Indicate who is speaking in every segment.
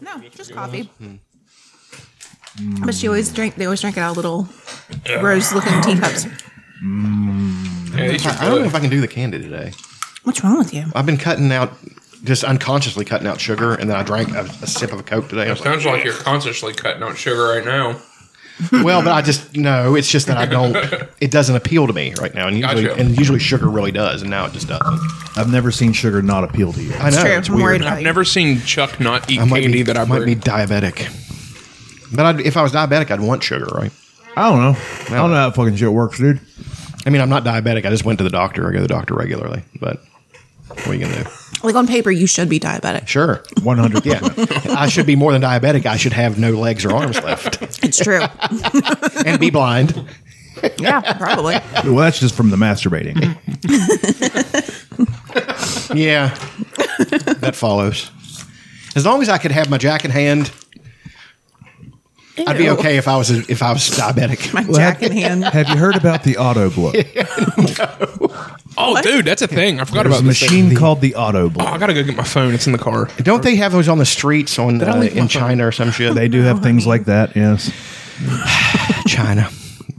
Speaker 1: No, just coffee. But she always drink. They always drink it out of little rose-looking teacups.
Speaker 2: Yeah, these are
Speaker 3: I don't know
Speaker 2: good.
Speaker 3: if I can do the candy today.
Speaker 1: What's wrong with you?
Speaker 3: I've been cutting out, just unconsciously cutting out sugar, and then I drank a, a sip of a Coke today. I was like,
Speaker 2: Sounds like you're consciously cutting out sugar right now.
Speaker 3: well, but I just no. It's just that I don't. It doesn't appeal to me right now, and usually,
Speaker 2: Gotcha.
Speaker 3: and usually sugar really does, and now it just doesn't.
Speaker 4: I've never seen sugar not appeal to you.
Speaker 3: I know
Speaker 1: True,
Speaker 3: it's
Speaker 1: I'm
Speaker 3: weird.
Speaker 1: worried about
Speaker 2: I've
Speaker 1: you.
Speaker 2: never seen Chuck not eat
Speaker 3: I might
Speaker 2: candy
Speaker 3: be,
Speaker 2: that
Speaker 3: I
Speaker 2: I've
Speaker 3: might
Speaker 2: heard.
Speaker 3: be diabetic. But I'd, if I was diabetic, I'd want sugar, right?
Speaker 4: I don't know. I don't know how that fucking shit works, dude.
Speaker 3: I mean, I'm not diabetic. I just went to the doctor. I go to the doctor regularly. But what are you gonna do?
Speaker 1: Like on paper, you should be diabetic.
Speaker 3: Sure.
Speaker 4: One hundred
Speaker 3: Yeah,
Speaker 4: percent.
Speaker 3: I should be more than diabetic. I should have no legs or arms left
Speaker 1: It's true.
Speaker 3: and be blind.
Speaker 1: yeah, probably.
Speaker 4: Well, that's just from the masturbating.
Speaker 3: Yeah, that follows. As long as I could have my jack in hand, I'd be
Speaker 1: Ew.
Speaker 3: okay if I was if I was diabetic.
Speaker 1: My jack in hand.
Speaker 4: Have you heard about the auto blow?
Speaker 2: oh, dude, that's a thing. I forgot
Speaker 4: There's
Speaker 2: about
Speaker 4: a
Speaker 2: this thing.
Speaker 4: machine called the auto
Speaker 2: Oh, I
Speaker 4: blow.
Speaker 2: gotta go get my phone. It's in the car.
Speaker 3: Don't they have those on the streets on uh,
Speaker 2: leave my
Speaker 3: in China or some shit?
Speaker 4: They do have things like that. Yes.
Speaker 3: China,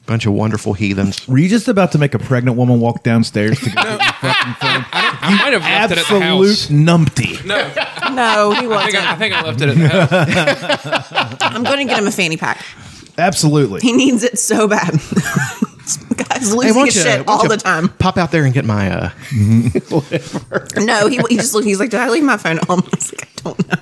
Speaker 3: bunch of wonderful heathens.
Speaker 4: Were you just about to make a pregnant woman walk downstairs to get your fucking phone?
Speaker 2: I might have left it at the
Speaker 4: Absolute
Speaker 2: house.
Speaker 4: numpty.
Speaker 2: No, I
Speaker 1: No, he
Speaker 2: think
Speaker 1: wasn't.
Speaker 2: I, I think I left it at the house.
Speaker 1: I'm going to get him a fanny pack.
Speaker 4: Absolutely.
Speaker 1: He needs it so bad. Guy's losing
Speaker 3: won't
Speaker 1: his
Speaker 3: you-
Speaker 1: shit
Speaker 3: won't
Speaker 1: all
Speaker 3: you
Speaker 1: the time.
Speaker 3: Pop out there and get my. uh
Speaker 1: No, he, he just looked. He's like, did I leave my phone at home? He's like, I don't know.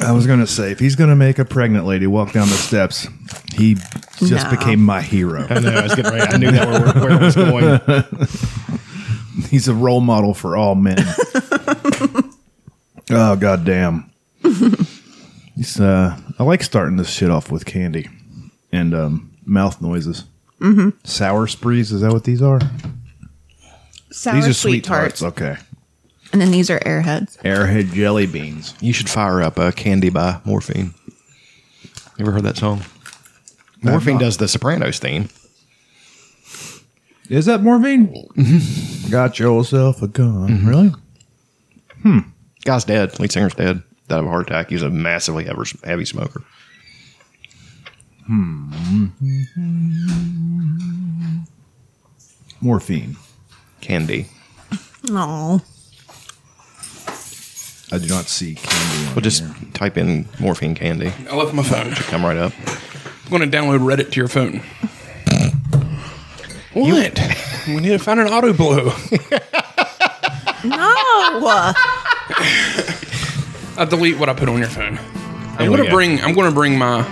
Speaker 4: I was gonna say if he's gonna make a pregnant lady walk down the steps, he just
Speaker 1: No.
Speaker 4: became my hero.
Speaker 3: I know. I was getting ready. I knew that where, where it was going.
Speaker 4: He's a role model for all men. oh goddamn! It's, uh, I like starting this shit off with candy and um, mouth noises. Mm-hmm. Sour sprees is that what these are?
Speaker 1: Sour
Speaker 4: these are sweet tarts. Okay.
Speaker 1: and then these are airheads.
Speaker 4: Airhead jelly beans.
Speaker 3: You should fire up uh, "Candy" by Morphine. You ever heard that song? Morphine
Speaker 4: not.
Speaker 3: does the Sopranos theme.
Speaker 4: Is that morphine? Got yourself a gun. Really?
Speaker 3: Guy's dead. Lead singer's dead. Died of a heart attack. He's a massively heavy, heavy smoker.
Speaker 4: Morphine.
Speaker 3: Candy.
Speaker 1: No,
Speaker 4: I do not see candy. On
Speaker 3: Well, just
Speaker 4: here.
Speaker 3: type in morphine candy.
Speaker 2: I left my phone.
Speaker 3: Come right up.
Speaker 2: I'm gonna download Reddit to your phone. What? we need to find an auto blow.
Speaker 1: no.
Speaker 2: I delete what I put on your phone. I'm
Speaker 3: There we
Speaker 2: gonna
Speaker 3: go.
Speaker 2: bring. I'm gonna bring my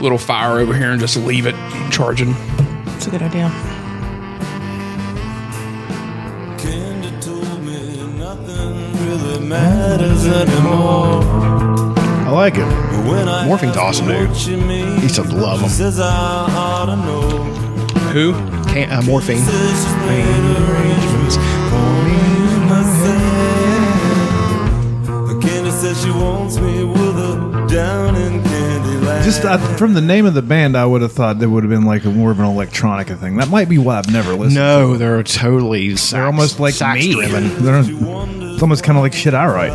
Speaker 2: little fire over here and just leave it charging.
Speaker 1: It's a good idea.
Speaker 5: Kinda told me nothing really matters anymore.
Speaker 4: I like it.
Speaker 5: When I
Speaker 3: Morphine's
Speaker 5: ask
Speaker 3: awesome,
Speaker 5: her
Speaker 3: dude.
Speaker 5: what she means,
Speaker 3: He should love
Speaker 5: she
Speaker 3: him.
Speaker 5: Says I ought to know.
Speaker 2: Who?
Speaker 3: Can- uh, morphine.
Speaker 5: This is made arrangements for me and myself. Candy says she wants me with her down in Candyland.
Speaker 4: Just uh, I, from the name of the band, I would have thought there would have been like a more of an electronica thing. That might be why I've never listened.
Speaker 3: No, they're totally. Sax,
Speaker 4: They're almost like
Speaker 3: sax
Speaker 4: me.
Speaker 3: driven.
Speaker 4: They're- it's almost kind of like shit I write.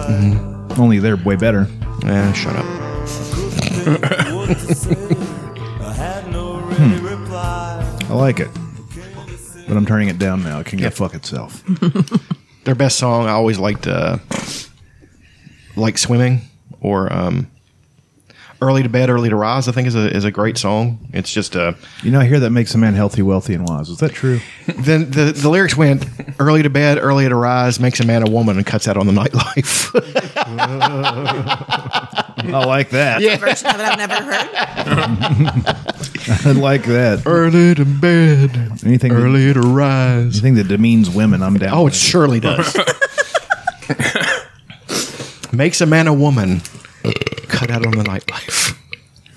Speaker 4: Only they're way better.
Speaker 3: Eh, shut up.
Speaker 5: what to say. I had no ready reply.
Speaker 4: I like it, but I'm turning it down now. It can go fuck itself.
Speaker 3: Their best song. I always liked. Uh, like swimming or um, early to bed, early to rise. I think is a is a great song. It's just uh, a.
Speaker 4: You know, I hear that makes a man healthy, wealthy, and wise. Is that true?
Speaker 3: Then the, the lyrics went early to bed, early to rise, makes a man a woman, and cuts out on the nightlife.
Speaker 4: I like that.
Speaker 1: A version of it I've never heard.
Speaker 4: I like that.
Speaker 3: early to bed,
Speaker 4: Anything That,
Speaker 3: early to rise.
Speaker 4: anything that demeans women, I'm down.
Speaker 3: Oh, it
Speaker 4: with.
Speaker 3: surely does. Makes a man a woman. Cut out on the nightlife.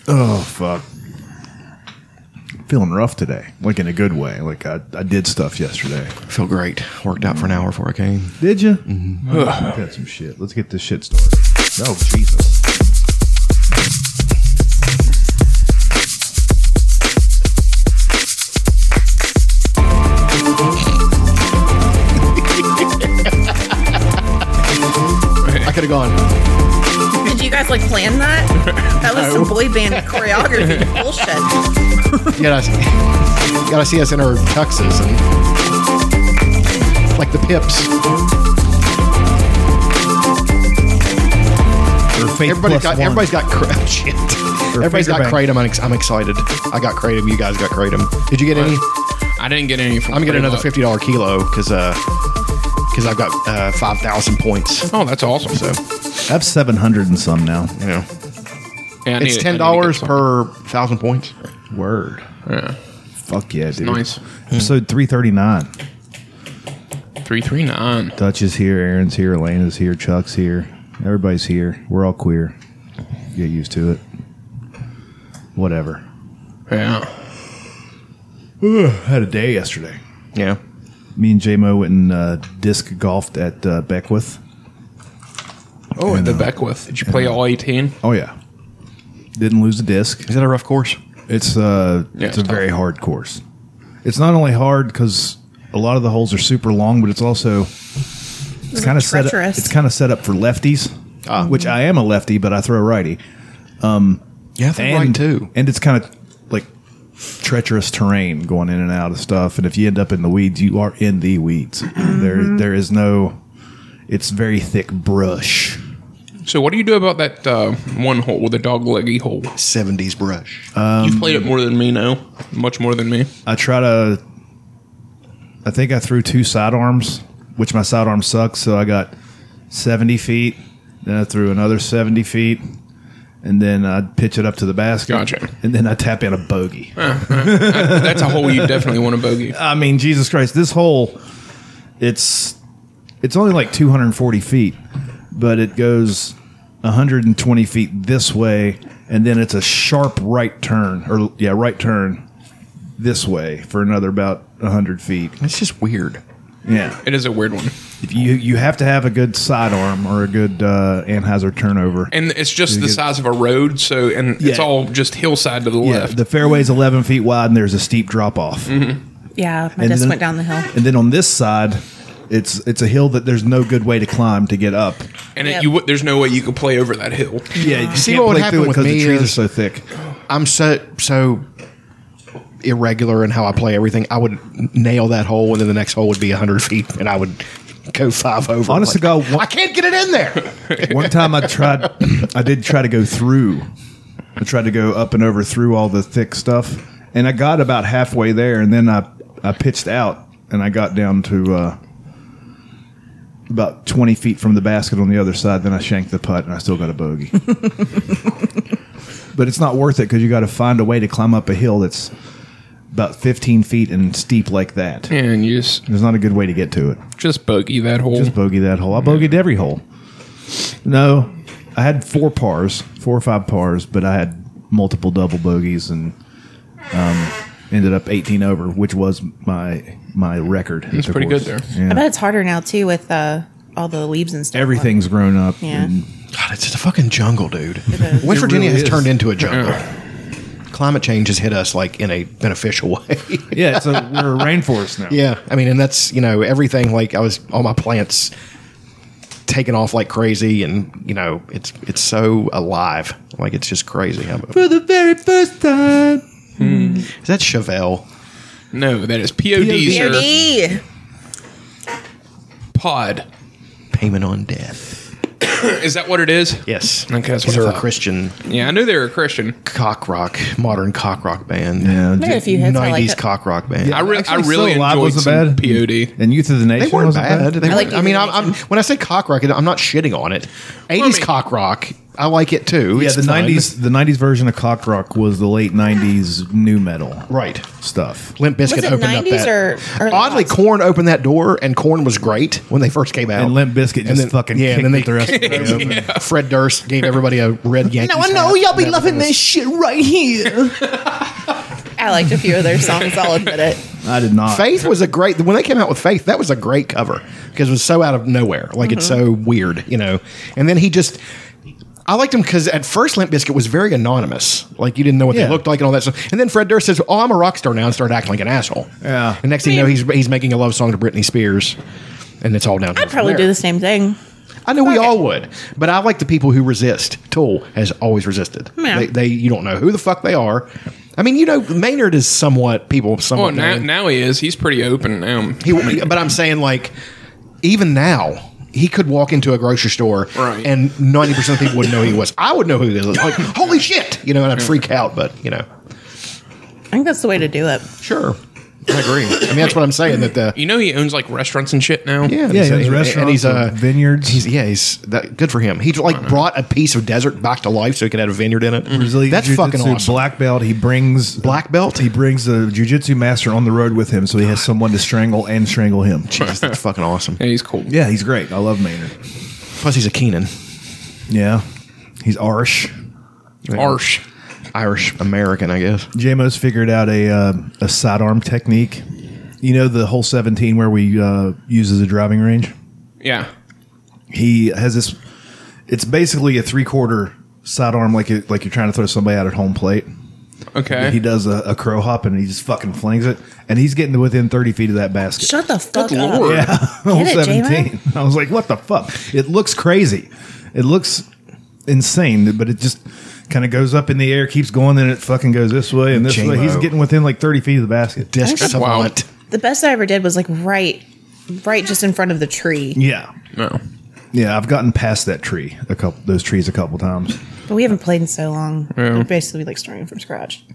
Speaker 4: oh fuck. Feeling rough today, like in a good way. Like I, I did stuff yesterday.
Speaker 3: Feel great. Worked out for an hour before I came.
Speaker 4: Did you? Mm-hmm. got some shit. Let's get this shit started. Oh Jesus!
Speaker 3: I could have gone.
Speaker 1: Did you guys like plan that? That was some boy band choreography bullshit.
Speaker 3: You gotta, you gotta see us in our tuxes and like the pips.
Speaker 4: Or faith
Speaker 3: Everybody's
Speaker 4: plus
Speaker 3: got
Speaker 4: one.
Speaker 3: everybody's got cra- oh, shit.
Speaker 4: Or
Speaker 3: Everybody's got
Speaker 4: finger bang.
Speaker 3: kratom. I'm, ex- I'm excited. I got kratom. You guys got kratom. Did you get any?
Speaker 2: I didn't get any from.
Speaker 3: I'm gonna get
Speaker 2: Pretty
Speaker 3: another
Speaker 2: Luck.
Speaker 3: fifty dollar kilo because uh because I've got uh, five thousand points.
Speaker 2: Oh, that's awesome.
Speaker 3: So
Speaker 4: I have seven hundred and some now.
Speaker 3: you know
Speaker 2: Yeah, I need- I need
Speaker 3: it's
Speaker 2: to
Speaker 3: ten
Speaker 2: get
Speaker 3: dollars
Speaker 2: some.
Speaker 3: per thousand points.
Speaker 4: Word.
Speaker 2: Yeah.
Speaker 4: Fuck yeah, dude.
Speaker 2: Nice.
Speaker 4: Episode three thirty nine.
Speaker 2: Three three nine.
Speaker 4: Dutch is here. Aaron's here. Elena's here. Chuck's here. Everybody's here. We're all queer. Get used to it. Whatever.
Speaker 2: Yeah.
Speaker 4: had a day yesterday.
Speaker 3: Yeah.
Speaker 4: Me and J Mo went and uh, disc golfed at uh, Beckwith.
Speaker 2: Oh, and the Beckwith. Did you play all eighteen?
Speaker 4: Oh yeah. Didn't lose a disc.
Speaker 3: Is that a rough course?
Speaker 4: It's uh,
Speaker 2: Yeah,
Speaker 4: it's a
Speaker 2: it's tough.
Speaker 4: very hard course. It's not only hard because a lot of the holes are super long, but it's also it's kind of set. Up,
Speaker 1: treacherous.
Speaker 4: it's kind of set up for lefties,
Speaker 3: Ah.
Speaker 4: which I am a lefty, but I throw righty.
Speaker 3: Yeah, I think
Speaker 4: and
Speaker 3: right too.
Speaker 4: and it's kind of like treacherous terrain going in and out of stuff. And if you end up in the weeds, you are in the weeds. There, there is no. It's very thick brush.
Speaker 2: So what do you do about that uh, one hole with the dog leggy hole?
Speaker 3: Seventies brush.
Speaker 2: You've played it more than me now, much more than me.
Speaker 4: I try to. I think I threw two sidearms, which my sidearm sucks. So I got 70 feet. Then I threw another 70 feet. And then I'd pitch it up to the basket.
Speaker 2: Gotcha.
Speaker 4: And then I tap in a bogey.
Speaker 2: That's a hole you definitely want to bogey.
Speaker 4: I mean, Jesus Christ, this hole, it's it's only like 240 feet, but it goes 120 feet this way, and then it's a sharp right turn, or yeah, right turn this way for another about 100 feet.
Speaker 3: It's just weird.
Speaker 4: Yeah,
Speaker 2: It is a weird one,
Speaker 4: if you you have to have a good sidearm or a good uh, Anheuser turnover.
Speaker 2: and it's just the
Speaker 4: get-
Speaker 2: size of a road. So, and it's
Speaker 4: Yeah.
Speaker 2: all just hillside to the
Speaker 4: Yeah,
Speaker 2: left. Mm-hmm.
Speaker 4: the fairway's 11 feet wide, and there's a steep drop off.
Speaker 1: Yeah, my
Speaker 4: And
Speaker 1: disc
Speaker 4: then-
Speaker 1: went down the hill.
Speaker 4: And then on this side, it's it's a hill that there's no good way to climb to get up.
Speaker 2: and
Speaker 1: Yep.
Speaker 2: it, you would- there's no way you could play over that hill.
Speaker 4: Yeah, you
Speaker 3: See,
Speaker 4: can't
Speaker 3: what would
Speaker 4: play
Speaker 3: happen
Speaker 4: through it
Speaker 3: with
Speaker 4: 'cause
Speaker 3: me
Speaker 4: the trees are
Speaker 3: is-
Speaker 4: so thick.
Speaker 3: I'm so so irregular in how I play everything. I would nail that hole, and then the next hole would be hundred feet, and I would go five over.
Speaker 4: Honest to God, one-
Speaker 3: I can't get it in there.
Speaker 4: One time I tried, I did try to go through. I tried to go up and over through all the thick stuff, and I got about halfway there, and then I I pitched out, and I got down to uh, about twenty feet from the basket on the other side. Then I shanked the putt, and I still got a bogey. but it's not worth it because you got to find a way to climb up a hill that's about fifteen feet and steep like that.
Speaker 2: And you just
Speaker 4: There's not a good way to get to it.
Speaker 2: just bogey that hole.
Speaker 4: Just bogey that hole. I bogeyed every hole. No, I had four pars, four or five pars, but I had multiple double bogeys and um, ended up 18 over, which was my my record. at
Speaker 2: That's
Speaker 4: the
Speaker 2: pretty
Speaker 4: course.
Speaker 2: good there.
Speaker 1: I bet it's harder now too with uh, all the leaves and stuff.
Speaker 4: Everything's grown up.
Speaker 1: Yeah.
Speaker 4: and
Speaker 3: God, it's just a fucking jungle, dude.
Speaker 1: is.
Speaker 3: West Virginia
Speaker 4: really
Speaker 3: has
Speaker 4: is.
Speaker 3: turned into a jungle. Climate change has hit us like in a beneficial way.
Speaker 4: yeah. So we're a rainforest now.
Speaker 3: yeah, I mean, and that's you know everything. Like I was all my plants taking off like crazy, and you know it's it's so alive. Like it's just crazy. How about-
Speaker 4: For the very first time.
Speaker 3: is that Chevelle?
Speaker 2: No, that is POD, sir.
Speaker 1: POD.
Speaker 2: Pod.
Speaker 3: Payment on death.
Speaker 2: Is that what it is?
Speaker 3: Yes.
Speaker 2: Okay, that's what I
Speaker 3: they're a
Speaker 2: thought.
Speaker 3: Christian
Speaker 2: Yeah, I knew they were a Christian.
Speaker 3: cock rock, modern cock rock band.
Speaker 4: Yeah.
Speaker 1: I got a
Speaker 4: dude,
Speaker 1: few hits. I like
Speaker 3: Nineties
Speaker 1: it.
Speaker 3: cock rock band.
Speaker 2: I, re- I
Speaker 4: actually,
Speaker 2: really
Speaker 4: Still Alive
Speaker 2: enjoyed
Speaker 4: wasn't
Speaker 2: some
Speaker 4: bad.
Speaker 2: POD.
Speaker 4: And Youth of the Nation
Speaker 3: They weren't
Speaker 4: wasn't
Speaker 3: bad. They
Speaker 1: I
Speaker 3: weren't-
Speaker 1: like
Speaker 3: I mean,
Speaker 1: Easy
Speaker 3: I'm, I'm,
Speaker 1: Nation.
Speaker 3: when I say cock rock, I'm not shitting on it. 80s
Speaker 2: mean-
Speaker 3: cock rock, I like it too.
Speaker 4: Yeah,
Speaker 3: It's
Speaker 4: the
Speaker 3: fun.
Speaker 4: '90s, the '90s version of cock rock was the late '90s new metal
Speaker 3: Right.
Speaker 4: stuff.
Speaker 3: Limp Bizkit
Speaker 1: Was it
Speaker 3: opened up
Speaker 1: 90s
Speaker 3: that.
Speaker 1: or early
Speaker 3: Oddly,
Speaker 1: 2000s?
Speaker 3: Corn opened that door, and Corn was great when they first came out.
Speaker 4: And Limp Bizkit just fucking
Speaker 3: yeah, and then they,
Speaker 4: kicked it the rest of the way
Speaker 3: Fred Durst gave everybody a red Yankees.
Speaker 1: I know,
Speaker 3: hat.
Speaker 1: y'all be
Speaker 3: That
Speaker 1: loving
Speaker 3: was-
Speaker 1: this
Speaker 4: shit right here.
Speaker 1: I liked a few of their songs. I'll admit it.
Speaker 4: I did not.
Speaker 3: Faith was a great when they came out with Faith. That was a great cover because it was so out of nowhere, like it's so
Speaker 1: Mm-hmm.
Speaker 3: weird, you know. And then he just, I liked him because at first Limp Bizkit was very anonymous, like you didn't know what
Speaker 4: Yeah.
Speaker 3: they looked like and all that stuff. And then Fred Durst says, "Oh, I'm a rock star now," and started acting like an asshole.
Speaker 4: Yeah.
Speaker 3: And next thing you know, he's he's making a love song to Britney Spears, and it's all down.
Speaker 1: I'd probably do the same thing.
Speaker 3: I know we
Speaker 1: Fuck it.
Speaker 3: all would, but I like the people who resist. Tool has always resisted.
Speaker 1: Yeah.
Speaker 3: They, they, you don't know who the fuck they are. I mean, you know, Maynard is somewhat people.
Speaker 2: Well,
Speaker 3: Somewhat
Speaker 2: Oh, now,
Speaker 3: know.
Speaker 2: now he is. He's pretty open now.
Speaker 3: He, but I'm saying like, even now. He could walk into a grocery store,
Speaker 2: Right.
Speaker 3: and ninety percent of people would know who he was. I would know who he was. Like, holy shit, you know, and I'd freak out. But you know,
Speaker 1: I think that's the way to do it.
Speaker 3: sure, I agree. I mean, that's what I'm saying. That the
Speaker 2: You know he owns like restaurants and shit now.
Speaker 3: Yeah, and he's,
Speaker 4: Yeah, he owns
Speaker 3: and- and
Speaker 4: restaurants
Speaker 3: he's uh,
Speaker 4: and vineyards.
Speaker 3: He's yeah, he's that, good for him. He like brought a piece of desert back to life so he could have a vineyard in it.
Speaker 4: Brazilian
Speaker 3: That's
Speaker 4: jiu-jitsu,
Speaker 3: fucking awesome.
Speaker 4: Black belt. He brings
Speaker 3: Black belt?
Speaker 4: He brings the jujitsu master on the road with him, so he has someone to strangle and strangle him.
Speaker 3: Jeez, that's fucking awesome.
Speaker 2: Yeah, he's cool.
Speaker 4: Yeah, he's great. I love Maynard.
Speaker 3: Plus, he's a Keenan,
Speaker 4: Yeah, he's Irish.
Speaker 2: Arsh.
Speaker 3: Irish American, I guess.
Speaker 4: JMO's figured out a uh, a sidearm technique. You know the whole seventeen where we uh, use as a driving range.
Speaker 2: Yeah.
Speaker 4: He has this. It's basically a three quarter sidearm, like it, like you're trying to throw somebody out at home plate.
Speaker 2: Okay.
Speaker 4: He does a, a crow hop and he just fucking flings it, and he's getting to within thirty feet of that basket.
Speaker 1: Shut the fuck
Speaker 2: Good
Speaker 1: up.
Speaker 2: lord.
Speaker 4: All
Speaker 1: Get it, J-Mo?
Speaker 4: I was like, what the fuck? It looks crazy. It looks insane, but it just kind of goes up in the air, keeps going, then it fucking goes this way and this way.
Speaker 3: J-Mo.
Speaker 4: He's getting within like 30 feet of the basket.
Speaker 3: Disc
Speaker 1: That's
Speaker 3: savant.
Speaker 1: The best I ever did was like right, right just in front of the tree.
Speaker 4: Yeah.
Speaker 2: No.
Speaker 4: Yeah, I've gotten past that tree a couple those trees a couple times.
Speaker 1: But we haven't played in so long. We're basically like starting from scratch.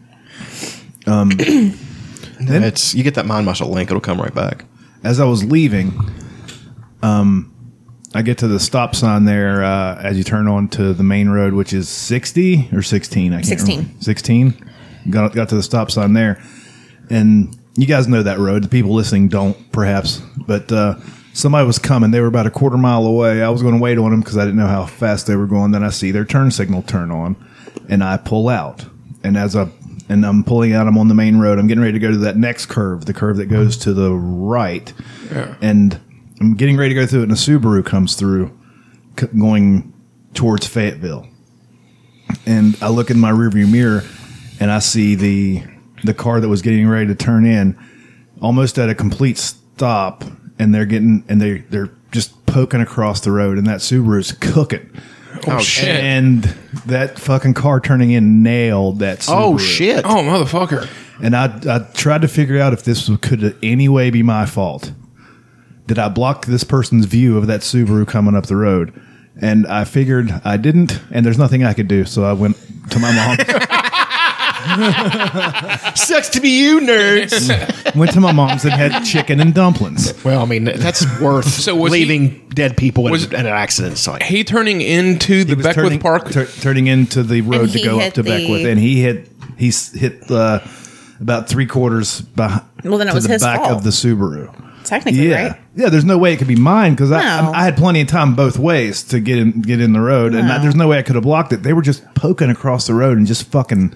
Speaker 3: Then it's you get that mind muscle link, it'll come right back.
Speaker 4: As I was leaving, um I get to the stop sign there uh, as you turn on to the main road, which is 60 or 16. I can't
Speaker 1: 16.
Speaker 4: remember. 16. Got, got to the stop sign there. and you guys know that road. The people listening don't, perhaps, but uh, somebody was coming. They were about a quarter mile away. I was going to wait on them because I didn't know how fast they were going. Then I see their turn signal turn on, and I pull out. And as I and I'm pulling out, I'm on the main road. I'm getting ready to go to that next curve, the curve that goes to the right, and I'm getting ready to go through it. And a Subaru comes through, c- going towards Fayetteville and I look in my rearview mirror and I see the the car that was getting ready to turn in almost at a complete stop and they're getting and they they're just poking across the road and that Subaru's cooking.
Speaker 2: Oh, shit.
Speaker 4: And that fucking car turning in nailed that Subaru.
Speaker 3: Oh shit!
Speaker 2: oh motherfucker.
Speaker 4: And I I tried to figure out if this could in any way be my fault. Did I block this person's view of that Subaru coming up the road? And I figured I didn't, and there's nothing I could do. So I went to my mom.
Speaker 3: Sucks to be you, nerds.
Speaker 4: went to my mom's and had chicken and dumplings.
Speaker 3: well, I mean, that's worth so
Speaker 2: was
Speaker 3: leaving dead people at,
Speaker 2: was-
Speaker 3: at an accident site.
Speaker 2: He turning into the
Speaker 4: He was
Speaker 2: Beckwith
Speaker 4: turning-
Speaker 2: Park.
Speaker 4: tur- turning into the road
Speaker 1: And
Speaker 4: to
Speaker 1: he
Speaker 4: go up
Speaker 1: hit
Speaker 4: to
Speaker 1: the-
Speaker 4: Beckwith, and he hit he s- hit uh, about three quarters behind.
Speaker 1: Well, then it
Speaker 4: to
Speaker 1: was
Speaker 4: the
Speaker 1: his
Speaker 4: back
Speaker 1: fault.
Speaker 4: of the Subaru.
Speaker 1: Technically,
Speaker 4: Yeah,
Speaker 1: right?
Speaker 4: yeah. There's no way it could be mine because I,
Speaker 1: No.
Speaker 4: I had plenty of time both ways to get in get in the road, and I,
Speaker 1: No.
Speaker 4: there's no way I could have blocked it. They were just poking across the road and just fucking.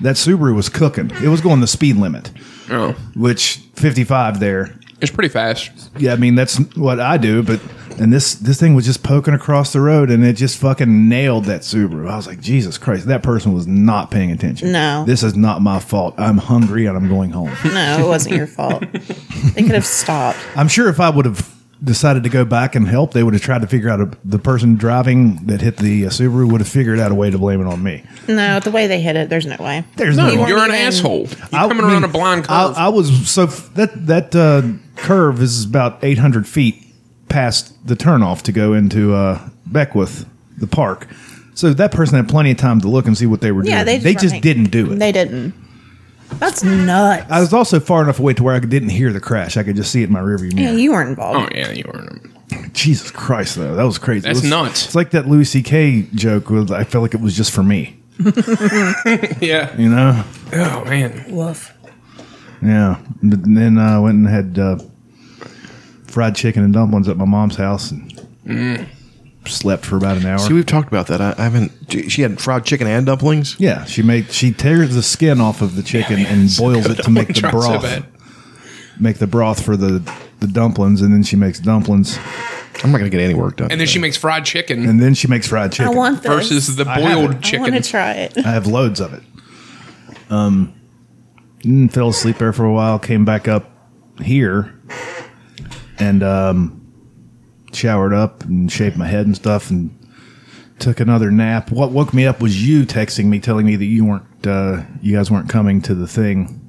Speaker 4: That Subaru was cooking. It was going the speed limit,
Speaker 2: Oh.
Speaker 4: which 55 there
Speaker 2: It's pretty fast.
Speaker 4: yeah, I mean that's what I do, but and this this thing was just poking across the road and it just fucking nailed that Subaru. I was like, Jesus Christ, that person was not paying attention.
Speaker 1: No.
Speaker 4: This is not my fault. I'm hungry and I'm going home.
Speaker 1: No, it wasn't your fault. They could have stopped.
Speaker 4: I'm sure if I would have decided to go back and help, they would have tried to figure out a, the person driving that hit the uh, Subaru would have figured out a way to blame it on me.
Speaker 1: No, the way they hit it, there's no way.
Speaker 4: There's no,
Speaker 2: No,
Speaker 4: way.
Speaker 2: you're an
Speaker 1: even-
Speaker 2: asshole. You're
Speaker 4: I
Speaker 2: coming
Speaker 4: mean,
Speaker 2: around a blind curve.
Speaker 4: I, I was so f- that that uh, curve is about 800 feet past the turnoff to go into uh, Beckwith, the park. So that person had plenty of time to look and see what they were
Speaker 1: Yeah,
Speaker 4: doing.
Speaker 1: they just,
Speaker 4: they
Speaker 1: weren't
Speaker 4: just
Speaker 1: hang-
Speaker 4: didn't do it.
Speaker 1: They didn't. That's nuts.
Speaker 4: I was also far enough away to where I didn't hear the crash. I could just see it in my rearview
Speaker 1: yeah,
Speaker 4: mirror.
Speaker 1: you weren't involved.
Speaker 2: oh yeah, you are.
Speaker 4: Jesus Christ, though, that was crazy.
Speaker 2: That's
Speaker 4: It was-
Speaker 2: nuts.
Speaker 4: It's like that Louis C.K. joke. With, I felt like it was just for me.
Speaker 2: Yeah.
Speaker 4: You know?
Speaker 2: Oh man.
Speaker 1: Woof.
Speaker 4: Yeah. And then I went and had uh, fried chicken and dumplings at my mom's house and
Speaker 2: Mm.
Speaker 4: slept for about an hour.
Speaker 3: See, we've talked about that. I, I haven't. She had fried chicken and dumplings.
Speaker 4: yeah, she made she tears the skin off of the chicken and boils it to make the
Speaker 2: Try so
Speaker 4: broth.
Speaker 2: bad.
Speaker 4: make the broth for the the dumplings, and then she makes dumplings,
Speaker 3: I'm not gonna get any work done.
Speaker 2: And then she makes fried chicken
Speaker 4: and then she makes fried
Speaker 1: I
Speaker 4: chicken.
Speaker 1: want this.
Speaker 2: versus the
Speaker 4: I have
Speaker 1: I
Speaker 2: boiled
Speaker 4: it.
Speaker 1: want
Speaker 2: chicken.
Speaker 1: to try it.
Speaker 4: I have loads of it. Um, mm, fell asleep there for a while. Came back up here, and um, showered up and shaved my head and stuff and took another nap. What woke me up was you texting me telling me that you weren't uh, you guys weren't coming to the thing.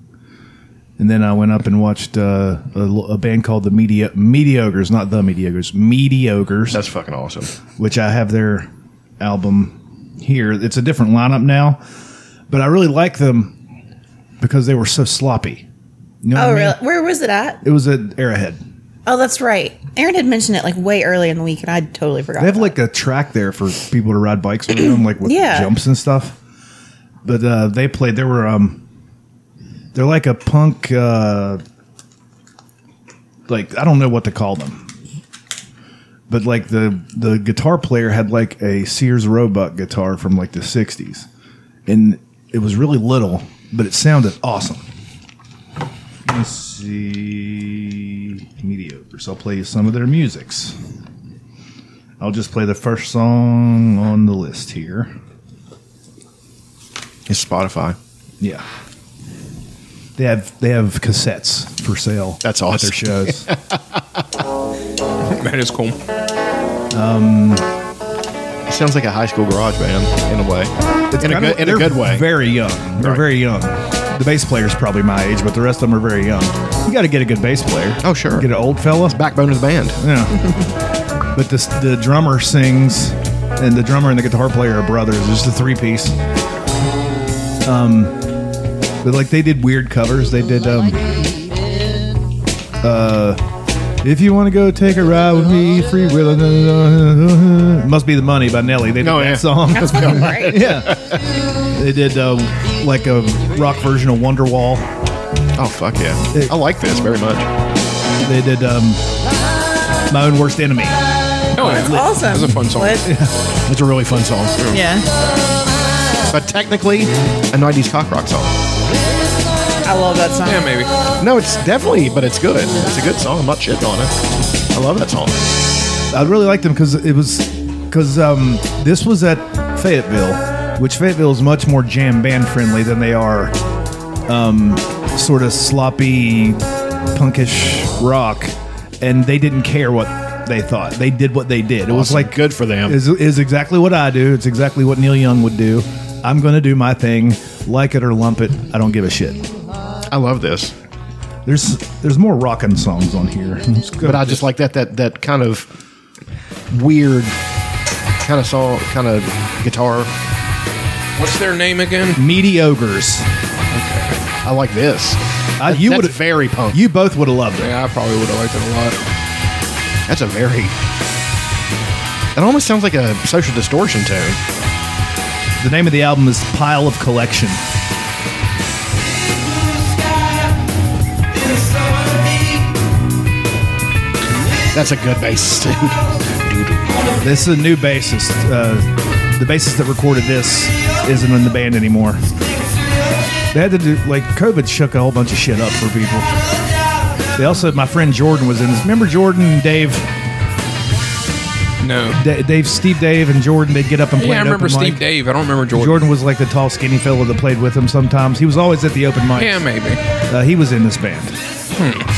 Speaker 4: And then I went up and watched uh, a, l- a band called the Medi- Mediocres, not the Mediocres, Mediocres
Speaker 3: That's fucking awesome.
Speaker 4: which I have their album here. It's a different lineup now, but I really like them because they were so sloppy. You know what
Speaker 1: Oh,
Speaker 4: I mean?
Speaker 1: really? Where was it at?
Speaker 4: It was at Arrowhead.
Speaker 1: Oh, that's right. Aaron had mentioned it like way early in the week, and I totally forgot.
Speaker 4: They have
Speaker 1: about
Speaker 4: like a track there for people to ride bikes around, like with
Speaker 1: Yeah.
Speaker 4: jumps and stuff. But uh, they played. There were um, they're like a punk. Uh, like I don't know what to call them, but like the the guitar player had like a Sears Roebuck guitar from like the '60s, and it was really little, but it sounded awesome. Let me see, mediocre. So I'll play you some of their musics. I'll just play the first song on the list here.
Speaker 3: It's Spotify.
Speaker 4: Yeah. They have they have cassettes for sale.
Speaker 3: That's
Speaker 4: at
Speaker 3: awesome.
Speaker 4: Their shows.
Speaker 2: That is cool.
Speaker 3: It sounds like a high school garage band in a way. in a
Speaker 4: Kinda-
Speaker 3: good, in a
Speaker 4: they're
Speaker 3: good way.
Speaker 4: Very young. They're
Speaker 3: Right.
Speaker 4: very young. The bass player's probably my age, but the rest of them are very young. You got to get a good bass player.
Speaker 3: Oh, sure.
Speaker 4: Get an old fella.
Speaker 3: Backbone of the band.
Speaker 4: Yeah. but this, the drummer sings, and the drummer and the guitar player are brothers. It's just a three piece. Um, but like they did weird covers. They did um, uh, if you want to go take a ride with me, free will. uh, Must be the money by Nelly. They did
Speaker 3: Oh,
Speaker 4: that
Speaker 3: yeah.
Speaker 4: song.
Speaker 1: That's fucking great.
Speaker 4: They did um, like a rock version of Wonderwall.
Speaker 3: Oh, fuck yeah.
Speaker 4: It-
Speaker 3: I like this very much.
Speaker 4: They did um, my own worst enemy.
Speaker 2: Hell yeah.
Speaker 1: That's awesome.
Speaker 2: That's a fun song.
Speaker 1: What?
Speaker 3: It's a really fun song.
Speaker 1: Yeah,
Speaker 3: But technically, a 90s cock rock song.
Speaker 1: I love that song.
Speaker 2: Yeah, maybe.
Speaker 3: No, it's definitely, but it's good. It's a good song. I'm not shitting on it. I love that song.
Speaker 4: I really liked them because it was because um, this was at Fayetteville, which Fayetteville is much more jam band friendly than they are um, sort of sloppy punkish rock, and they didn't care what they thought. They did what they did. It was
Speaker 3: Awesome.
Speaker 4: like
Speaker 3: Good for them.
Speaker 4: Is, is exactly what I do. It's exactly what Neil Young would do. I'm going to do my thing, like it or lump it. I don't give a shit.
Speaker 3: I love this.
Speaker 4: There's there's more rockin' songs on here. It's good.
Speaker 3: But I just like that that that kind of weird kind of song, kind of guitar.
Speaker 2: What's their name again?
Speaker 4: mediocres.
Speaker 3: I like this.
Speaker 4: I, you
Speaker 3: That's
Speaker 4: would
Speaker 3: very punk.
Speaker 4: You both would have loved it.
Speaker 2: Yeah, I probably would have liked it
Speaker 3: That's a very. It almost sounds like a social distortion tone.
Speaker 4: The name of the album is Pile of Collection.
Speaker 3: That's a good bass. dude.
Speaker 4: This is a new bassist. Uh, the bassist that recorded this isn't in the band anymore. They had to do like COVID shook a whole bunch of shit up for people. They also, my friend Jordan was in this. Remember Jordan, Dave,
Speaker 2: a lot. No.
Speaker 4: D- Dave, Steve, Dave, and Jordan. They'd get up and play.
Speaker 2: Yeah, I
Speaker 4: at
Speaker 2: remember
Speaker 4: open
Speaker 2: Steve
Speaker 4: mic?
Speaker 2: Dave. I don't remember Jordan.
Speaker 4: Jordan was like the tall, skinny fella that played with him sometimes. He was always at the open mic.
Speaker 2: Yeah, maybe.
Speaker 4: Uh, he was in this band.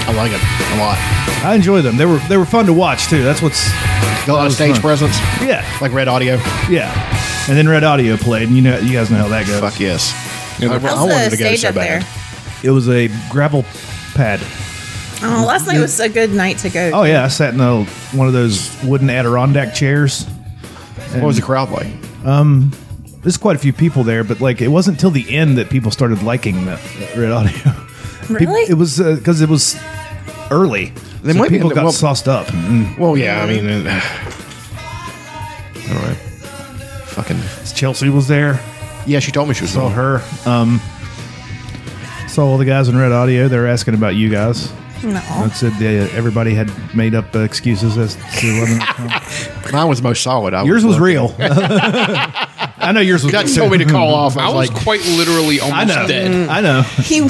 Speaker 3: I like it a lot.
Speaker 4: I enjoy them. They were they were fun to watch too. That's what's
Speaker 3: A lot of
Speaker 4: was
Speaker 3: stage
Speaker 4: fun.
Speaker 3: presence,
Speaker 4: yeah
Speaker 3: like Red Audio.
Speaker 4: yeah. And then Red Audio played, and you know you guys know how that goes.
Speaker 3: Fuck yes.
Speaker 2: Yeah,
Speaker 3: I,
Speaker 2: they're-
Speaker 3: I
Speaker 1: How's
Speaker 3: wanted
Speaker 1: the
Speaker 3: to go
Speaker 1: stage
Speaker 3: so
Speaker 1: up there?
Speaker 3: bad.
Speaker 4: It was a gravel pad.
Speaker 1: Oh, last night was a good night to go.
Speaker 4: Oh yeah, I sat in a, one of those wooden Adirondack chairs.
Speaker 3: What was the crowd like?
Speaker 4: There's quite a few people there, but like it wasn't till the end that people started liking the Red Audio. People-
Speaker 1: Really?
Speaker 4: it was because it was early.
Speaker 3: They
Speaker 4: so
Speaker 3: might be
Speaker 4: people
Speaker 3: in the-
Speaker 4: got
Speaker 3: well-
Speaker 4: sauced up. Mm.
Speaker 3: Well, yeah. I mean, it, all right. Fucking
Speaker 4: Chelsea was there.
Speaker 3: yeah. She told me she was
Speaker 4: Saw
Speaker 3: on her.
Speaker 4: her. Um, saw all the guys in Red Audio. They were asking about you guys.
Speaker 1: no.
Speaker 4: It said they, everybody had made up uh, excuses as to whether
Speaker 3: Mine was the most solid. I
Speaker 4: yours was
Speaker 3: working.
Speaker 4: real. I know yours was.
Speaker 3: Dutch told me to call off. I
Speaker 2: I
Speaker 3: was,
Speaker 2: was
Speaker 3: like,
Speaker 2: quite literally
Speaker 4: I
Speaker 2: almost
Speaker 4: know. Mm.
Speaker 2: dead.
Speaker 4: I know.
Speaker 1: He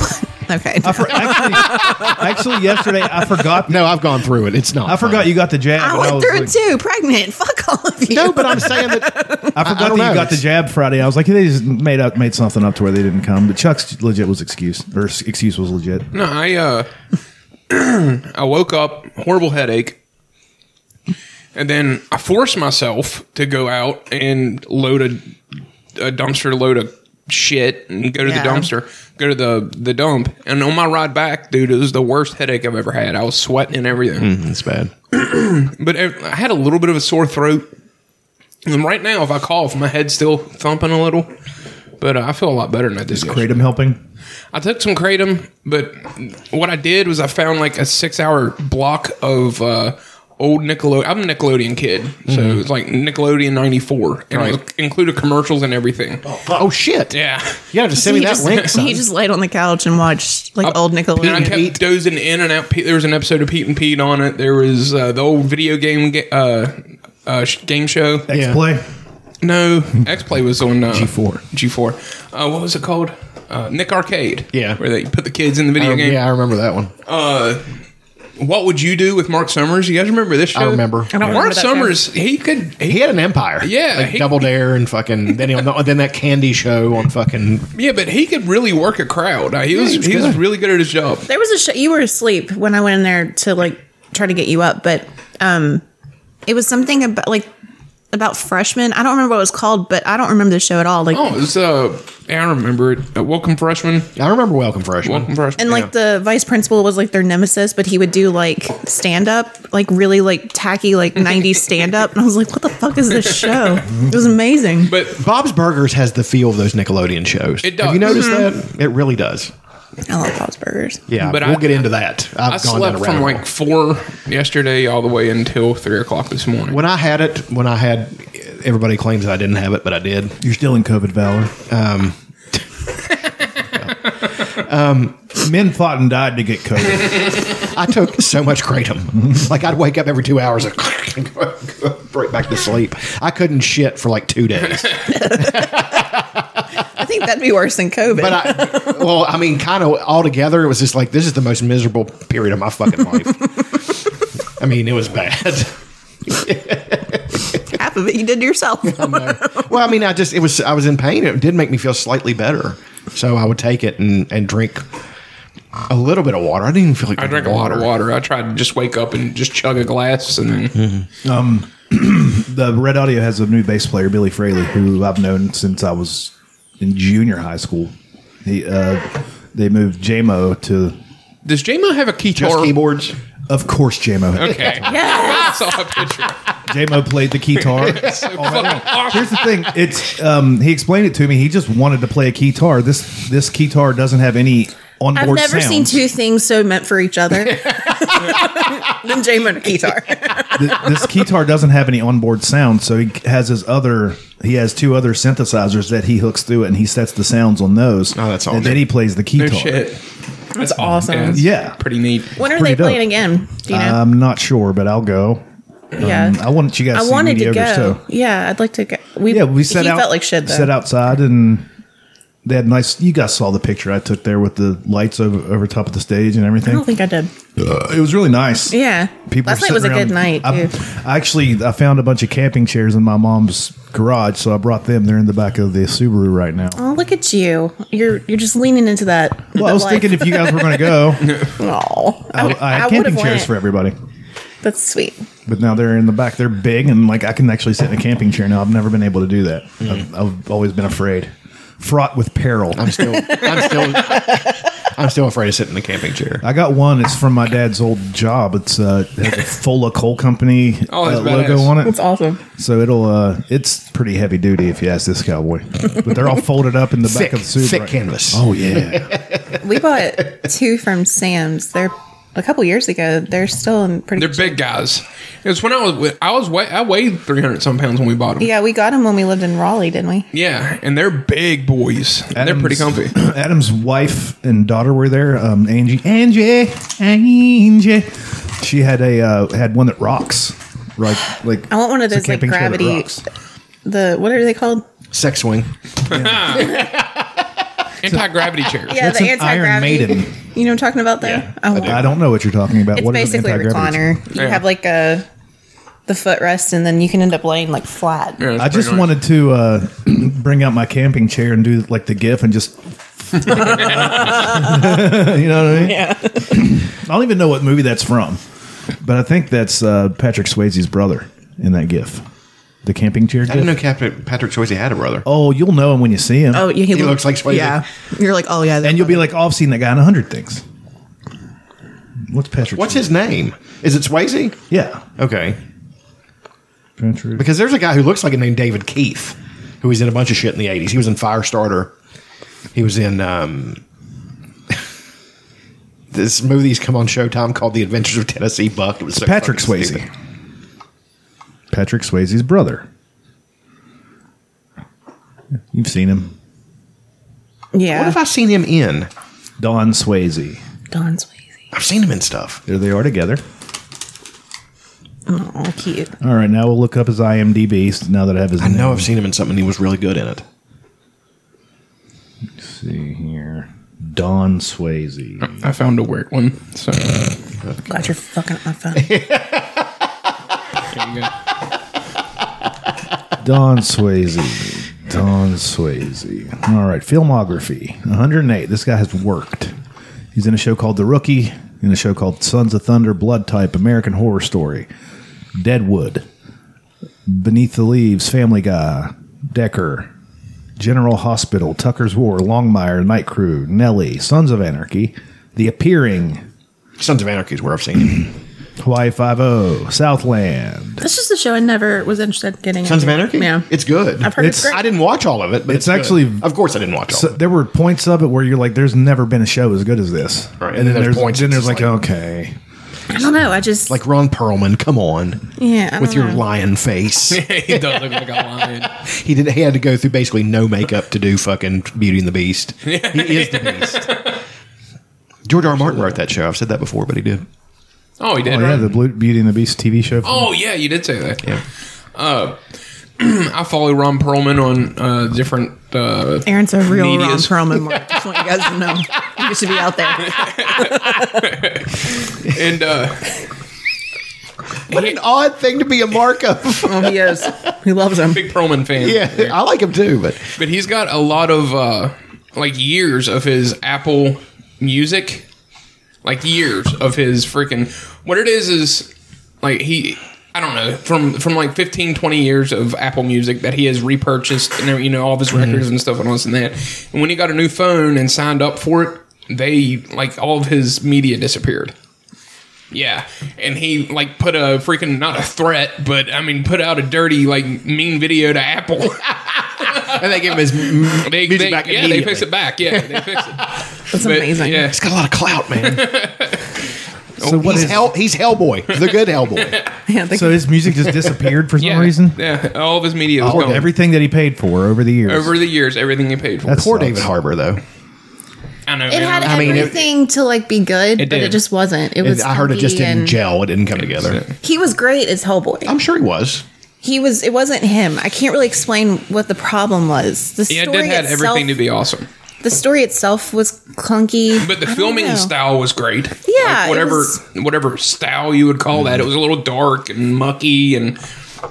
Speaker 1: okay.
Speaker 4: I for, actually, actually, yesterday I forgot.
Speaker 3: no, I've gone through it. It's not.
Speaker 4: I forgot
Speaker 3: fun.
Speaker 4: you got the jab.
Speaker 1: I
Speaker 4: and
Speaker 1: went
Speaker 4: was
Speaker 1: through
Speaker 4: like-
Speaker 1: it too, pregnant. Fuck all of you.
Speaker 3: No, but I'm saying that.
Speaker 4: I forgot
Speaker 3: don't
Speaker 4: that
Speaker 3: know.
Speaker 4: you got the jab Friday. I was like, they just made up, made something up to where they didn't come. But Chuck's legit was excuse or s- excuse was legit.
Speaker 2: No, I uh I woke up, horrible headache. And then I forced myself to go out and load a, a dumpster load of shit and go to
Speaker 1: Yeah.
Speaker 2: the dumpster, go to the, the dump. And on my ride back, dude, it was the worst headache I've ever had. I was sweating and everything
Speaker 4: Mm.
Speaker 3: It's bad.
Speaker 2: but ev- I had a little bit of a sore throat. And right now, if I cough, my head's still thumping a little. But uh, I feel a lot better than I did. yesterday.
Speaker 4: Kratom helping.
Speaker 2: I took some kratom, but what I did was I found like a six-hour block of uh, old Nickelodeon. I'm a Nickelodeon kid, so it's like Nickelodeon '94, and it was- included commercials and everything.
Speaker 3: Oh shit!
Speaker 2: Yeah,
Speaker 3: You gotta just send me
Speaker 1: he,
Speaker 3: that
Speaker 1: just,
Speaker 3: link. Son.
Speaker 1: he just laid on the couch and watched like old
Speaker 2: And Oh, I
Speaker 1: Nickelodeon.
Speaker 2: kept dozing in and out. Pe- There was an episode of Pete and Pete on it. There was uh, the old video game ga- uh, uh, sh- game show.
Speaker 4: X play.
Speaker 2: No, X Play was on uh,
Speaker 4: G4.
Speaker 2: G4. Uh, what was it called? Uh, Nick Arcade.
Speaker 3: Yeah.
Speaker 2: where they put the kids in the video
Speaker 3: Um,
Speaker 2: game. Um, Uh,
Speaker 3: yeah, I remember that one.
Speaker 2: What would you do with Mark Summers? You guys remember this show?
Speaker 3: I remember.
Speaker 1: I don't remember
Speaker 2: Mark
Speaker 1: that show.
Speaker 2: Summers. He could.
Speaker 3: He
Speaker 2: He,
Speaker 3: had an empire.
Speaker 2: Yeah,
Speaker 3: like
Speaker 2: he-
Speaker 3: Double Dare and fucking then he, then that candy show on fucking
Speaker 2: yeah, but he could really work a crowd. Uh, he was
Speaker 3: he was
Speaker 2: he was
Speaker 3: good.
Speaker 2: really good at his job.
Speaker 1: There was a show you were asleep when I went in there to like try to get you up, but um, it was something about like about freshmen. I don't remember what it was called, but I don't remember the show at all. Like
Speaker 2: Oh, it was, uh, I remember it. Uh, welcome freshman.
Speaker 3: I remember Welcome Freshman.
Speaker 2: Welcome freshman.
Speaker 1: and like the vice principal was like their nemesis, but he would do like stand up, like really like tacky like '90s stand up, and I was like, what the fuck is this show? It was amazing.
Speaker 2: but
Speaker 3: Bob's Burgers has the feel of those Nickelodeon shows.
Speaker 2: It
Speaker 3: Have you
Speaker 2: does. Mm-hmm.
Speaker 3: noticed that? It really does.
Speaker 1: I love Bob's Burgers.
Speaker 3: Yeah,
Speaker 2: But
Speaker 3: but we'll
Speaker 2: I-
Speaker 3: get into that. I've
Speaker 2: I
Speaker 3: gone down
Speaker 2: slept
Speaker 3: a rabbit
Speaker 2: from
Speaker 3: hole.
Speaker 2: like four yesterday all the way until three o'clock this morning.
Speaker 3: when I had it. When I had, everybody claims I didn't have it, but I did.
Speaker 4: You're still in COVID valor. Um, men fought and died to get COVID.
Speaker 3: I took so much kratom. like I'd wake up every two hours and go right back to sleep. I couldn't shit for like two days.
Speaker 1: I think that'd be worse than COVID.
Speaker 3: But I, well, I mean, kind of altogether, it was just like this is the most miserable period of my fucking life. I mean, it was bad.
Speaker 1: Half of it you did to yourself.
Speaker 3: Well, I mean, I just it was I was in pain. It did make me feel slightly better, so I would take it and and drink a little bit of water. I didn't even feel like
Speaker 2: I drank a lot of water. I tried to just wake up and just chug a glass and then.
Speaker 4: the Red Audio has a new bass player, Billy Fraley, who I've known since I was in junior high school. He, uh, they moved JMO to,
Speaker 2: Does JMO have a guitar?
Speaker 3: Just keyboards.
Speaker 4: of course, JMO.
Speaker 2: Okay. I saw a picture.
Speaker 4: JMO played the guitar. all night long. Here's the thing: it's um, he explained it to me. He just wanted to play a guitar. This this guitar doesn't have any onboard.
Speaker 1: I've never seen
Speaker 4: sounds.
Speaker 1: two things so meant for each other than J Mo and a guitar.
Speaker 4: Th- this guitar doesn't have any onboard sound, so he has his other. He has two other synthesizers that he hooks through it, and he sets the sounds on those.
Speaker 3: Oh, that's
Speaker 4: And
Speaker 3: awesome.
Speaker 4: then he plays the guitar.
Speaker 2: Shit.
Speaker 1: That's awesome.
Speaker 2: Yeah. it's
Speaker 4: Yeah.
Speaker 2: Pretty neat.
Speaker 1: When are
Speaker 4: pretty
Speaker 1: they
Speaker 4: dope.
Speaker 1: playing again? Do you know?
Speaker 4: I'm not sure, but I'll go.
Speaker 1: yeah.
Speaker 4: I want you guys.
Speaker 1: I
Speaker 4: to um, see
Speaker 1: wanted to
Speaker 4: Mediocres,
Speaker 1: go.
Speaker 4: too.
Speaker 1: Yeah, I'd like to go. We,
Speaker 4: Yeah, we set
Speaker 1: he
Speaker 4: out.
Speaker 1: felt like shit though.
Speaker 4: Set outside and. They had nice. You guys saw the picture I took there with the lights over over top of the stage and
Speaker 1: I
Speaker 4: everything. Uh,
Speaker 1: don't think I did.
Speaker 4: it was really nice.
Speaker 1: Yeah.
Speaker 4: People
Speaker 1: Last
Speaker 4: were
Speaker 1: night was a
Speaker 4: sitting
Speaker 1: good
Speaker 4: around-
Speaker 1: night.
Speaker 4: I,
Speaker 1: dude.
Speaker 4: I actually I found a bunch of camping chairs in my mom's garage, so I brought them. They're in the back of the Subaru right now.
Speaker 1: Oh, look at you. You're you're just leaning into that.
Speaker 4: Well, I was thinking if you guys were going to go,
Speaker 1: Oh,
Speaker 4: I, I had camping chairs for everybody.
Speaker 1: That's sweet.
Speaker 4: But now they're in the back. They're big, and like I can actually sit in a camping chair now. I've never been able to do that.
Speaker 2: Mm-hmm.
Speaker 4: I've, I've always been afraid, fraught with peril.
Speaker 3: I'm still I'm still I'm still afraid of sitting in the camping chair.
Speaker 4: I got one. It's from my dad's old job. It's uh, it has a Fola Coal Company
Speaker 2: Oh, that's
Speaker 4: uh, logo
Speaker 2: badass.
Speaker 4: on it.
Speaker 1: That's awesome.
Speaker 4: So it'll uh it's pretty heavy duty if you ask this cowboy. But they're all folded up in the
Speaker 3: Thick,
Speaker 4: back of the suit.
Speaker 3: thick
Speaker 4: right-
Speaker 3: canvas.
Speaker 4: Oh yeah.
Speaker 1: We bought two from Sam's. They're a couple years ago. They're still in pretty.
Speaker 2: They're big guys. It's when I was with- I was weigh, I weighed 300 some pounds when we bought them.
Speaker 1: Yeah, we got them when we lived in Raleigh, didn't we?
Speaker 2: Yeah, and they're big boys. And they're
Speaker 4: Adam's-
Speaker 2: pretty comfy.
Speaker 4: Adam's wife and daughter were there. Um Angie. Angie. Angie. She had a uh had one that rocks. Right like
Speaker 1: I want one of
Speaker 4: it's a
Speaker 1: those like
Speaker 4: camping chair that
Speaker 1: gravity.
Speaker 4: rocks.
Speaker 1: The what are they called?
Speaker 3: Sex swing.
Speaker 2: Anti gravity chairs.
Speaker 1: Yeah,
Speaker 4: That's
Speaker 1: the
Speaker 4: an Iron
Speaker 1: anti-gravity.
Speaker 4: Maiden.
Speaker 1: You know what I'm talking about though?
Speaker 3: Yeah,
Speaker 1: oh, wow.
Speaker 4: I don't know what you're talking about.
Speaker 1: It's
Speaker 4: What is an
Speaker 1: basically a
Speaker 4: anti-gravity?
Speaker 1: recliner. You
Speaker 2: Yeah.
Speaker 1: have like a the footrest and then you can end up laying like flat.
Speaker 2: Yeah, it's
Speaker 4: I just
Speaker 2: pretty nice.
Speaker 4: wanted to uh, bring out my camping chair and do like the GIF and just you know what I mean?
Speaker 1: Yeah.
Speaker 4: I don't even know what movie that's from, but I think that's uh, Patrick Swayze's brother in that GIF, the camping chair
Speaker 3: I didn't know
Speaker 4: GIF.
Speaker 3: Captain Patrick Swayze had a brother.
Speaker 4: Oh, you'll know him when you see him,
Speaker 1: Oh, yeah, he,
Speaker 3: He
Speaker 1: look-
Speaker 3: looks like Swayze.
Speaker 1: Yeah, you're like, oh yeah,
Speaker 4: and you'll be like, oh, "I've seen that guy in a hundred things." What's Patrick?
Speaker 3: What's his name? Is it Swayze?
Speaker 4: Yeah,
Speaker 3: Okay,
Speaker 4: Patrick.
Speaker 3: because there's a guy who looks like a named David Keith, who was in a bunch of shit in the '80s. He was in Firestarter. He was in um, this movie's come on Showtime called The Adventures of Tennessee Buck. It was so
Speaker 4: Patrick
Speaker 3: fucking
Speaker 4: Swayze.
Speaker 3: stupid.
Speaker 4: Patrick Swayze's brother. You've seen him,
Speaker 1: yeah,
Speaker 3: What have I seen him in?
Speaker 4: Don Swayze.
Speaker 1: Don Swayze,
Speaker 3: I've seen him in stuff.
Speaker 4: There they are together.
Speaker 1: oh cute.
Speaker 4: All right, now we'll look up his IMDb. Now that I have his
Speaker 3: I
Speaker 4: name.
Speaker 3: know I've seen him in something. He was really good in it.
Speaker 4: see here, Don Swayze.
Speaker 2: I found a weird one. So there
Speaker 1: Glad you're fucking up my phone.
Speaker 2: you go.
Speaker 4: Don Swayze. Don Swayze. All right, filmography 108. This guy has worked. He's in a show called The Rookie, in a show called Sons of Thunder, Blood Type, American Horror Story, Deadwood, Beneath the Leaves, Family Guy, Decker, General Hospital, Tucker's War, Longmire, Night Crew, Nellie, Sons of Anarchy, The Appearing,
Speaker 3: Sons of Anarchy is where I've seen him.
Speaker 4: Hawaii Five O, Southland.
Speaker 1: That's just a show I never was interested in getting.
Speaker 3: Sons of
Speaker 1: into.
Speaker 3: Anarchy?
Speaker 1: Yeah,
Speaker 3: It's good.
Speaker 1: I've heard it's,
Speaker 4: It's-
Speaker 1: great.
Speaker 3: I didn't watch all of it, but
Speaker 4: It's
Speaker 3: it's, good.
Speaker 4: actually-
Speaker 3: Of course, I didn't watch all
Speaker 4: So
Speaker 3: of
Speaker 4: there were points of it where you're like, "There's never been a show as good as this,"
Speaker 3: Right,
Speaker 4: And, then there's,
Speaker 3: points
Speaker 4: then
Speaker 3: it's
Speaker 4: there's like,
Speaker 3: just like-
Speaker 4: "Okay,
Speaker 1: I don't know. I just
Speaker 3: it. Like Ron Perlman, come on.
Speaker 1: Yeah, I
Speaker 3: With
Speaker 1: don't
Speaker 3: your
Speaker 1: know.
Speaker 3: lion face.
Speaker 2: he does look like a lion.
Speaker 3: he did he had to go through basically no makeup to do fucking Beauty and the Beast. He is the beast. George R. R. Martin wrote that show. I've said that before, but he did.
Speaker 2: Oh, he did.
Speaker 4: oh
Speaker 2: right?
Speaker 4: yeah, the Blue Beauty and the Beast TV show."
Speaker 2: Oh yeah, you did say that. Uh,
Speaker 3: Yeah.
Speaker 2: I follow Ron Perlman on uh, different. Uh,
Speaker 1: Aaron's a real
Speaker 2: Medias.
Speaker 1: Ron Perlman. Mark. Just want you guys to know. You should be out there.
Speaker 2: and uh,
Speaker 3: What an odd thing to be a markup.
Speaker 1: Oh, he is. He loves him.
Speaker 2: big Perlman fan.
Speaker 3: yeah, I like him too, but
Speaker 2: but he's got a lot of uh, like years of his Apple Music, like years of his freaking. What it is is like he. I don't know from from like 15, 20 years of Apple Music that he has repurchased and you know all of his records and stuff and all this and that. And when he got a new phone and signed up for it, they like all of his media disappeared. Yeah, and he like put a freaking not a threat, but I mean put out a dirty like mean video to Apple.
Speaker 3: I think him is
Speaker 2: They,
Speaker 3: music
Speaker 2: they,
Speaker 3: back
Speaker 2: yeah, they fix
Speaker 3: immediately.
Speaker 2: it back. Yeah, they fix it.
Speaker 1: That's
Speaker 2: But,
Speaker 1: amazing.
Speaker 2: Yeah.
Speaker 3: It's got a lot of clout, man.
Speaker 4: so what
Speaker 3: he's,
Speaker 4: is-
Speaker 3: Hell, he's Hellboy, the good Hellboy.
Speaker 1: Yeah, they-
Speaker 4: So his music just disappeared for some
Speaker 2: Yeah.
Speaker 4: reason.
Speaker 2: Yeah. All of his media was
Speaker 4: All-
Speaker 2: gone.
Speaker 4: everything that he paid for over the years.
Speaker 2: Over the years, everything he paid for.
Speaker 4: That's-
Speaker 3: Poor
Speaker 4: Sucks.
Speaker 3: David Harbour, though.
Speaker 2: I know.
Speaker 1: it had
Speaker 2: man.
Speaker 3: mean, it-
Speaker 1: everything to like be good, but it
Speaker 2: did.
Speaker 1: just wasn't. It was.
Speaker 3: I heard it just
Speaker 1: funky
Speaker 3: didn't
Speaker 1: and-
Speaker 3: gel. It didn't come together.
Speaker 1: He was great as Hellboy.
Speaker 3: I'm sure he was.
Speaker 1: he was. It wasn't him. I can't really explain what the problem was. The
Speaker 2: yeah, it
Speaker 1: story
Speaker 2: did had
Speaker 1: itself,
Speaker 2: everything to be awesome.
Speaker 1: The story itself was clunky,
Speaker 2: But the
Speaker 1: I don't
Speaker 2: filming
Speaker 1: know.
Speaker 2: style was great.
Speaker 1: Yeah, it
Speaker 2: Like whatever
Speaker 1: was-
Speaker 2: whatever style you would call
Speaker 3: Mm-hmm.
Speaker 2: that. It was a little dark and mucky and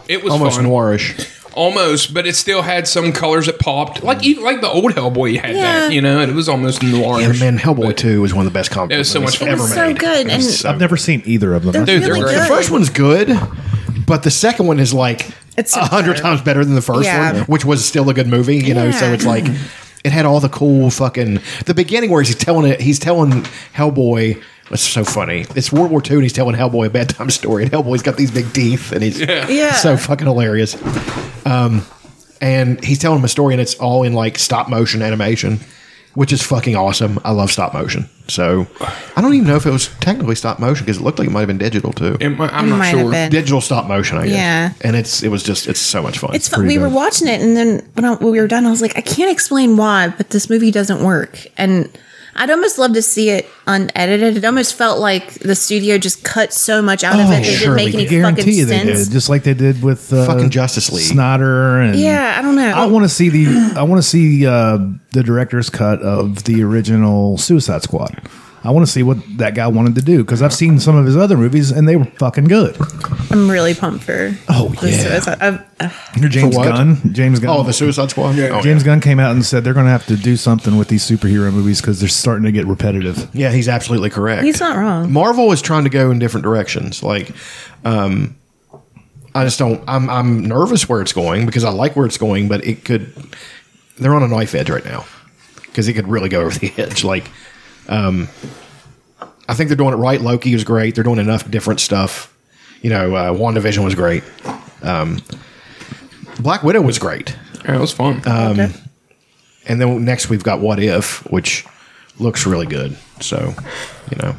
Speaker 2: it was
Speaker 3: Almost
Speaker 2: fun.
Speaker 3: noirish.
Speaker 2: Almost, but it still had some colors that popped. Like
Speaker 3: Mm-hmm.
Speaker 2: you, like the old Hellboy had
Speaker 1: Yeah.
Speaker 2: that, you know, and it was almost noir.
Speaker 3: Yeah, man, Hellboy 2 was one of the best comic
Speaker 2: It was so
Speaker 3: movies
Speaker 2: much fun.
Speaker 1: It
Speaker 3: ever
Speaker 1: was
Speaker 3: made.
Speaker 1: so good, and
Speaker 3: so-
Speaker 4: I've never seen either of them.
Speaker 1: they're
Speaker 2: Dude, they're
Speaker 1: really
Speaker 2: great.
Speaker 1: good.
Speaker 3: The first one's good, but the second one is like
Speaker 1: It's so
Speaker 3: a hundred
Speaker 1: better.
Speaker 3: times better than the first
Speaker 1: Yeah.
Speaker 3: one, which was still a good movie, you know. So
Speaker 1: Yeah.
Speaker 3: it's like it had all the cool fucking the beginning where he's telling it. He's telling Hellboy. It's so funny. It's World War II, and he's telling Hellboy a bedtime story, and Hellboy's got these big teeth, and he's
Speaker 1: Yeah.
Speaker 3: so fucking hilarious. Um, and he's telling him a story, and it's all in like stop motion animation, which is fucking awesome. I love stop motion. So I don't even know if it was technically stop motion because it looked like it might have been digital too
Speaker 2: It mi- I'm
Speaker 1: It
Speaker 2: not
Speaker 1: might
Speaker 2: sure.
Speaker 1: have been.
Speaker 3: digital stop motion, I guess.
Speaker 1: Yeah.
Speaker 3: And it's it was just it's so much fun.
Speaker 1: It's fun. We were watching it, and then when, I, when we were done, I was like, I can't explain why, but this movie doesn't work. And I'd almost love to see it unedited. It almost felt like the studio just cut so much out of it
Speaker 4: Oh,
Speaker 1: that it didn't
Speaker 3: surely.
Speaker 1: make any
Speaker 4: guarantee
Speaker 1: fucking
Speaker 4: you they
Speaker 1: sense.
Speaker 4: did, just like they did with uh,
Speaker 3: Fucking Justice League.
Speaker 4: Snyder and
Speaker 1: Yeah, I don't know.
Speaker 4: I want to see the I want to see uh, the director's cut of the original Suicide Squad. I want to see what that guy wanted to do because I've seen some of his other movies and they were fucking good.
Speaker 1: I'm really pumped for.
Speaker 4: Oh,
Speaker 1: the
Speaker 4: yeah.
Speaker 1: Suicide- I've- uh,
Speaker 4: Your James
Speaker 3: what?
Speaker 4: Gunn, James Gunn.
Speaker 3: Oh, the Suicide Squad. Oh,
Speaker 4: James Gunn came out and said they're going to have to do something with these superhero movies because they're starting to get repetitive.
Speaker 3: Yeah, he's absolutely correct.
Speaker 1: He's not wrong.
Speaker 3: Marvel is trying to go in different directions. Like, um, I just don't. I'm I'm nervous where it's going because I like where it's going, but it could. They're on a knife edge right now because it could really go over the edge. Like, um, I think they're doing it right. Loki was great. They're doing enough different stuff. You know, uh, WandaVision was great. Um, Black Widow was great.
Speaker 2: Yeah, it was fun.
Speaker 3: Uh, Um,
Speaker 1: Okay.
Speaker 3: And then next we've got What If, which looks really good. So, you know.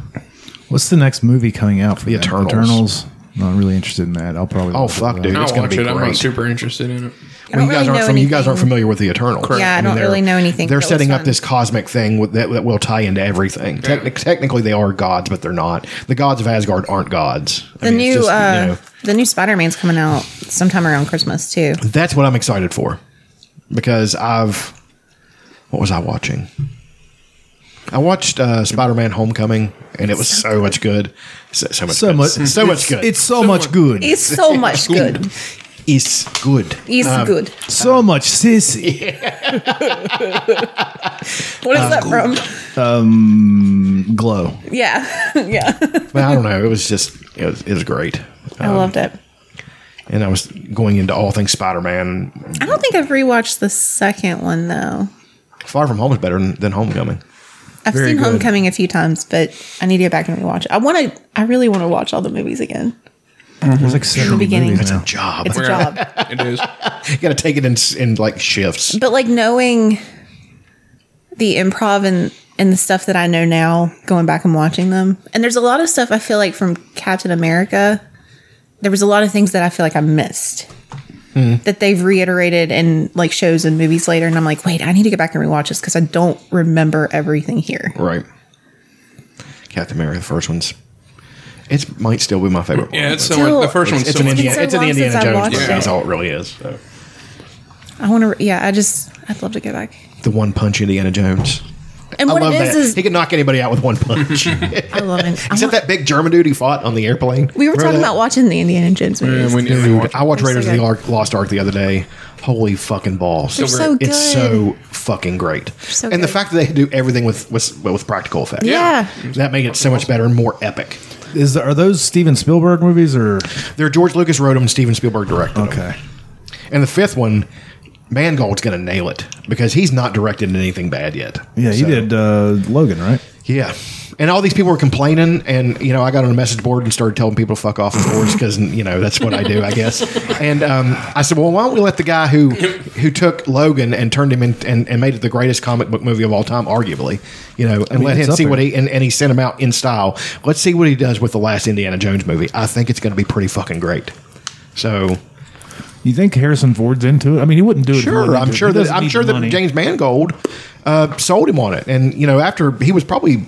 Speaker 4: What's the next movie coming out for
Speaker 3: The
Speaker 4: that?
Speaker 3: Eternals.
Speaker 4: Eternals? Not really interested in that. I'll probably
Speaker 3: Oh, fuck, dude.
Speaker 2: I'll
Speaker 3: it's gonna
Speaker 2: watch
Speaker 3: be
Speaker 2: it. I'm
Speaker 3: great.
Speaker 2: not super interested in it.
Speaker 1: I
Speaker 3: Well,
Speaker 1: don't
Speaker 3: you guys
Speaker 1: really
Speaker 3: aren't
Speaker 1: know
Speaker 3: from you guys aren't
Speaker 1: anything.
Speaker 3: familiar with the Eternals.
Speaker 1: Yeah, I don't
Speaker 3: they're-
Speaker 1: really know anything,
Speaker 3: They're
Speaker 1: but it was
Speaker 3: setting up
Speaker 1: fun.
Speaker 3: this cosmic thing with, that that will tie into everything. Technic- technically, they are gods, but they're not. The gods of Asgard aren't gods. I
Speaker 1: The
Speaker 3: mean, it's
Speaker 1: new
Speaker 3: just, you
Speaker 1: uh,
Speaker 3: know,
Speaker 1: the new Spider Man's coming out sometime around Christmas too.
Speaker 3: that's what I'm excited for because I've what was I watching? I watched uh, Spider-Man: Homecoming, and it was so much good. So, so much,
Speaker 4: So
Speaker 3: good.
Speaker 4: much,
Speaker 3: so much good.
Speaker 4: It's so, much good.
Speaker 1: He's so much good.
Speaker 3: it's good.
Speaker 1: He's good.
Speaker 3: Uh,
Speaker 4: so much sissy.
Speaker 1: What
Speaker 3: uh,
Speaker 1: is that from?
Speaker 4: Glow.
Speaker 1: Yeah, yeah.
Speaker 3: But I don't know. It was just it was, it was great,
Speaker 1: I loved it.
Speaker 3: and I was going into all things Spider-Man.
Speaker 1: I don't think I've rewatched the second one though.
Speaker 3: Far From Home is better than, than Homecoming.
Speaker 1: I've
Speaker 4: Very
Speaker 1: seen
Speaker 4: good.
Speaker 1: Homecoming a few times, but I need to get back and rewatch it. I want to. I really want to watch all the movies again.
Speaker 4: There's like seven
Speaker 1: beginning.
Speaker 4: movies
Speaker 1: It's a
Speaker 4: now.
Speaker 3: Job.
Speaker 1: It's a
Speaker 2: Yeah.
Speaker 1: job.
Speaker 2: It is.
Speaker 3: you got to take it in, in like shifts.
Speaker 1: But like knowing the improv and and the stuff that I know now, going back and watching them, and there's a lot of stuff I feel like from Captain America. There was a lot of things that I feel like I missed
Speaker 4: Hmm.
Speaker 1: that they've reiterated in like shows and movies later, and I'm like, wait, I need to get back and rewatch this because I don't remember everything here.
Speaker 3: Right. Captain America, the first one's. It might still be my favorite.
Speaker 2: Yeah,
Speaker 3: one.
Speaker 2: it's so much, the first one's
Speaker 3: It's,
Speaker 2: so
Speaker 3: an
Speaker 2: much.
Speaker 3: Indiana,
Speaker 1: so
Speaker 3: it's an
Speaker 1: long since
Speaker 3: Indiana
Speaker 1: I
Speaker 3: Jones
Speaker 1: watched
Speaker 3: movie.
Speaker 1: it.
Speaker 3: That's all it really is. so.
Speaker 1: I want to. Yeah, I just I'd love to go back.
Speaker 3: The one punch Indiana Jones.
Speaker 1: And
Speaker 3: I
Speaker 1: what
Speaker 3: love
Speaker 1: it
Speaker 3: that.
Speaker 1: is is
Speaker 3: he could knock anybody out with one punch.
Speaker 1: I love it. I
Speaker 3: Except
Speaker 1: want-
Speaker 3: that big German dude he fought on the airplane.
Speaker 1: we were
Speaker 3: Remember
Speaker 1: talking
Speaker 3: that?
Speaker 1: about watching the Indiana Jones movies.
Speaker 2: Yeah, we need to
Speaker 3: Dude,
Speaker 2: rewatch.
Speaker 3: I watched
Speaker 1: They're so
Speaker 3: Raiders of the
Speaker 1: good.
Speaker 3: Ark, Lost Ark the other day. Holy fucking balls!
Speaker 1: They're so good.
Speaker 3: It's so fucking great.
Speaker 1: so
Speaker 3: and the
Speaker 1: good.
Speaker 3: fact that they do everything with with, with practical effects.
Speaker 1: Yeah.
Speaker 3: That made it so much better and more epic.
Speaker 4: Is there, are those Steven Spielberg movies or
Speaker 3: They're George Lucas wrote them and Steven Spielberg directed them.
Speaker 4: okay?
Speaker 3: And the fifth one, Mangold's going to nail it because he's not directed anything bad yet.
Speaker 4: Yeah, he
Speaker 3: So,
Speaker 4: did uh, Logan, right?
Speaker 3: Yeah. And all these people were complaining, and you know, I got on a message board and started telling people to fuck off, of course, because you know that's what I do, I guess. And um, I said, well, why don't we let the guy who who took Logan and turned him in and, and made it the greatest comic book movie of all time, arguably, you know, and let
Speaker 4: it's
Speaker 3: him
Speaker 4: up
Speaker 3: see what
Speaker 4: there.
Speaker 3: he and, and he sent him out in style. Let's see what he does with the last Indiana Jones movie. I think it's going to be pretty fucking great. So
Speaker 4: You think Harrison Ford's into it? I mean, he wouldn't do it. if he
Speaker 3: Sure,
Speaker 4: wasn't
Speaker 3: I'm
Speaker 4: into it.
Speaker 3: sure
Speaker 4: He
Speaker 3: that
Speaker 4: doesn't
Speaker 3: I'm
Speaker 4: need
Speaker 3: sure that
Speaker 4: money.
Speaker 3: James Mangold uh, sold him on it, and you know after he was probably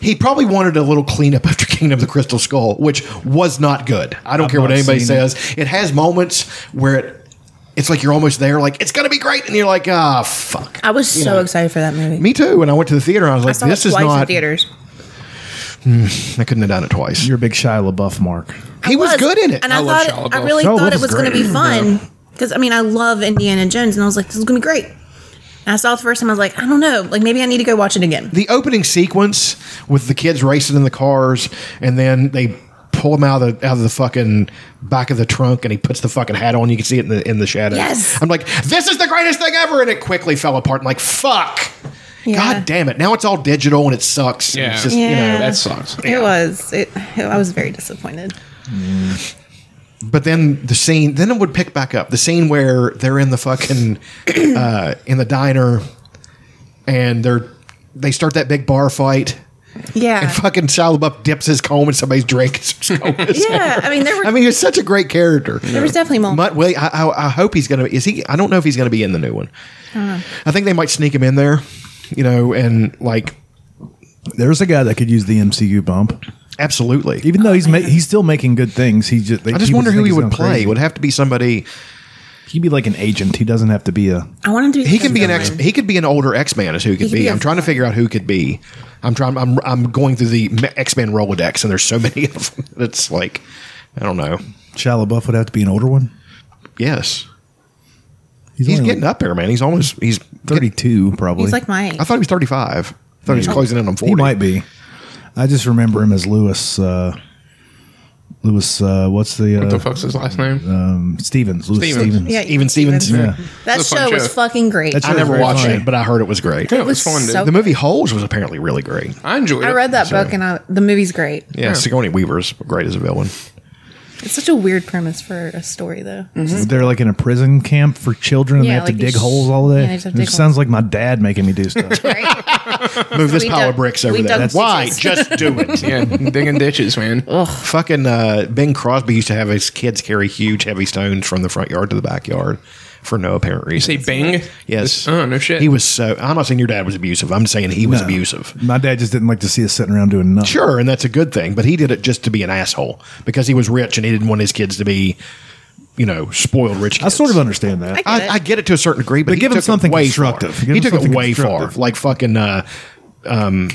Speaker 3: he probably wanted a little cleanup after Kingdom of the Crystal Skull, which was not good. I don't
Speaker 4: I've
Speaker 3: care what
Speaker 4: not
Speaker 3: anybody
Speaker 4: seen it.
Speaker 3: says. It. has moments where it it's like you're almost there, like it's gonna be great, and you're like ah fuck.
Speaker 1: I was so excited for that movie.
Speaker 3: Me too. And I went to the theater, and I was
Speaker 1: I
Speaker 3: like,
Speaker 1: saw
Speaker 3: this
Speaker 1: it
Speaker 3: is
Speaker 1: twice in
Speaker 3: not.
Speaker 1: theaters.
Speaker 3: I couldn't have done it twice.
Speaker 4: You're a big Shia LaBeouf, Mark.
Speaker 3: he was, good in it.
Speaker 1: and I,
Speaker 2: I love
Speaker 1: thought
Speaker 2: Shia
Speaker 1: it, I
Speaker 2: LaBeouf.
Speaker 1: really
Speaker 4: Shia
Speaker 1: thought
Speaker 4: LaBeouf
Speaker 1: it
Speaker 4: is
Speaker 1: was going to be
Speaker 4: great.
Speaker 1: fun because I mean I love Indiana Jones, and I was like, this is going to be great. And I saw it the first time. I was like, I don't know, like maybe I need to go watch it again.
Speaker 3: the opening sequence with the kids racing in the cars, and then they pull him out of the out of the fucking back of the trunk, and he puts the fucking hat on. You can see it in the in the shadows.
Speaker 1: Yes.
Speaker 3: I'm like, this is the greatest thing ever, and it quickly fell apart. I'm like, fuck,
Speaker 1: Yeah.
Speaker 3: god damn it! Now it's all digital and it sucks. and
Speaker 2: Yeah.
Speaker 3: it's just you
Speaker 1: Yeah.
Speaker 3: know.
Speaker 2: That sucks.
Speaker 1: It was. It, I was very disappointed.
Speaker 3: But then the scene, then it would pick back up. The scene where they're in the fucking uh, in the diner, and they're they start that big bar fight.
Speaker 1: Yeah.
Speaker 3: And fucking Shia LaBeouf dips his comb in somebody's drink. It's just comb.
Speaker 1: yeah. I mean, there were
Speaker 3: I mean, he's such a great character.
Speaker 1: there was definitely moments.
Speaker 3: Mutt Williams, I, I, I hope he's gonna. Is he? I don't know if he's gonna be in the new one.
Speaker 1: Uh-huh.
Speaker 3: I think they might sneak him in there, you know, and like
Speaker 4: There's a guy that could use the MCU bump,
Speaker 3: absolutely.
Speaker 4: even though he's ma- he's still making good things. He just they,
Speaker 3: I just wonder
Speaker 4: was-
Speaker 3: who
Speaker 4: think
Speaker 3: he
Speaker 4: he's
Speaker 3: would
Speaker 4: gone
Speaker 3: play.
Speaker 4: crazy.
Speaker 3: It Would have to be somebody
Speaker 4: He'd be like an agent. He doesn't have to be a.
Speaker 1: I want him to be.
Speaker 3: He can be an X.
Speaker 1: Superman.
Speaker 3: He could be an older X Man. Is who he could
Speaker 1: could
Speaker 3: be.
Speaker 1: be a-
Speaker 3: I'm trying to figure out who could be. I'm trying. I'm I'm going through the X Men Rolodex, and there's so many of them. It's like I don't know.
Speaker 4: Shia LaBeouf would have to be an older one.
Speaker 3: Yes, he's
Speaker 4: only
Speaker 3: getting
Speaker 4: like
Speaker 3: up there, man. He's almost. He's.
Speaker 4: thirty-two, probably.
Speaker 1: He's like my.
Speaker 3: I thought he was 35. I thought he was closing in on 40.
Speaker 4: He might be. I just remember him as Lewis. Uh, Lewis, uh, what's the, uh,
Speaker 2: What the fuck's his last name?
Speaker 4: um, Stevens? Louis
Speaker 2: Stevens.
Speaker 4: Stevens.
Speaker 1: yeah,
Speaker 3: Even Stevens.
Speaker 4: Yeah.
Speaker 1: That
Speaker 2: That's a fun
Speaker 1: show was
Speaker 2: show.
Speaker 1: fucking great.
Speaker 4: That's
Speaker 1: I,
Speaker 3: I never
Speaker 4: Very
Speaker 3: watched
Speaker 4: funny.
Speaker 3: it, but I heard it was great.
Speaker 2: yeah, it
Speaker 1: was
Speaker 2: was fun. dude.
Speaker 1: so-
Speaker 3: The movie Holes was apparently really great.
Speaker 2: I enjoyed it.
Speaker 1: read that
Speaker 3: so-
Speaker 1: book and I, the movie's great.
Speaker 3: Yeah, Sigourney Weaver's great as a villain.
Speaker 1: It's such a weird premise for a story, though.
Speaker 4: They're like in a prison camp for children and
Speaker 1: Yeah,
Speaker 4: they have
Speaker 1: like
Speaker 4: to dig
Speaker 1: these-
Speaker 4: holes all day.
Speaker 1: yeah, they just have to
Speaker 4: it
Speaker 1: dig
Speaker 4: sounds like my dad making me do stuff.
Speaker 3: Move this
Speaker 1: We
Speaker 3: pile of
Speaker 1: dug-
Speaker 3: bricks over
Speaker 1: we
Speaker 3: there.
Speaker 1: dug
Speaker 3: Why?
Speaker 1: ditches.
Speaker 3: Just do it.
Speaker 2: Yeah, digging ditches, man.
Speaker 1: Oh,
Speaker 3: Fucking uh, Ben Crosby used to have his kids carry huge, heavy stones from the front yard to the backyard for no apparent reason.
Speaker 2: Say bang.
Speaker 3: Yes.
Speaker 2: Oh no shit.
Speaker 3: He was so. I'm not saying your dad was abusive. I'm saying he was
Speaker 4: No.
Speaker 3: abusive.
Speaker 4: my dad just didn't like to see us sitting around doing nothing.
Speaker 3: Sure, and that's a good thing, but he did it just to be an asshole because he was rich and he didn't want his kids to be, you know, spoiled rich
Speaker 4: I
Speaker 3: kids.
Speaker 4: sort of understand that.
Speaker 1: I-
Speaker 3: I, I get it to a certain degree, but,
Speaker 4: But
Speaker 3: he
Speaker 4: give him
Speaker 3: took it
Speaker 4: something
Speaker 3: way
Speaker 4: constructive.
Speaker 3: Far.
Speaker 4: Give
Speaker 3: He
Speaker 4: him
Speaker 3: took it
Speaker 4: something
Speaker 3: way far,
Speaker 4: constructive.
Speaker 3: like fucking uh, um,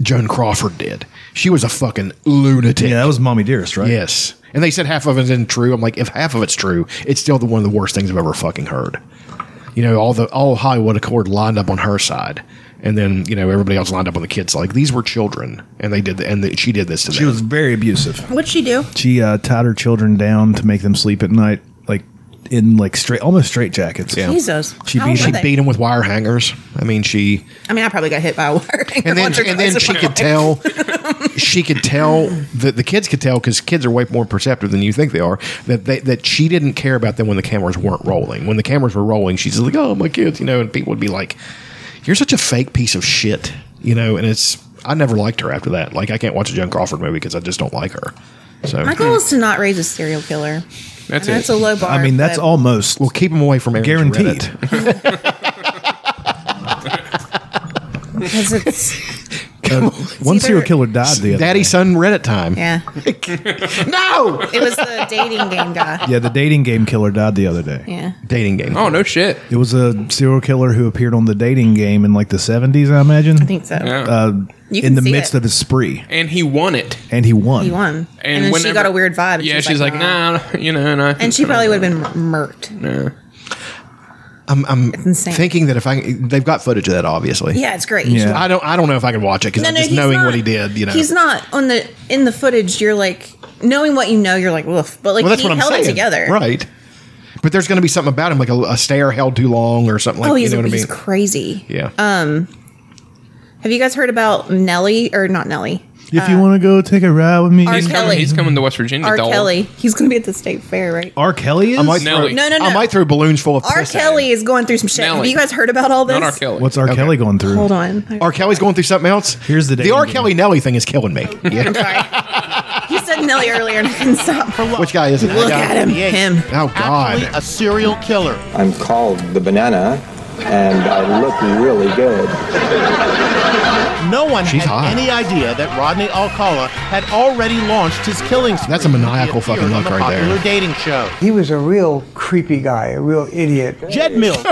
Speaker 3: Joan Crawford did. She was a fucking lunatic.
Speaker 4: yeah, that was Mommy Dearest, right?
Speaker 3: Yes, and they said half of it isn't true. I'm like, if half of it's true, it's still the one of the worst things I've ever fucking heard. You know, all the all Hollywood Accord lined up on her side, and then you know everybody else lined up on the kids. Like these were children, and they did, the, and the, she did this to
Speaker 4: She
Speaker 3: them.
Speaker 4: was very abusive.
Speaker 1: What'd she do?
Speaker 4: She uh, tied her children down to make them sleep at night, like in like straight, almost straight jackets.
Speaker 3: Yeah.
Speaker 1: Jesus.
Speaker 4: She
Speaker 1: How
Speaker 4: beat-
Speaker 1: old
Speaker 4: she
Speaker 1: were they?
Speaker 3: Beat him with wire hangers. I mean, she
Speaker 1: I mean, I probably got hit by a wire.
Speaker 3: and then
Speaker 1: once or
Speaker 3: and then
Speaker 1: twice
Speaker 3: she
Speaker 1: in my life.
Speaker 3: could tell she could tell that the kids could tell because kids are way more perceptive than you think they are that they, that she didn't care about them when the cameras weren't rolling when the cameras were rolling she's like oh my kids you know and people would be like you're such a fake piece of shit you know and it's I never liked her after that like I can't watch a Joan Crawford movie because I just don't like her so
Speaker 1: My goal is to not raise a serial killer.
Speaker 2: That's
Speaker 1: And that's
Speaker 2: it.
Speaker 1: a low bar.
Speaker 4: I mean, that's
Speaker 1: but
Speaker 4: almost
Speaker 3: we'll keep them away from Aaron
Speaker 4: guaranteed.
Speaker 3: Jarrett.
Speaker 1: Because it's
Speaker 4: Uh, One
Speaker 1: either-
Speaker 4: serial killer died the other
Speaker 3: daddy
Speaker 4: day.
Speaker 3: son Reddit time
Speaker 1: yeah.
Speaker 3: no
Speaker 1: It was the dating game guy.
Speaker 4: Yeah, the dating game killer died the other day.
Speaker 1: Yeah.
Speaker 3: dating game
Speaker 2: Oh no shit.
Speaker 4: It was a serial killer who appeared on the dating game in like the 70s, I imagine.
Speaker 1: I think so.
Speaker 2: Yeah.
Speaker 1: You can
Speaker 4: in the
Speaker 1: see
Speaker 4: midst
Speaker 1: it.
Speaker 4: of his spree,
Speaker 2: and he won it.
Speaker 4: and he won.
Speaker 1: He won. And, then she
Speaker 2: whenever-
Speaker 1: got a weird vibe. and
Speaker 2: Yeah, she's like, nah, you know, nah.
Speaker 1: And she probably would have been murked.
Speaker 3: I'm, I'm
Speaker 1: insane.
Speaker 3: thinking that if I they've got footage of that obviously
Speaker 1: Yeah, it's great.
Speaker 4: Yeah.
Speaker 3: I don't. I don't know if I can watch it because I'm just
Speaker 1: he's
Speaker 3: knowing
Speaker 1: not.
Speaker 3: what he did. You know,
Speaker 1: he's not on the in the footage. You're like knowing what you know. You're like woof, but like
Speaker 3: Well, that's
Speaker 1: he
Speaker 3: what I'm
Speaker 1: held
Speaker 3: saying.
Speaker 1: it together.
Speaker 3: right? But there's going to be something about him, like a, a stare held too long or something. like
Speaker 1: oh,
Speaker 3: you
Speaker 1: he's, Um,
Speaker 3: know what I
Speaker 1: he's
Speaker 3: mean?
Speaker 1: crazy.
Speaker 3: yeah.
Speaker 1: Have you guys heard about Nelly or not Nelly?
Speaker 4: If you want to go take a ride with me,
Speaker 1: R.
Speaker 2: He's coming,
Speaker 1: Kelly.
Speaker 2: he's coming to West Virginia.
Speaker 1: R.
Speaker 2: dog.
Speaker 1: Kelly. He's going to be at the state fair,
Speaker 3: Oh,
Speaker 1: right?
Speaker 4: R. Kelly is.
Speaker 3: I might
Speaker 2: No,
Speaker 3: throw,
Speaker 2: he-
Speaker 1: No, no, no.
Speaker 3: I might throw balloons full of
Speaker 1: R.
Speaker 3: piss at him.
Speaker 1: Kelly is going through some shit. Have
Speaker 2: Nelly.
Speaker 1: you guys heard about all this?
Speaker 2: Not R. Kelly.
Speaker 4: What's R. Kelly going through?
Speaker 1: Hold on.
Speaker 3: R. Kelly's going through something else.
Speaker 4: Here's the
Speaker 3: the
Speaker 4: dating
Speaker 3: R.
Speaker 4: game.
Speaker 3: Kelly Nelly thing is killing me. Yeah,
Speaker 1: I'm sorry. you said Nelly earlier and I couldn't stop for
Speaker 3: which guy is it? That
Speaker 1: Look
Speaker 3: guy?
Speaker 1: at him. Him.
Speaker 3: Oh
Speaker 6: Actually,
Speaker 3: God!
Speaker 6: a serial killer.
Speaker 7: I'm called the banana, and I look really good.
Speaker 6: No one
Speaker 3: She's
Speaker 6: had
Speaker 3: hot.
Speaker 6: any idea that Rodney Alcala had already launched his killing spree.
Speaker 3: That's a maniacal
Speaker 6: He appeared
Speaker 3: fucking
Speaker 6: on
Speaker 3: look
Speaker 6: the
Speaker 3: right there.
Speaker 6: popular dating show.
Speaker 8: He was a real creepy guy, a real idiot.
Speaker 6: Jed Mills.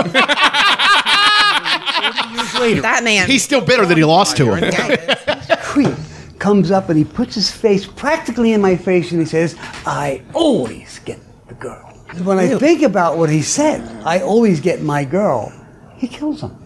Speaker 6: 30 years later,
Speaker 1: That man.
Speaker 3: He's still bitter that he lost to him.
Speaker 8: Creep comes up and he puts his face practically in my face and he says, I always get the girl. When I think about what he said, I always get my girl, he kills him.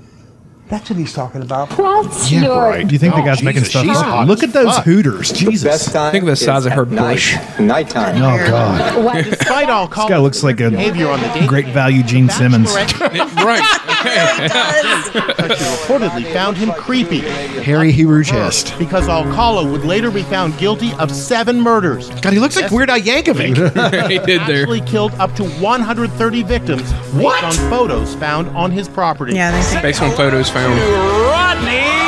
Speaker 8: That's what he's talking about.
Speaker 9: What's
Speaker 3: Yeah,
Speaker 9: your
Speaker 3: right.
Speaker 4: Do you think the
Speaker 3: Oh,
Speaker 4: guy's making
Speaker 3: Jesus,
Speaker 4: stuff
Speaker 3: she's hot
Speaker 4: up? Look
Speaker 3: as
Speaker 4: at those
Speaker 3: fuck.
Speaker 4: Hooters.
Speaker 7: Best
Speaker 4: Jesus.
Speaker 7: time.
Speaker 2: Think of the size
Speaker 7: is
Speaker 2: of her
Speaker 7: at
Speaker 2: bush.
Speaker 7: Night, nighttime.
Speaker 4: Oh God.
Speaker 9: what is
Speaker 6: despite
Speaker 4: This guy
Speaker 6: Alcala's
Speaker 4: looks like
Speaker 6: behavior on the
Speaker 4: a
Speaker 6: dating
Speaker 4: great
Speaker 6: app,
Speaker 4: value Gene Simmons.
Speaker 6: Bachelorette
Speaker 2: right.
Speaker 6: She reportedly found him creepy
Speaker 3: Harry Hebrew chest.
Speaker 6: because Alcala would later be found guilty of seven murders.
Speaker 3: God, he looks like Weird Al Yankovic.
Speaker 2: Okay. he did there.
Speaker 6: Actually killed up to 130 victims based
Speaker 3: What?
Speaker 6: on photos found on his property.
Speaker 1: yeah, they think.
Speaker 2: Based on photos found.
Speaker 6: Now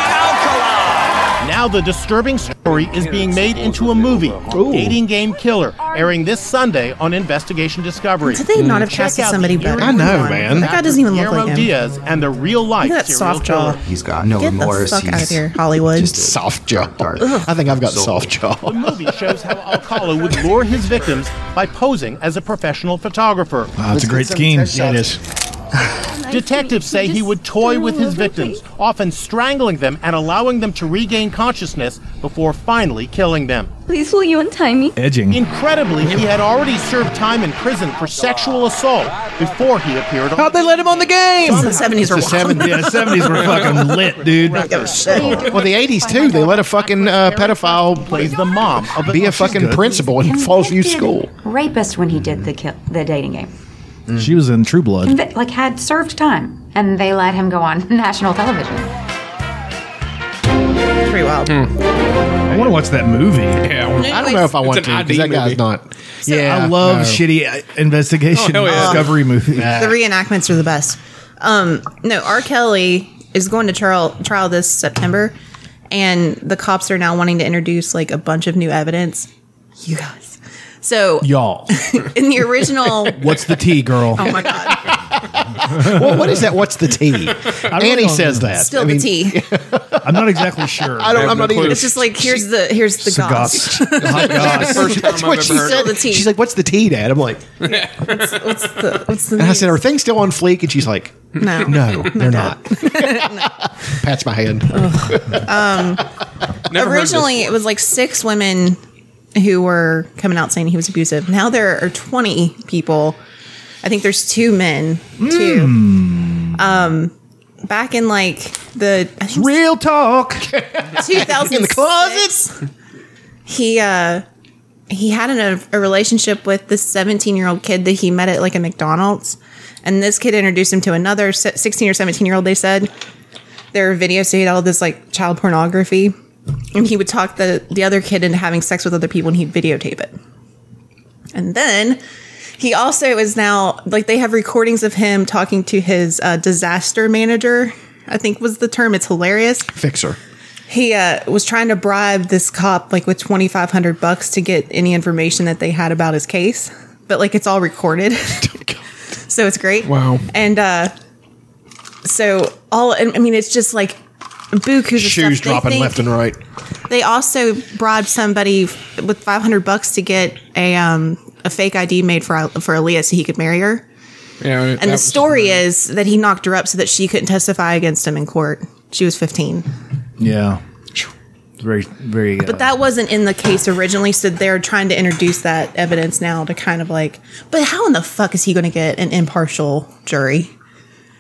Speaker 6: Now the disturbing story is being made into a movie, Dating Game Killer, airing this Sunday on Investigation Discovery.
Speaker 1: Did they
Speaker 3: Mm,
Speaker 1: not have
Speaker 6: Check
Speaker 1: casted
Speaker 6: out the
Speaker 1: somebody better?
Speaker 6: eerie
Speaker 3: I know,
Speaker 1: Come on.
Speaker 3: man.
Speaker 1: That guy doesn't even look
Speaker 6: Guillermo
Speaker 1: like him.
Speaker 6: Diaz and the real life
Speaker 1: Look at that
Speaker 6: serial
Speaker 1: soft
Speaker 6: killer.
Speaker 1: jaw.
Speaker 10: He's got no
Speaker 1: Get
Speaker 10: remorse.
Speaker 1: the fuck out of
Speaker 10: He's-
Speaker 1: here, Hollywood.
Speaker 10: just a-
Speaker 3: Soft jaw.
Speaker 10: Dark.
Speaker 3: I think I've got
Speaker 10: So-
Speaker 3: soft
Speaker 6: The
Speaker 3: jaw.
Speaker 6: movie shows how Alcala would lure his victims by posing as a professional photographer.
Speaker 4: Wow, Ah, it's a great scheme.
Speaker 3: Yeah, it is.
Speaker 6: Detectives say he would toy with his victims, often strangling them and allowing them to regain consciousness before finally killing them.
Speaker 8: Please, will you untie me?
Speaker 4: Edging.
Speaker 6: Incredibly, he had already served time in prison for sexual assault before he appeared on.
Speaker 3: How'd they let him on the game?
Speaker 1: The seventies were
Speaker 3: The
Speaker 1: wild.
Speaker 3: seven, yeah, seven,
Speaker 4: Seventies were fucking lit, dude.
Speaker 3: well, the eighties too. They let a fucking uh, pedophile
Speaker 6: plays the mom of
Speaker 3: be a fucking principal in Falls View School.
Speaker 8: Rapist when he did the kill, the dating game.
Speaker 4: She was in True Blood.
Speaker 8: But, like, had served time, and they let him go on national television.
Speaker 1: Pretty wild.
Speaker 6: Hmm.
Speaker 4: I want to watch that movie.
Speaker 2: Yeah, we're-
Speaker 3: I don't know if I
Speaker 2: It's
Speaker 3: want
Speaker 2: an
Speaker 3: to because
Speaker 2: ID
Speaker 3: that guy's
Speaker 2: movie.
Speaker 3: not.
Speaker 4: I love
Speaker 3: no.
Speaker 4: shitty uh, investigation
Speaker 2: Oh, hell yeah.
Speaker 4: discovery movies.
Speaker 1: The reenactments are the best. Um, no, R. Kelly is going to trial trial this September, and the cops are now wanting to introduce like a bunch of new evidence. You guys. So
Speaker 4: Y'all,
Speaker 1: in the original,
Speaker 4: what's the tea, girl?
Speaker 1: oh my god,
Speaker 3: Well, what is that? What's the tea? Annie
Speaker 4: don't
Speaker 3: says that.
Speaker 1: still
Speaker 3: I mean,
Speaker 1: the tea.
Speaker 4: I'm not exactly sure.
Speaker 3: I don't.
Speaker 2: have
Speaker 3: I'm
Speaker 2: no
Speaker 3: not
Speaker 2: clue.
Speaker 3: either.
Speaker 1: It's just like here's the here's the goss.
Speaker 4: Goss. My God.
Speaker 2: First time
Speaker 3: That's what
Speaker 2: I've
Speaker 3: she
Speaker 2: ever heard.
Speaker 3: said.
Speaker 1: Still the tea.
Speaker 3: She's like, "What's the tea, Dad?" I'm like,
Speaker 1: What's the what's the
Speaker 3: and I said, "Are things still on fleek?" And she's like,
Speaker 1: no
Speaker 3: "No, they're not." Pats my hand.
Speaker 2: Never heard of this.
Speaker 1: originally it was like six women who were coming out saying he was abusive. Now there are 20 people. I think there's two men too. Um,
Speaker 2: Hmm.
Speaker 1: back in like the I think
Speaker 4: Real talk.
Speaker 1: 2000 in the closet. He uh, he had an, a relationship with this 17 year old kid that he met at like a McDonald's, and this kid introduced him to another se- 16 or 17 year old. They said there were videos so he had all this like child pornography, and he would talk the the other kid into having sex with other people, and he'd videotape it, and then. He also is now like they have recordings of him talking to his uh, disaster manager. I think was the term. It's hilarious
Speaker 3: Fixer.
Speaker 1: he uh, was trying to bribe this cop like with 2500 bucks to get any information that they had about his case but like it's all recorded so it's great
Speaker 2: Wow.
Speaker 1: and uh so all i I mean it's just like buku
Speaker 3: Shoes dropping left and right.
Speaker 1: they also bribed somebody f- with 500 bucks to get a um a fake id made for for Aaliyah so he could marry her
Speaker 2: Yeah,
Speaker 1: and the story is that he knocked her up so that she couldn't testify against him in court she was 15
Speaker 4: Yeah. Very, very.
Speaker 1: But that wasn't in the case originally, so they're trying to introduce that evidence now to kind of like, but how in the fuck is he going to get an impartial jury?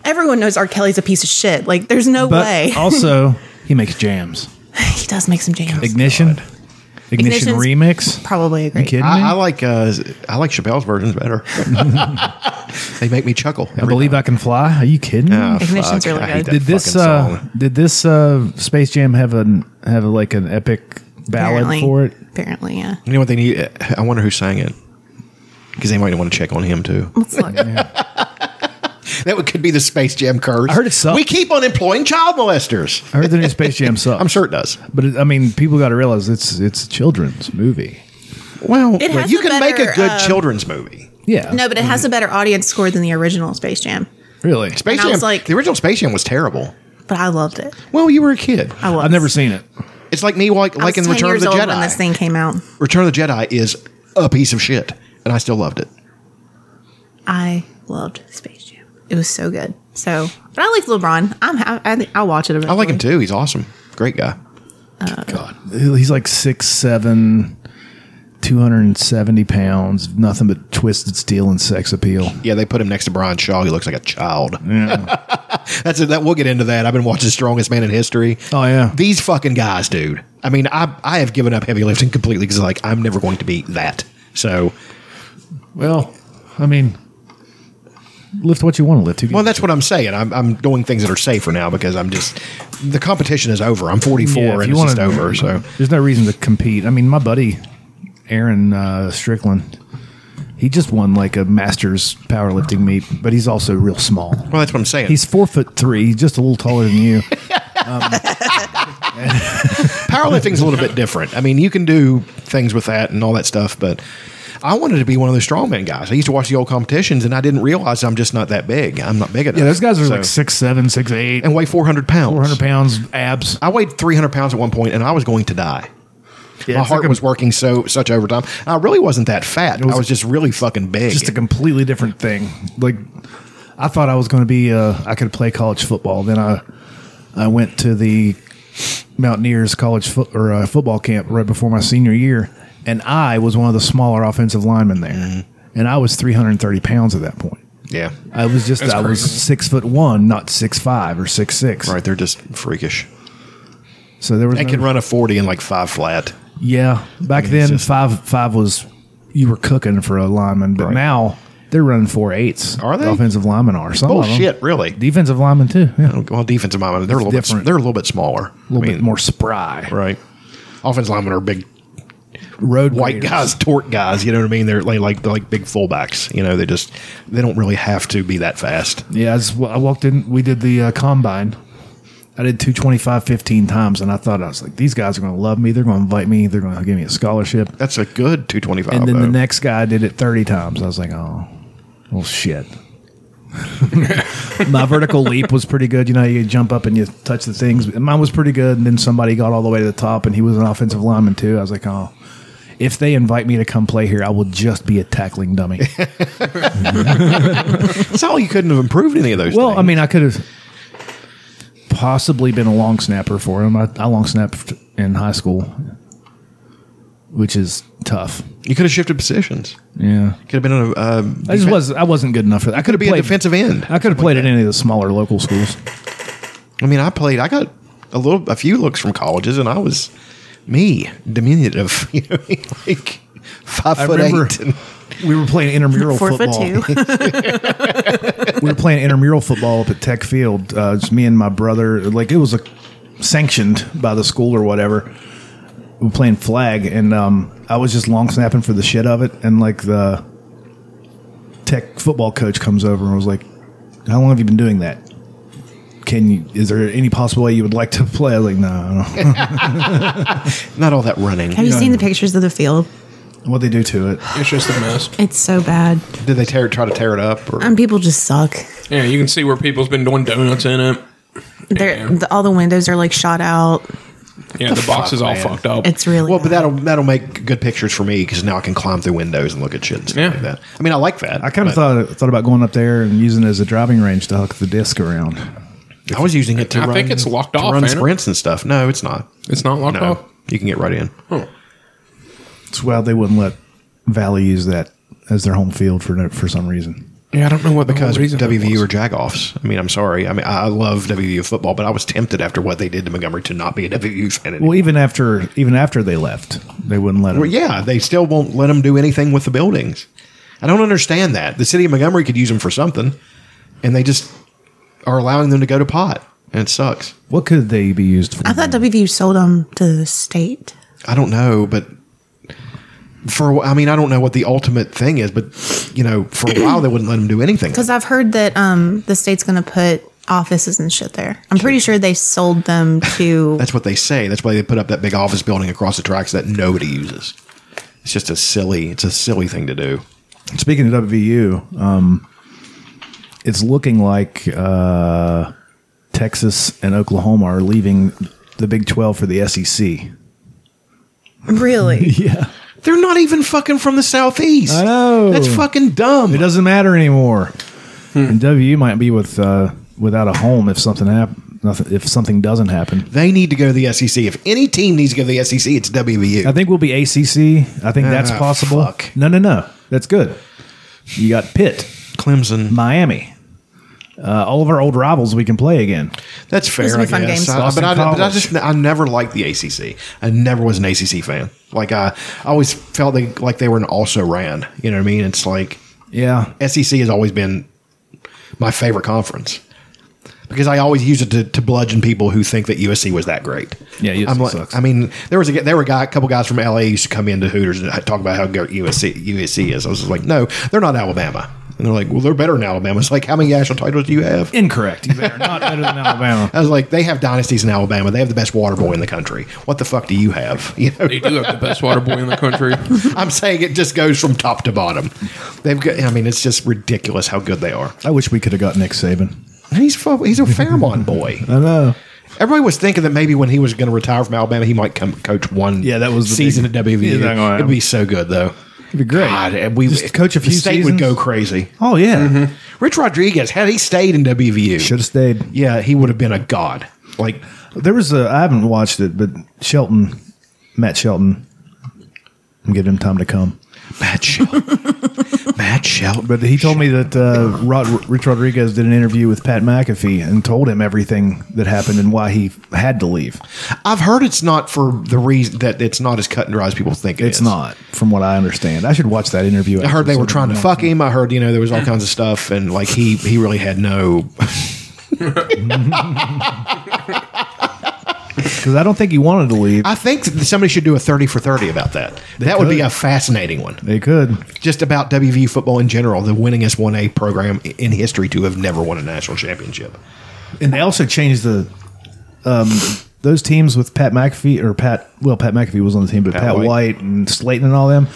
Speaker 1: Everyone knows R. Kelly's a piece of shit. Like, there's no way.
Speaker 4: also, he makes jams.
Speaker 1: he does make some jams.
Speaker 4: Ignition. Ignition
Speaker 1: Ignition's-
Speaker 4: remix.
Speaker 1: Probably agree.
Speaker 4: You kidding me?
Speaker 3: I, I
Speaker 4: I,
Speaker 3: like uh, I like Chappelle's versions better. they make me chuckle. every
Speaker 4: believe I can fly. Are you kidding? me?
Speaker 3: time. Ah,
Speaker 1: Ignition's
Speaker 3: Fuck,
Speaker 1: really
Speaker 3: I
Speaker 1: good.
Speaker 3: hate that
Speaker 4: did this
Speaker 3: fucking
Speaker 4: uh,
Speaker 3: song.
Speaker 4: did this uh, Space Jam have an have like an epic ballad
Speaker 1: Apparently.
Speaker 4: for it?
Speaker 1: Apparently, yeah.
Speaker 3: You know what they need? I wonder who sang it. Because they might want to check on him too. That would- could be the Space Jam curse.
Speaker 4: I heard it sucked.
Speaker 3: We keep on employing child molesters.
Speaker 4: I heard the new Space Jam sucks.
Speaker 3: I'm sure it does.
Speaker 4: but it, I mean, people got to realize it's it's a children's movie.
Speaker 3: Well,
Speaker 1: It has
Speaker 3: you
Speaker 1: a
Speaker 3: can make a
Speaker 1: better,
Speaker 3: good
Speaker 4: uh,
Speaker 1: um,
Speaker 3: children's movie.
Speaker 4: Yeah,
Speaker 1: No, but it has a better audience score than the original Space Jam.
Speaker 4: really.
Speaker 3: Space
Speaker 1: and I
Speaker 3: Jam.
Speaker 1: was like-
Speaker 3: the original Space Jam was terrible.
Speaker 1: But I loved it.
Speaker 3: Well, you were a kid.
Speaker 1: I was.
Speaker 4: I've never seen it.
Speaker 3: It's like me like,
Speaker 1: I
Speaker 3: like in
Speaker 1: was 10
Speaker 3: Return of
Speaker 1: years
Speaker 3: the
Speaker 1: old
Speaker 3: Jedi.
Speaker 1: when this thing came out.
Speaker 3: Return of the Jedi is a piece of shit, and I still loved it.
Speaker 1: I loved Space Jam. It was so good. So, but I like LeBron. I'm. ha- I, think I'll watch it.
Speaker 3: I like him
Speaker 1: eventually.
Speaker 3: too. He's awesome. Great guy.
Speaker 1: Uh,
Speaker 4: God, he's like six seven. 270 pounds, nothing but twisted steel and sex appeal.
Speaker 3: Yeah, they put him next to Brian Shaw. He looks like a child.
Speaker 4: Yeah.
Speaker 3: That's it. That we'll get into that. I've been watching Strongest Man in History.
Speaker 4: Oh, yeah.
Speaker 3: these fucking guys, dude. I mean, I I have given up heavy lifting completely because like I'm never going to be that. So,
Speaker 4: well, I mean, lift what you want to lift. Who
Speaker 3: well, that's what I'm saying. I'm I'm doing things that are safer now because I'm just the competition is over. I'm 44
Speaker 4: Yeah, if
Speaker 3: and
Speaker 4: you
Speaker 3: it's just
Speaker 4: wanna-
Speaker 3: over. So
Speaker 4: There's no reason to compete. I mean, my buddy Aaron uh, Strickland, he just won like a Masters powerlifting meet, but he's also real small.
Speaker 3: well, that's what I'm saying.
Speaker 4: He's four foot three, just a little taller than you.
Speaker 3: powerlifting's a little bit different. I mean, you can do things with that and all that stuff, but I wanted to be one of those strongman guys. I used to watch the old competitions, and I didn't realize I'm just not that big. I'm not big enough.
Speaker 4: Yeah, those guys are
Speaker 3: So-
Speaker 4: like six seven, six eight,
Speaker 3: and weigh 400 pounds.
Speaker 4: four hundred pounds abs.
Speaker 3: I weighed 300 pounds at one point, and I was going to die.
Speaker 4: Yeah,
Speaker 3: My
Speaker 4: it's
Speaker 3: heart
Speaker 4: like a-
Speaker 3: was working so such overtime. And I really wasn't that fat. I was just really fucking big.
Speaker 4: just a completely different thing. Like I thought I was going to be, uh, I could play college football. Then I, I went to the Mountaineers college foot or uh, football camp right before my senior year, and I was one of the smaller offensive linemen there,
Speaker 3: Mm-hmm.
Speaker 4: and I was 330 pounds at that point.
Speaker 3: yeah,
Speaker 4: I was just, I was
Speaker 2: crazy.
Speaker 4: six foot one, not six five or six six.
Speaker 3: right. They're just freakish.
Speaker 4: So there was
Speaker 3: They
Speaker 4: no-
Speaker 3: could run a 40 in like five flat.
Speaker 4: Yeah, back
Speaker 3: mean,
Speaker 4: then
Speaker 3: it's just-
Speaker 4: five five was you were cooking for a lineman, but
Speaker 3: Right.
Speaker 4: now they're running four eights.
Speaker 3: Are they?
Speaker 4: The offensive linemen are some
Speaker 3: Oh
Speaker 4: of them.
Speaker 3: shit! Really?
Speaker 4: Defensive linemen too. Yeah, a
Speaker 3: Well, defensive linemen they're a little
Speaker 4: different.
Speaker 3: bit they're a little bit smaller.
Speaker 4: little
Speaker 3: I mean,
Speaker 4: bit more spry.
Speaker 3: right. Offensive linemen are big
Speaker 4: Road
Speaker 3: white
Speaker 4: graders.
Speaker 3: guys, torque guys. You know what I mean? They're like like they're like big fullbacks. You know, they just they don't really have to be that fast.
Speaker 4: Yeah, I, was- well, I walked in. We did the uh, combine. I did 225 15 times, and I thought I was like, these guys are going to love me. They're going to invite me. They're going to give me a scholarship.
Speaker 3: That's a good two twenty five.
Speaker 4: And then the next guy did it 30 times. I was like, oh, well, shit. My vertical leap was pretty good. You know, you jump up and you touch the things. Mine was pretty good. And then somebody got all the way to the top, and he was an offensive lineman, too. I was like, oh, if they invite me to come play here, I will just be a tackling dummy.
Speaker 3: it's not like you couldn't have improved any of those.
Speaker 4: well,
Speaker 3: things.
Speaker 4: I mean, I could have possibly been a long snapper for him. I, I long snapped in high school, which is tough.
Speaker 3: you could have shifted positions.
Speaker 4: Yeah.
Speaker 3: Could have been a. Uh,
Speaker 4: I just was I wasn't good enough for that. I could have
Speaker 3: be a
Speaker 4: played
Speaker 3: defensive end.
Speaker 4: I could have played at any of the smaller local schools.
Speaker 3: I mean, I played. I got a little, a few looks from colleges, and I was me diminutive. You know, what I mean? like five
Speaker 4: I
Speaker 3: foot
Speaker 4: remember
Speaker 3: eight. and-
Speaker 4: we were playing intramural
Speaker 11: Four foot
Speaker 4: football.
Speaker 11: two.
Speaker 4: we were playing intramural football up at Tech Field. Uh, it's me and my brother. Like it was a, sanctioned by the school or whatever. We were playing flag, and um, I was just long snapping for the shit of it. And like the Tech football coach comes over and was like, "How long have you been doing that? Can you? Is there any possible way you would like to play?" I was like, "No." I don't."
Speaker 3: not all that running.
Speaker 1: Have you seen the pictures of the field?
Speaker 4: what they do to it?
Speaker 2: It's just a mess.
Speaker 1: It's so bad.
Speaker 3: Did they tear, try to tear it up? Or
Speaker 1: And people just suck.
Speaker 2: Yeah, you can see where people's been doing donuts in it.
Speaker 1: They're,
Speaker 2: Yeah.
Speaker 1: the, all the windows are like shot out.
Speaker 2: Yeah, the box is all fucked up.
Speaker 1: It's really
Speaker 3: well, but
Speaker 1: bad.
Speaker 3: that'll that'll make good pictures for me because now I can climb through windows and look at shit. And stuff
Speaker 2: Yeah.
Speaker 3: like that. I mean, I like that.
Speaker 4: I kind
Speaker 3: but
Speaker 4: of thought thought about going up there and using it as a driving range to hook the disc around.
Speaker 3: I was using it to.
Speaker 2: I
Speaker 3: run,
Speaker 2: think it's locked
Speaker 3: to
Speaker 2: off,
Speaker 3: Run
Speaker 2: ain't it?
Speaker 3: sprints and stuff. No, it's not.
Speaker 2: it's not locked
Speaker 3: no,
Speaker 2: up.
Speaker 3: you can get right in.
Speaker 4: It's wild they wouldn't let Valley use that as their home field for no, for some reason.
Speaker 2: Yeah, I don't know what
Speaker 3: Because
Speaker 2: the reason
Speaker 3: WVU or jagoffs. I mean, I'm sorry. I mean, I love WVU football, but I was tempted after what they did to Montgomery to not be a WVU fan anymore.
Speaker 4: Well, even after even after they left, they wouldn't let them.
Speaker 3: Well, yeah, they still won't let them do anything with the buildings. I don't understand that. The city of Montgomery could use them for something, and they just are allowing them to go to pot, and it sucks.
Speaker 4: What could they be used for?
Speaker 1: I thought WVU sold them to the state.
Speaker 3: I don't know, but for I mean, I don't know what the ultimate thing is, but you know, for a while they wouldn't let them do anything.
Speaker 11: Because I've heard that um, the state's going to put offices and shit there. I'm pretty sure they sold them to.
Speaker 3: That's what they say. That's why they put up that big office building across the tracks that nobody uses. It's just a silly. It's a silly thing to do.
Speaker 4: Speaking of WVU, um, it's looking like uh, Texas and Oklahoma are leaving the Big Twelve for the E SEC.
Speaker 11: really?
Speaker 4: Yeah,
Speaker 3: They're not even fucking from the southeast.
Speaker 4: I know.
Speaker 3: That's fucking dumb.
Speaker 4: it doesn't matter anymore.
Speaker 3: Hmm.
Speaker 4: And WVU might be with uh, without a home if something happen, nothing, if something doesn't happen.
Speaker 3: They need to go to the SEC. If any team needs to go to the SEC, it's
Speaker 4: I
Speaker 3: WVU.
Speaker 4: think we'll be ACC. I think that's
Speaker 3: Ah,
Speaker 4: possible.
Speaker 3: fuck.
Speaker 4: No, no, no. That's good. You got Pitt,
Speaker 3: Clemson.
Speaker 4: Miami. Uh, all of our old rivals we can play again.
Speaker 3: That's
Speaker 11: Those
Speaker 3: fair,
Speaker 11: will
Speaker 3: I
Speaker 11: be fun
Speaker 3: guess.
Speaker 11: games.
Speaker 3: I- but,
Speaker 4: Boston
Speaker 3: I, but I
Speaker 4: College.
Speaker 3: just I never liked the ACC. I never was an ACC fan. Like I, I always felt they, like they were an also ran. You know what I mean? It's like
Speaker 4: Yeah.
Speaker 3: SEC E has always been my favorite conference because I always use it to, to bludgeon people who think that USC was that great.
Speaker 4: Yeah, USC
Speaker 3: I'm like,
Speaker 4: sucks.
Speaker 3: I mean, there was a there were a guy, a couple guys from LA used to come into Hooters and talk about how great USC USC is. I was just like, no, they're not Alabama. And they're like, well, they're better than Alabama. It's like, how many national titles do you have?
Speaker 4: Incorrect. They're not better than Alabama.
Speaker 3: I was like, they have dynasties in Alabama. They have the best water boy in the country. What the fuck do you have? You know?
Speaker 2: They do have the best water boy in the country.
Speaker 3: I'm saying it just goes from top to bottom. They've got. I mean, it's just ridiculous how good they are.
Speaker 4: I wish we could have got Nick Saban.
Speaker 3: And he's fu- he's a Fairmont boy.
Speaker 4: I know.
Speaker 3: Everybody was thinking that maybe when he was going to retire from Alabama, he might come coach one.
Speaker 4: Yeah, that was the
Speaker 3: season
Speaker 4: big-
Speaker 3: at
Speaker 4: Yeah, not gonna
Speaker 3: WVU.
Speaker 4: happen.
Speaker 3: It'd be so good though.
Speaker 4: It'd be great.
Speaker 3: God, and we
Speaker 4: Just coach a
Speaker 3: the
Speaker 4: few
Speaker 3: state would
Speaker 4: seasons.
Speaker 3: go crazy.
Speaker 4: Oh yeah,
Speaker 3: Rich Rodriguez had he stayed in WVU,
Speaker 4: should have stayed.
Speaker 3: yeah, he would have been a god. Like
Speaker 4: There was a I haven't watched it, but Shelton, Matt Shelton, I'm giving him time to come.
Speaker 3: Matt Shelton. Matt Shelton.
Speaker 4: But he told me that uh, Rod, Rich Rodriguez did an interview with Pat McAfee and told him everything that happened and why he had to leave.
Speaker 3: I've heard it's not for the reason that it's not as cut and dry as people think. it
Speaker 4: It's
Speaker 3: is.
Speaker 4: not, from what I understand. I should watch that interview.
Speaker 3: I heard they were trying to fuck him. I heard you know there was all kinds of stuff, and like he he really had no.
Speaker 4: because I don't think he wanted to leave.
Speaker 3: I think that somebody should do a thirty for thirty about that. that would be
Speaker 4: could.
Speaker 3: a fascinating one,
Speaker 4: they could.
Speaker 3: just about WVU football in general, the winningest one A program i- in history to have never won a national championship.
Speaker 4: And they also changed the um, those teams with Pat McAfee or Pat well Pat McAfee was on the team, but
Speaker 3: Pat
Speaker 4: Pat,
Speaker 3: White.
Speaker 4: White. and Slayton and all them.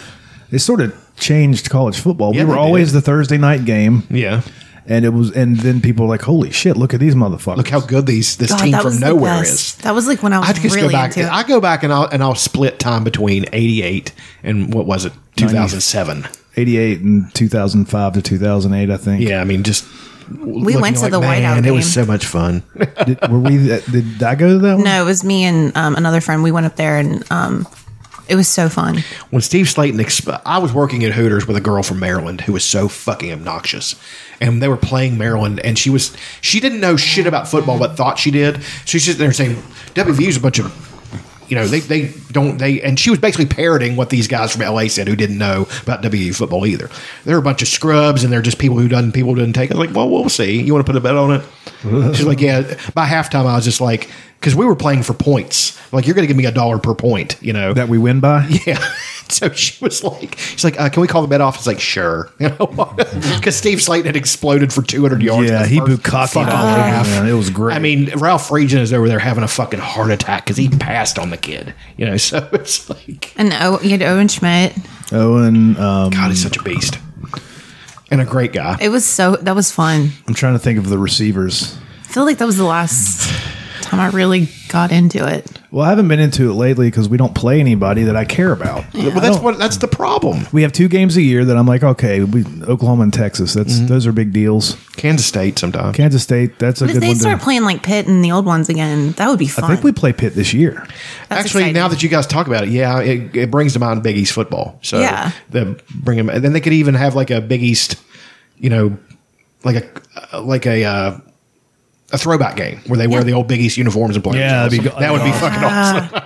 Speaker 4: They sort of changed college football.
Speaker 3: Yeah,
Speaker 4: we were
Speaker 3: they
Speaker 4: always
Speaker 3: did.
Speaker 4: the Thursday night game.
Speaker 3: Yeah,
Speaker 4: And it was and then people were like, Holy shit, look at these motherfuckers.
Speaker 3: look how good these this team from
Speaker 1: the
Speaker 3: nowhere
Speaker 1: best.
Speaker 3: is.
Speaker 1: That was like when I was
Speaker 3: I just
Speaker 1: really
Speaker 3: go back.
Speaker 1: into it.
Speaker 3: I go back and I'll and I'll split time between eighty eight and what was it two thousand seven.
Speaker 4: 88 and 2005 to 2008, I think.
Speaker 3: Yeah, I mean just. We
Speaker 1: went to the Whiteout
Speaker 3: It was
Speaker 1: game.
Speaker 3: so much fun.
Speaker 4: Did, were we? th- Did I go to that one?
Speaker 1: no, it was me and um, another friend. We went up there and um, it was so fun.
Speaker 3: when Steve Slayton, exp- I was working at Hooters with a girl from Maryland who was so fucking obnoxious, and they were playing Maryland, and she was she didn't know shit about football, but thought she did. She's sitting there saying, "WVU's a bunch of." You know, they, they don't, they, and she was basically parroting what these guys from LA said who didn't know about WU football either. They're a bunch of scrubs and they're just people who doesn't, people didn't take it. Like, well, we'll see. You want to put a bet on it? She's like, yeah. By halftime, I was just like, because we were playing for points. Like, you're going to give me a dollar per point, you know?
Speaker 4: That we win by?
Speaker 3: Yeah. So she was like, she's like, uh, can we call the bet off? It's like, sure. You know, because Steve Slayton had exploded for 200 yards. in
Speaker 4: Yeah,
Speaker 3: the
Speaker 4: he
Speaker 3: first
Speaker 4: bukkake
Speaker 3: fucking
Speaker 4: the whole
Speaker 3: half.
Speaker 4: game, man. It was great.
Speaker 3: I mean, Ralph Regan is over there having a fucking heart attack because he passed on the kid. You know, so it's like,
Speaker 1: And oh, you had Owen Schmidt.
Speaker 4: Owen, um,
Speaker 3: God, he's such a beast and a great guy.
Speaker 1: It was so that was fun.
Speaker 4: I'm trying to think of the receivers.
Speaker 1: I feel like that was the last time I really got into it.
Speaker 4: Well, I haven't been into it lately because we don't play anybody that I care about.
Speaker 3: well, that's what that's the problem.
Speaker 4: We have two games a year that I'm like, okay, we, Oklahoma and Texas. That's
Speaker 2: Mm-hmm.
Speaker 4: those are big deals.
Speaker 3: Kansas State sometimes.
Speaker 4: Kansas State, that's a
Speaker 1: But if
Speaker 4: good
Speaker 1: they
Speaker 4: one.
Speaker 1: start
Speaker 4: To,
Speaker 1: playing like Pitt and the old ones again, that would be fun.
Speaker 4: I think we play Pitt this year.
Speaker 1: That's
Speaker 3: Actually,
Speaker 1: exciting.
Speaker 3: now that you guys talk about it, yeah, it, it brings to mind Big East football. So
Speaker 1: Yeah.
Speaker 3: the bring them, and then they could even have like a Big East, you know, like a like a uh, a throwback game where they wear the old Big East uniforms and play.
Speaker 4: Yeah, that'd be go-
Speaker 3: that would be fucking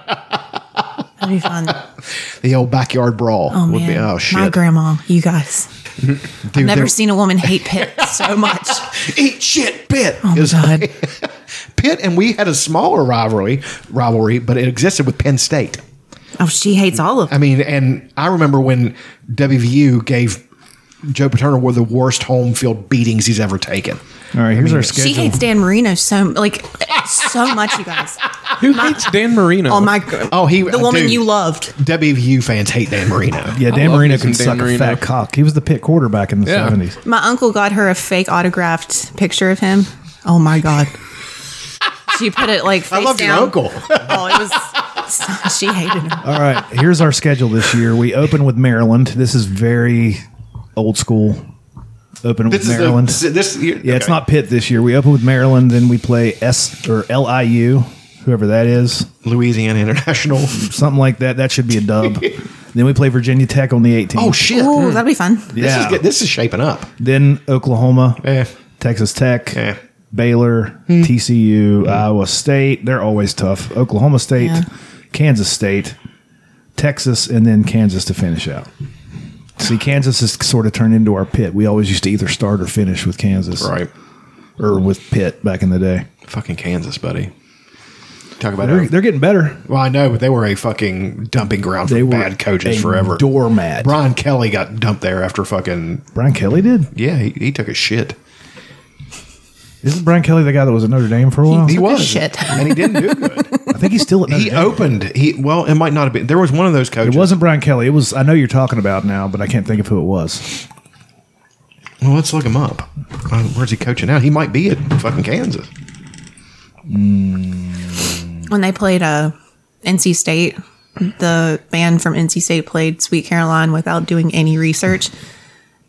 Speaker 3: awesome.
Speaker 1: Ah. That'd be fun.
Speaker 3: The old backyard brawl
Speaker 1: Oh
Speaker 3: would
Speaker 1: man,
Speaker 3: be oh shit.
Speaker 1: my grandma, you guys,
Speaker 3: Dude,
Speaker 1: never
Speaker 3: they're-
Speaker 1: seen a woman hate Pitt so much.
Speaker 3: eat shit, Pitt.
Speaker 1: Oh my
Speaker 3: It was
Speaker 1: God.
Speaker 3: like- Pitt and we had a smaller rivalry rivalry, but it existed with Penn State.
Speaker 1: Oh, she hates all of
Speaker 3: I
Speaker 1: them.
Speaker 3: mean, and I remember when WVU gave Joe Paterno one of the worst home field beatings he's ever taken.
Speaker 4: All right, here's our schedule.
Speaker 1: She hates Dan Marino so like so much, you guys.
Speaker 2: Who hates Dan Marino?
Speaker 1: Oh my,
Speaker 3: Oh, he
Speaker 1: the woman
Speaker 3: dude,
Speaker 1: you loved.
Speaker 3: WVU fans hate Dan Marino.
Speaker 4: yeah, Dan
Speaker 2: love
Speaker 4: Marino
Speaker 2: me some
Speaker 4: can
Speaker 2: Dan
Speaker 4: suck
Speaker 2: Marino.
Speaker 4: a fat cock. He was the Pitt quarterback in the
Speaker 2: Yeah.
Speaker 4: 70s.
Speaker 1: My uncle got her a fake autographed picture of him. Oh my god. She put it like face
Speaker 3: I love your
Speaker 1: down.
Speaker 3: uncle.
Speaker 1: Oh, it was. She hated him.
Speaker 4: All right, here's our schedule this year. We open with Maryland. This is very old school. Open
Speaker 3: This is
Speaker 4: with
Speaker 3: a-
Speaker 4: Maryland.
Speaker 3: this, yeah,
Speaker 4: Yeah, it's not Pitt this year. We open with Maryland, then we play S or LIU, whoever that is,
Speaker 3: Louisiana International.
Speaker 4: something like that. That should be a dub. then we play Virginia Tech on the 18th.
Speaker 3: Oh shit!
Speaker 1: Oh, that'd be fun.
Speaker 3: This is
Speaker 4: yeah.
Speaker 3: get- this is shaping up.
Speaker 4: then Oklahoma,
Speaker 3: Eh.
Speaker 4: Texas Tech,
Speaker 3: Eh.
Speaker 4: Baylor, TCU, Iowa State. They're always tough. Oklahoma State,
Speaker 1: Yeah.
Speaker 4: Kansas State, Texas, and then Kansas to finish out. See, Kansas has sort of turned into our pit. We always used to either start or finish with Kansas,
Speaker 3: Right,
Speaker 4: Or with Pitt back in the day.
Speaker 3: fucking Kansas, buddy. Talk about
Speaker 4: They're-
Speaker 3: it.
Speaker 4: they're getting better.
Speaker 3: Well, I know, but they were a fucking dumping ground for bad coaches
Speaker 4: a
Speaker 3: forever.
Speaker 4: Doormat.
Speaker 3: Brian Kelly got dumped there after fucking.
Speaker 4: Brian Kelly did.
Speaker 3: Yeah, he, he took a shit.
Speaker 4: Isn't Brian Kelly the guy that was at Notre Dame for a while?
Speaker 3: he was shit, and he didn't do good.
Speaker 4: I think he's still at Notre
Speaker 3: he opened. He well, it might not have been. There was one of those
Speaker 4: It
Speaker 3: coaches.
Speaker 4: wasn't Brian Kelly. It was. I know you're talking about now, but I can't think of who it was.
Speaker 3: Well, let's look him up. Uh, where's he coaching now? He might be at fucking Kansas.
Speaker 1: When they played uh, NC State, the band from NC State played Sweet Caroline without doing any research.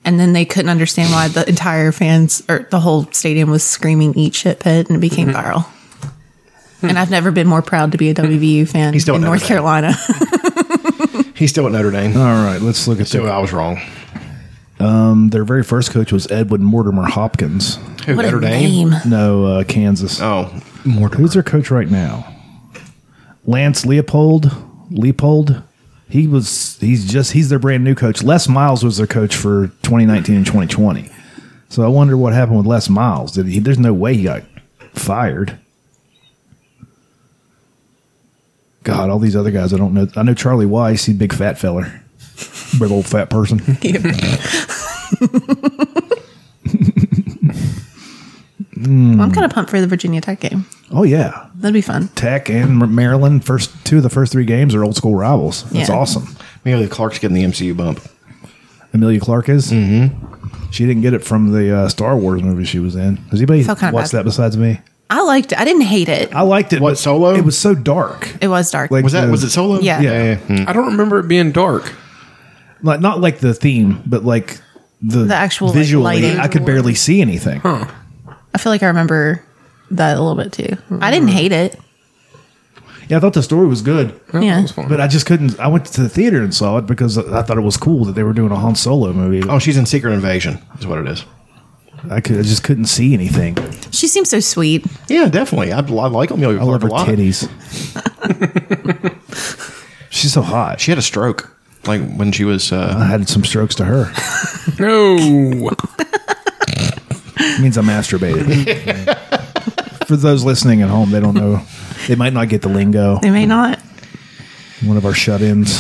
Speaker 1: And then they couldn't understand why the entire fans or the whole stadium was screaming "Eat shit pit" and it became
Speaker 11: Mhm.
Speaker 1: viral. And I've never been more proud to be a WVU fan
Speaker 3: He's still
Speaker 1: in
Speaker 3: at
Speaker 1: North
Speaker 3: Notre Dame.
Speaker 1: Carolina.
Speaker 3: He's still at Notre Dame.
Speaker 4: All right, let's look at.
Speaker 3: So I was wrong.
Speaker 4: Um, their very first coach was Edwin Mortimer Hopkins.
Speaker 3: Who, What a Notre Dame? name.
Speaker 4: No, uh, Kansas.
Speaker 3: Oh, Mortimer.
Speaker 4: Who's their coach right now? Lance Leopold. Leopold. He was. He's just. He's their brand new coach. Les Miles was their coach for 2019 and 2020. So I wonder what happened with Les Miles. Did he? There's no way he got fired. God, all these other guys I don't know. I know Charlie Weiss. He's a big fat feller, big old fat person.
Speaker 1: Well, I'm kind of pumped for the Virginia Tech game.
Speaker 4: Oh yeah,
Speaker 1: That'd be fun.
Speaker 4: Tech and Maryland. First two of the first three games are old school rivals. That's
Speaker 1: Yeah.
Speaker 4: awesome.
Speaker 3: Amelia Clark's getting the MCU bump.
Speaker 4: Amelia Clark is. Mm-hmm. She didn't get it from the uh, Star Wars movie she was in. Has anybody
Speaker 1: Felt
Speaker 4: watched
Speaker 1: kinda bad.
Speaker 4: that besides me?
Speaker 1: I liked it. I didn't hate it.
Speaker 4: I liked it. What
Speaker 3: solo?
Speaker 4: It was so dark.
Speaker 1: It was dark.
Speaker 4: Like the-
Speaker 1: Yeah.
Speaker 2: I don't remember it being dark.
Speaker 4: Like not like the theme, but like the,
Speaker 1: The actual, like,
Speaker 4: visually.
Speaker 1: lighting.
Speaker 4: I could barely see anything.
Speaker 1: I feel like I remember that a little bit too. I
Speaker 3: Mm.
Speaker 1: didn't hate it.
Speaker 4: Yeah, I thought the story was good.
Speaker 1: Yeah.
Speaker 4: But I just couldn't. I went to the theater and saw it because I thought it was cool that they were doing a Han Solo movie.
Speaker 3: Oh, she's in Secret Invasion. Is what it is.
Speaker 4: I could. I just couldn't see anything.
Speaker 1: She seems so sweet.
Speaker 3: Yeah, definitely. I, I like Amelia
Speaker 4: I love
Speaker 3: Clark a lot.
Speaker 4: her titties. She's so hot.
Speaker 3: She had a stroke, like when she was.
Speaker 4: I
Speaker 3: Uh,
Speaker 4: had some strokes to her.
Speaker 2: No.
Speaker 4: It means I masturbated. For those listening at home, they don't know. They might not get the lingo.
Speaker 1: They may not.
Speaker 4: One of our shut-ins.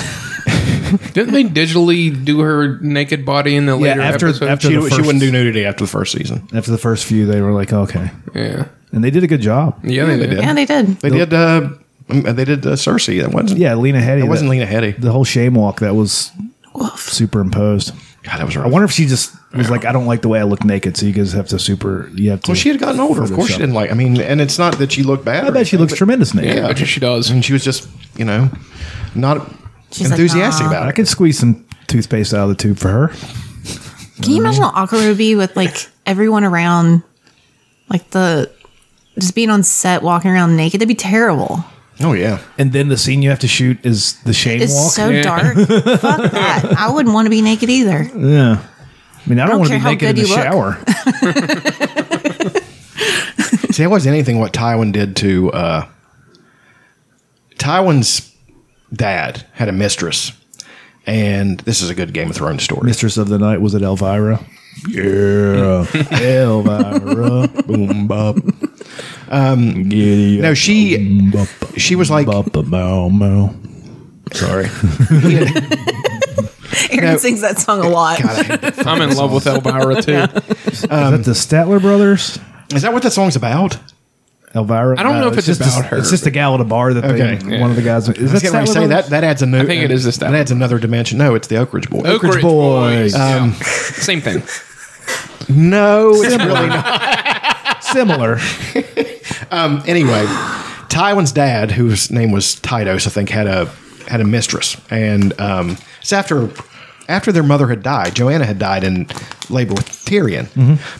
Speaker 2: Didn't they digitally do her naked body in the later
Speaker 4: after-
Speaker 2: episode?
Speaker 4: after She- the she first- wouldn't do
Speaker 3: nudity after the first season.
Speaker 4: After the first few, they were like, okay.
Speaker 2: Yeah.
Speaker 4: And they did a good job.
Speaker 2: Yeah, they did.
Speaker 1: Yeah, they did.
Speaker 3: They did. Uh, mm, they did uh, Cersei. That wasn't.
Speaker 4: Yeah, Lena Headey.
Speaker 3: That wasn't Lena Headey.
Speaker 4: The whole shame walk that was superimposed.
Speaker 3: God, that was.
Speaker 4: I wonder if she just was like, I don't like the way I look naked, so you guys have to super. You have to.
Speaker 3: Well, she had gotten older. Of course, she
Speaker 4: Photoshop.
Speaker 3: didn't like. I mean, and it's not that she looked bad.
Speaker 4: I bet she looks tremendous naked.
Speaker 3: Yeah,
Speaker 2: she does.
Speaker 3: And she was just, you know, not
Speaker 1: She's like,
Speaker 3: enthusiastic
Speaker 1: "Nah."
Speaker 3: about
Speaker 4: I
Speaker 3: it.
Speaker 4: could squeeze some toothpaste out of the tube for her.
Speaker 1: Can
Speaker 3: Mm-hmm.
Speaker 1: you imagine how awkward it would be with like everyone around, like the just being on set walking around naked? That'd be terrible.
Speaker 3: Oh yeah.
Speaker 4: And then the scene you have to shoot is the shame
Speaker 1: It's
Speaker 4: walk.
Speaker 1: so dark. Fuck that. I wouldn't want to be naked either.
Speaker 4: Yeah. I mean, I
Speaker 1: I
Speaker 4: don't,
Speaker 1: don't
Speaker 4: want to
Speaker 1: care how
Speaker 4: be naked in
Speaker 1: good
Speaker 4: the
Speaker 1: you look.
Speaker 4: shower.
Speaker 3: See, that wasn't anything what Tywin did to uh, Tywin's dad had a mistress, and this is a good Game of Thrones story.
Speaker 4: Mistress of the night was it Elvira? Yeah, Elvira. Boom bop. Um,
Speaker 3: No,
Speaker 2: Mm,
Speaker 3: she she was like
Speaker 4: bow, bow.
Speaker 3: sorry.
Speaker 1: Aaron
Speaker 3: No.
Speaker 1: sings that song a lot.
Speaker 2: I'm in love with Elvira too.
Speaker 4: is that the Statler brothers?
Speaker 3: Is that what that song's about?
Speaker 4: Elvira.
Speaker 2: I don't know if it's
Speaker 4: just a-
Speaker 2: about her,
Speaker 4: It's just a gal at a bar that they,
Speaker 3: Okay,
Speaker 4: one of the guys.
Speaker 3: I
Speaker 4: Is
Speaker 3: was
Speaker 4: that
Speaker 3: getting ready to
Speaker 4: Statler
Speaker 3: say
Speaker 4: brothers?
Speaker 3: that that adds a new.
Speaker 2: I think it is this
Speaker 3: That
Speaker 2: time.
Speaker 3: adds another dimension. No, it's the Oak Ridge Boys.
Speaker 2: Oak Ridge
Speaker 4: Boys.
Speaker 3: Um,
Speaker 2: Same thing.
Speaker 3: No, it's
Speaker 4: Similar.
Speaker 3: really not.
Speaker 4: Similar.
Speaker 3: Um, anyway, Tywin's dad, whose name was Titus, I think, had a had a mistress, and um, it's after after their mother had died. Joanna had died in labor with Tyrion,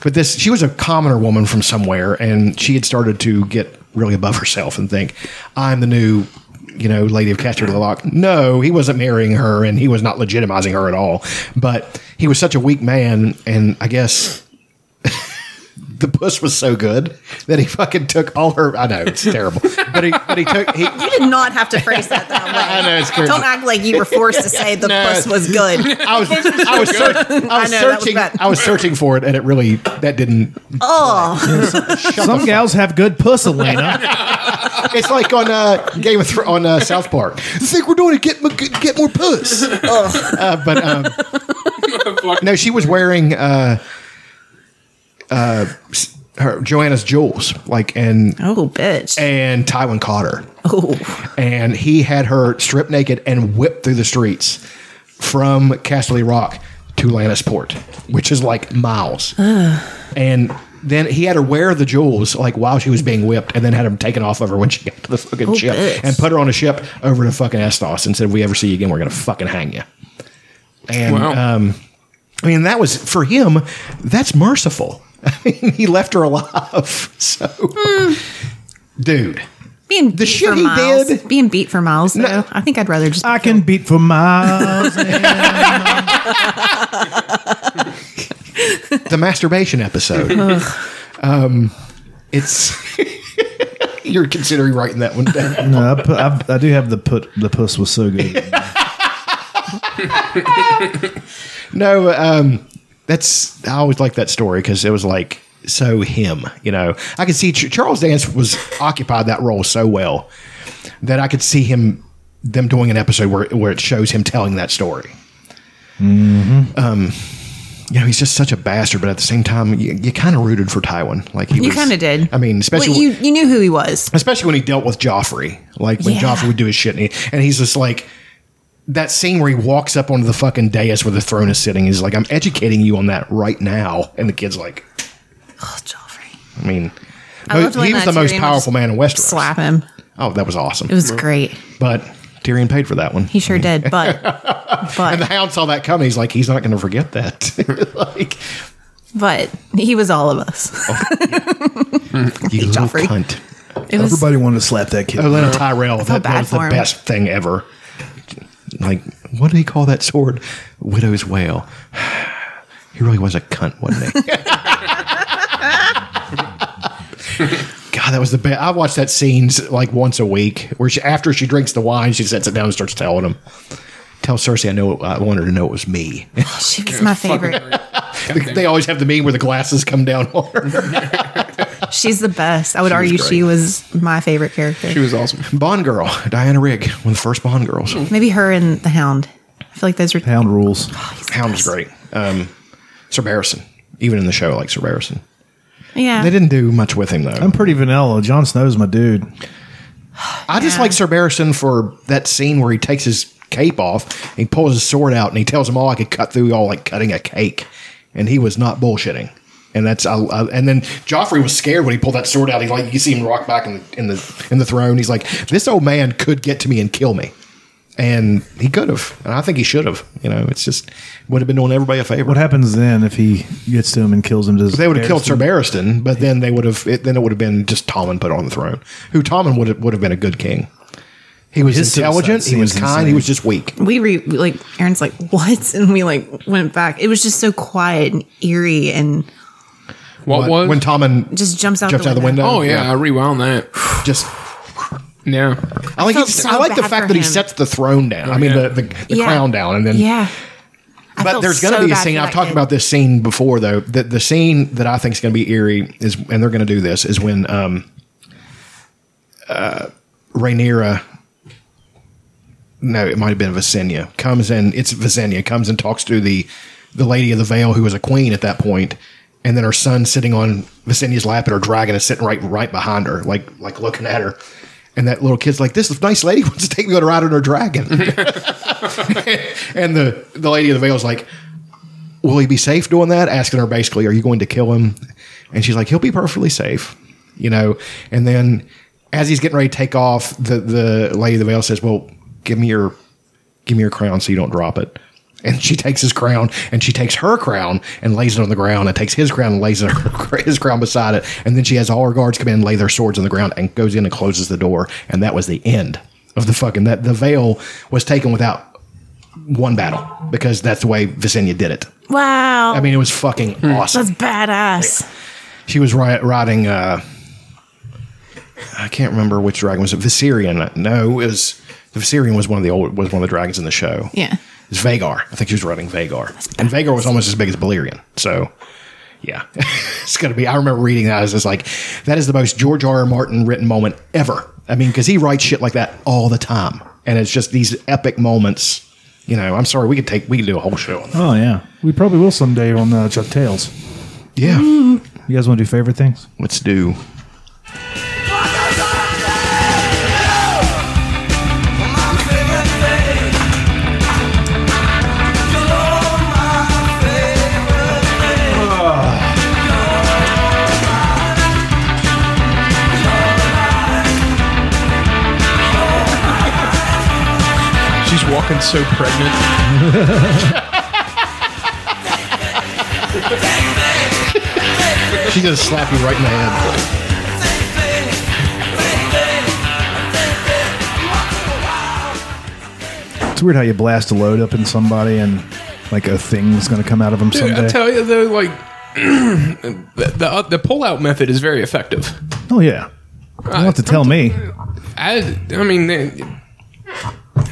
Speaker 3: but this she was a commoner woman from somewhere, and she had started to get really above herself and think, "I'm the new." You know, Lady of Caster Lock. No, he wasn't marrying her and he was not legitimizing her at all. But he was such a weak man, and I guess the puss was so good that he fucking took all her. I know it's terrible, but he but he took he.
Speaker 1: You did not have to phrase that that way.
Speaker 3: I know it's crazy.
Speaker 1: Don't act like you were forced to say the
Speaker 3: No.
Speaker 1: puss was good.
Speaker 3: I was I was, search, I
Speaker 1: know,
Speaker 3: was
Speaker 1: that was
Speaker 3: searching
Speaker 1: bad.
Speaker 3: I was searching for it and it really that didn't
Speaker 1: Oh,
Speaker 4: Some gals have good puss, Elena.
Speaker 3: it's like on uh, Game of Thro- on uh, South Park. You think we're doing to get m- get get more puss? Uh, but um, no, she was wearing uh, uh, s- her Joanna's jewels, like and
Speaker 11: oh bitch,
Speaker 3: and Tywin caught her.
Speaker 11: Oh,
Speaker 3: and he had her stripped naked and whipped through the streets from Casterly Rock to Lannisport, which is like miles.
Speaker 11: Ah.
Speaker 3: And then he had her wear the jewels like while she was being whipped, and then had them taken off of her when she got to the fucking
Speaker 11: Oh,
Speaker 3: ship,
Speaker 11: bitch.
Speaker 3: and put her on a ship over to fucking Estos, and said, "If we ever see you again, we're gonna fucking hang you." And
Speaker 2: Wow.
Speaker 3: um, I mean, that was for him. That's merciful. I mean, he left her alive. So, dude,
Speaker 1: Being beat
Speaker 3: shit
Speaker 1: for
Speaker 3: he
Speaker 1: miles. Being beat for miles, though. I think I'd rather just.
Speaker 4: I can beat for miles.
Speaker 3: the masturbation episode.
Speaker 1: Ugh.
Speaker 3: um, it's you're considering writing that one down.
Speaker 4: no, I, put, I, I do have the put. The puss was so good.
Speaker 3: No, um, that's I always like that story because it was like so him. You know, I could see Ch- Charles Dance was occupied that role so well that I could see him them doing an episode where where it shows him telling that story.
Speaker 1: Mm-hmm.
Speaker 3: Um, you know, he's just such a bastard, but at the same time, you, you kind of rooted for Tywin. Like he
Speaker 1: You
Speaker 3: was-
Speaker 1: kinda did.
Speaker 3: I mean, especially
Speaker 1: Well, you, you knew who he was.
Speaker 3: especially when he dealt with Joffrey. Like when
Speaker 1: Yeah.
Speaker 3: Joffrey would do his shit, and, he, and he's just like that scene where he walks up onto the fucking dais where the throne is sitting. He's like, "I'm educating you on that right now," and the kid's like, "Oh, Joffrey." I mean,
Speaker 1: I
Speaker 3: no,
Speaker 1: loved when uh,
Speaker 3: he was the
Speaker 1: Tyrion
Speaker 3: most
Speaker 1: would
Speaker 3: powerful man in Westeros.
Speaker 1: Slap him.
Speaker 3: Oh, that was awesome.
Speaker 1: It was great.
Speaker 3: but Tyrion paid for that one.
Speaker 1: He sure did. But but
Speaker 3: and the Hound saw that coming. He's like, he's not going to forget that. like,
Speaker 1: but he was all of us.
Speaker 3: you little
Speaker 1: Joffrey.
Speaker 3: cunt.
Speaker 1: It was
Speaker 4: Everybody wanted to slap that kid.
Speaker 3: Olenna Oh, Tyrell.
Speaker 1: felt
Speaker 3: That,
Speaker 1: bad
Speaker 3: that was the
Speaker 1: for him.
Speaker 3: best thing ever. Like, what did he call that sword? Widow's Wail. He really was a cunt, wasn't he? God, that was the best. I watched that scenes like once a week, where she after she drinks the wine, she sets it down and starts telling him, "Tell Cersei I know. I want her to know it was me."
Speaker 1: she was my favorite.
Speaker 3: they always have the meme where the glasses come down on her.
Speaker 1: She's the best. I would
Speaker 3: She was
Speaker 1: argue she
Speaker 3: great.
Speaker 1: was my favorite character.
Speaker 2: She was awesome.
Speaker 3: Bond girl, Diana Rigg, one of the first Bond girls.
Speaker 1: Maybe her and the Hound. I feel like those were
Speaker 4: Hound rules.
Speaker 3: Hound was great. Um, Sir Barrison, even in the show, I like Sir Barrison.
Speaker 1: yeah.
Speaker 3: They didn't do much with him though.
Speaker 4: I'm pretty vanilla. Jon Snow's my dude.
Speaker 3: I just like Sir Barrison for that scene where he takes his cape off, he pulls his sword out, and he tells them all I could cut through y'all like cutting a cake, and he was not bullshitting. And that's I, I, and then Joffrey was scared when he pulled that sword out. He like you see him rock back in the in the in the throne. He's like, this old man could get to me and kill me, and he could have, and I think he should have. You know, it's just would have been doing everybody a favor.
Speaker 4: What happens then if he gets to him and kills him? Does
Speaker 3: They would have killed Sir
Speaker 4: Barristan-
Speaker 3: Barristan, but then they would have it, then it would have been just Tommen put on the throne. Who Tommen would have, would have been a good king. He was
Speaker 4: His
Speaker 3: intelligent.
Speaker 4: suicide
Speaker 3: He was
Speaker 4: scene's
Speaker 3: kind.
Speaker 4: insane.
Speaker 3: He was just weak.
Speaker 1: we re we, like Aaron's like what, and we like went back. It was just so quiet and eerie, and
Speaker 2: What
Speaker 3: When-
Speaker 2: was?
Speaker 3: when Tommen
Speaker 1: just jumps out,
Speaker 3: jumped
Speaker 1: the,
Speaker 3: out the window?
Speaker 2: oh yeah, I rewound that.
Speaker 3: just
Speaker 2: Yeah,
Speaker 3: I like.
Speaker 1: felt
Speaker 3: he's-
Speaker 1: so
Speaker 3: I like the
Speaker 1: bad
Speaker 3: fact
Speaker 1: for
Speaker 3: that he
Speaker 1: him.
Speaker 3: sets the throne down. I mean
Speaker 2: yeah.
Speaker 3: the the, the
Speaker 1: Yeah.
Speaker 3: crown down, and then
Speaker 1: Yeah, I
Speaker 3: But
Speaker 1: felt
Speaker 3: there's going to
Speaker 1: so
Speaker 3: be a
Speaker 1: bad
Speaker 3: scene.
Speaker 1: for
Speaker 3: I've
Speaker 1: that
Speaker 3: talked
Speaker 1: kid.
Speaker 3: about this scene before, though. The, the scene that I think is going to be eerie is, and they're going to do this, is when um, uh, Rhaenyra. No, it might have been Visenya comes in. It's Visenya comes and talks to the the lady of the veil who was a queen at that point, and then her son sitting on Visenya's lap, and her dragon is sitting right right behind her, like like looking at her. And that little kid's like, "This nice lady wants to take me on a ride on her dragon." and the the lady of the veil is like, will he be safe doing that? Asking her basically, are you going to kill him? And she's like, he'll be perfectly safe, you know. And then as he's getting ready to take off, the the lady of the veil says, well, give me your give me your crown so you don't drop it. And she takes his crown and she takes her crown and lays it on the ground and takes his crown and lays her, his crown beside it. And then she has all her guards come in, lay their swords on the ground, and goes in and closes the door. And that was the end of the fucking that the veil was taken without one battle because that's the way Visenya did it.
Speaker 1: Wow,
Speaker 3: I mean, it was fucking
Speaker 1: that's
Speaker 3: awesome.
Speaker 1: badass.
Speaker 3: She was ri- riding. Uh, I can't remember which dragon was it. Viserion. No, it was the Viserion was one of the old was one of the dragons in the show.
Speaker 1: Yeah.
Speaker 3: it's Vagar. I think she was riding Vagar, and Vagar was almost as big as Balerion. So Yeah, it's gonna be. I remember reading that. I was just like, that is the most George R. R. Martin written moment ever. I mean, because he writes shit like that all the time, and it's just these epic moments. You know, I'm sorry, we could take we could do a whole show on that.
Speaker 4: Oh yeah, we probably will someday on uh, Chuck Tales.
Speaker 3: Yeah.
Speaker 4: You guys want to do favorite things?
Speaker 3: Let's do.
Speaker 2: She's walking so pregnant.
Speaker 3: She's gonna slap you right in the head.
Speaker 4: It's weird how you blast a load up in somebody and like a thing's going to come out of them
Speaker 2: Dude, I
Speaker 4: someday.
Speaker 2: tell you though, like the the, uh, the pull out method is very effective.
Speaker 4: oh yeah, you don't have to tell me.
Speaker 2: I I mean, they-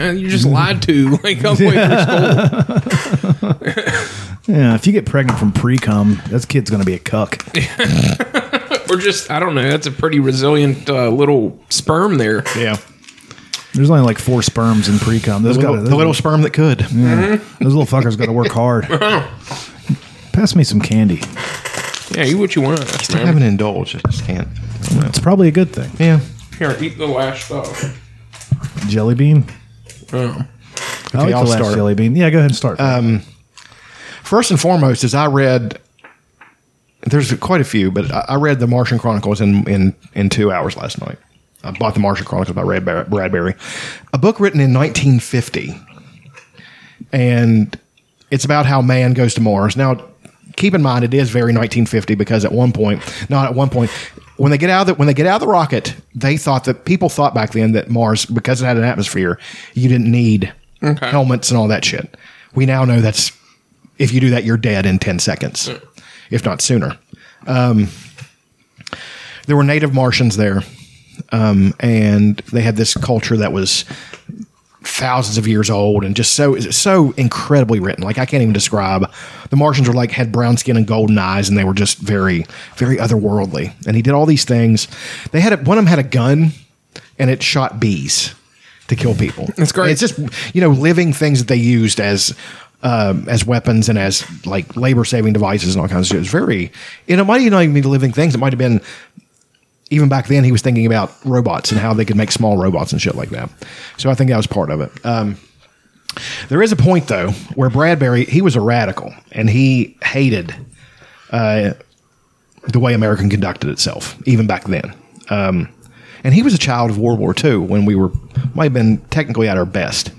Speaker 2: uh, you just lied to like all the way through school.
Speaker 4: Yeah, if you get pregnant from pre cum, that kid's going to be a cuck.
Speaker 2: or just I don't know. That's a pretty resilient uh, little sperm there.
Speaker 3: Yeah,
Speaker 4: There's only like four sperms in pre cum.
Speaker 3: The little, the little sperm that could.
Speaker 4: Yeah. Those little fuckers got to work hard. Pass me some candy.
Speaker 2: yeah. You what you want?
Speaker 3: I
Speaker 2: man.
Speaker 3: haven't indulged. I just can't.
Speaker 4: It's probably a good thing.
Speaker 3: Yeah.
Speaker 2: Here, eat the last stuff.
Speaker 4: Jelly bean.
Speaker 2: Oh.
Speaker 4: I like
Speaker 3: I'll
Speaker 4: the last
Speaker 3: start. Um,
Speaker 4: jelly bean. Yeah, go ahead and start.
Speaker 3: First and foremost, is I read. There's quite a few, but I I read the Martian Chronicles in in in two hours last night. I bought the Martian Chronicles by Ray Bar- Bradbury, a book written in 1950, and it's about how man goes to Mars. Now, keep in mind it is very 1950 because at one point, not at one point, when they get out of the, when they get out of the rocket, they thought that people thought back then that Mars because it had an atmosphere, you didn't need
Speaker 2: Okay.
Speaker 3: helmets and all that shit. We now know that's if you do that, you're dead in 10 seconds, if not sooner. Um, there were native Martians there, um, and they had this culture that was thousands of years old and just so so incredibly written. Like I can't even describe. The Martians were like had brown skin and golden eyes, and they were just very very otherworldly. And he did all these things. They had a, one of them had a gun, and it shot bees to kill people.
Speaker 2: That's great.
Speaker 3: It's just you know living things that they used as. Um, as weapons and as like labor saving devices and all kinds of shit. It was very, and it might even not even be living things. It might have been even back then he was thinking about robots and how they could make small robots and shit like that. So I think that was part of it. Um, there is a point though where Bradbury he was a radical and he hated uh, the way America conducted itself even back then. Um, and he was a child of World War II when we were might have been technically at our best.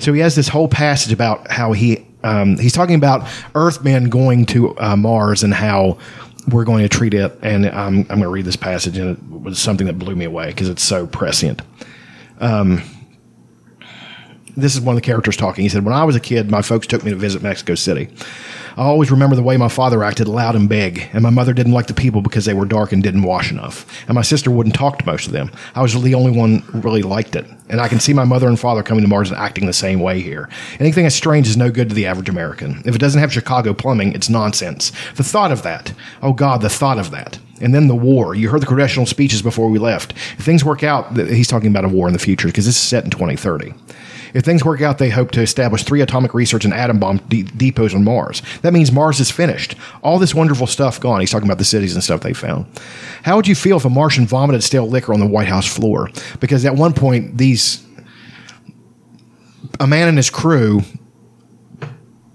Speaker 3: So he has this whole passage about how he um, he's talking about Earthmen going to uh, Mars and how we're going to treat it. And I'm I'm going to read this passage, and it was something that blew me away because it's so prescient. Um, this is one of the characters talking. He said, "When I was a kid, my folks took me to visit Mexico City. I always remember the way my father acted loud and big, and my mother didn't like the people because they were dark and didn't wash enough. And my sister wouldn't talk to most of them. I was the only one who really liked it. And I can see my mother and father coming to Mars and acting the same way here. Anything that's strange is no good to the average American. If it doesn't have Chicago plumbing, it's nonsense. The thought of that. Oh God, the thought of that. And then the war. You heard the congressional speeches before we left. If things work out, th- he's talking about a war in the future because this is set in 2030. If things work out, they hope to establish three atomic research and atom bomb de- depots on Mars. That means Mars is finished. All this wonderful stuff gone. He's talking about the cities and stuff they found. How would you feel if a Martian vomited stale liquor on the White House floor? Because at one point, these a man and his crew.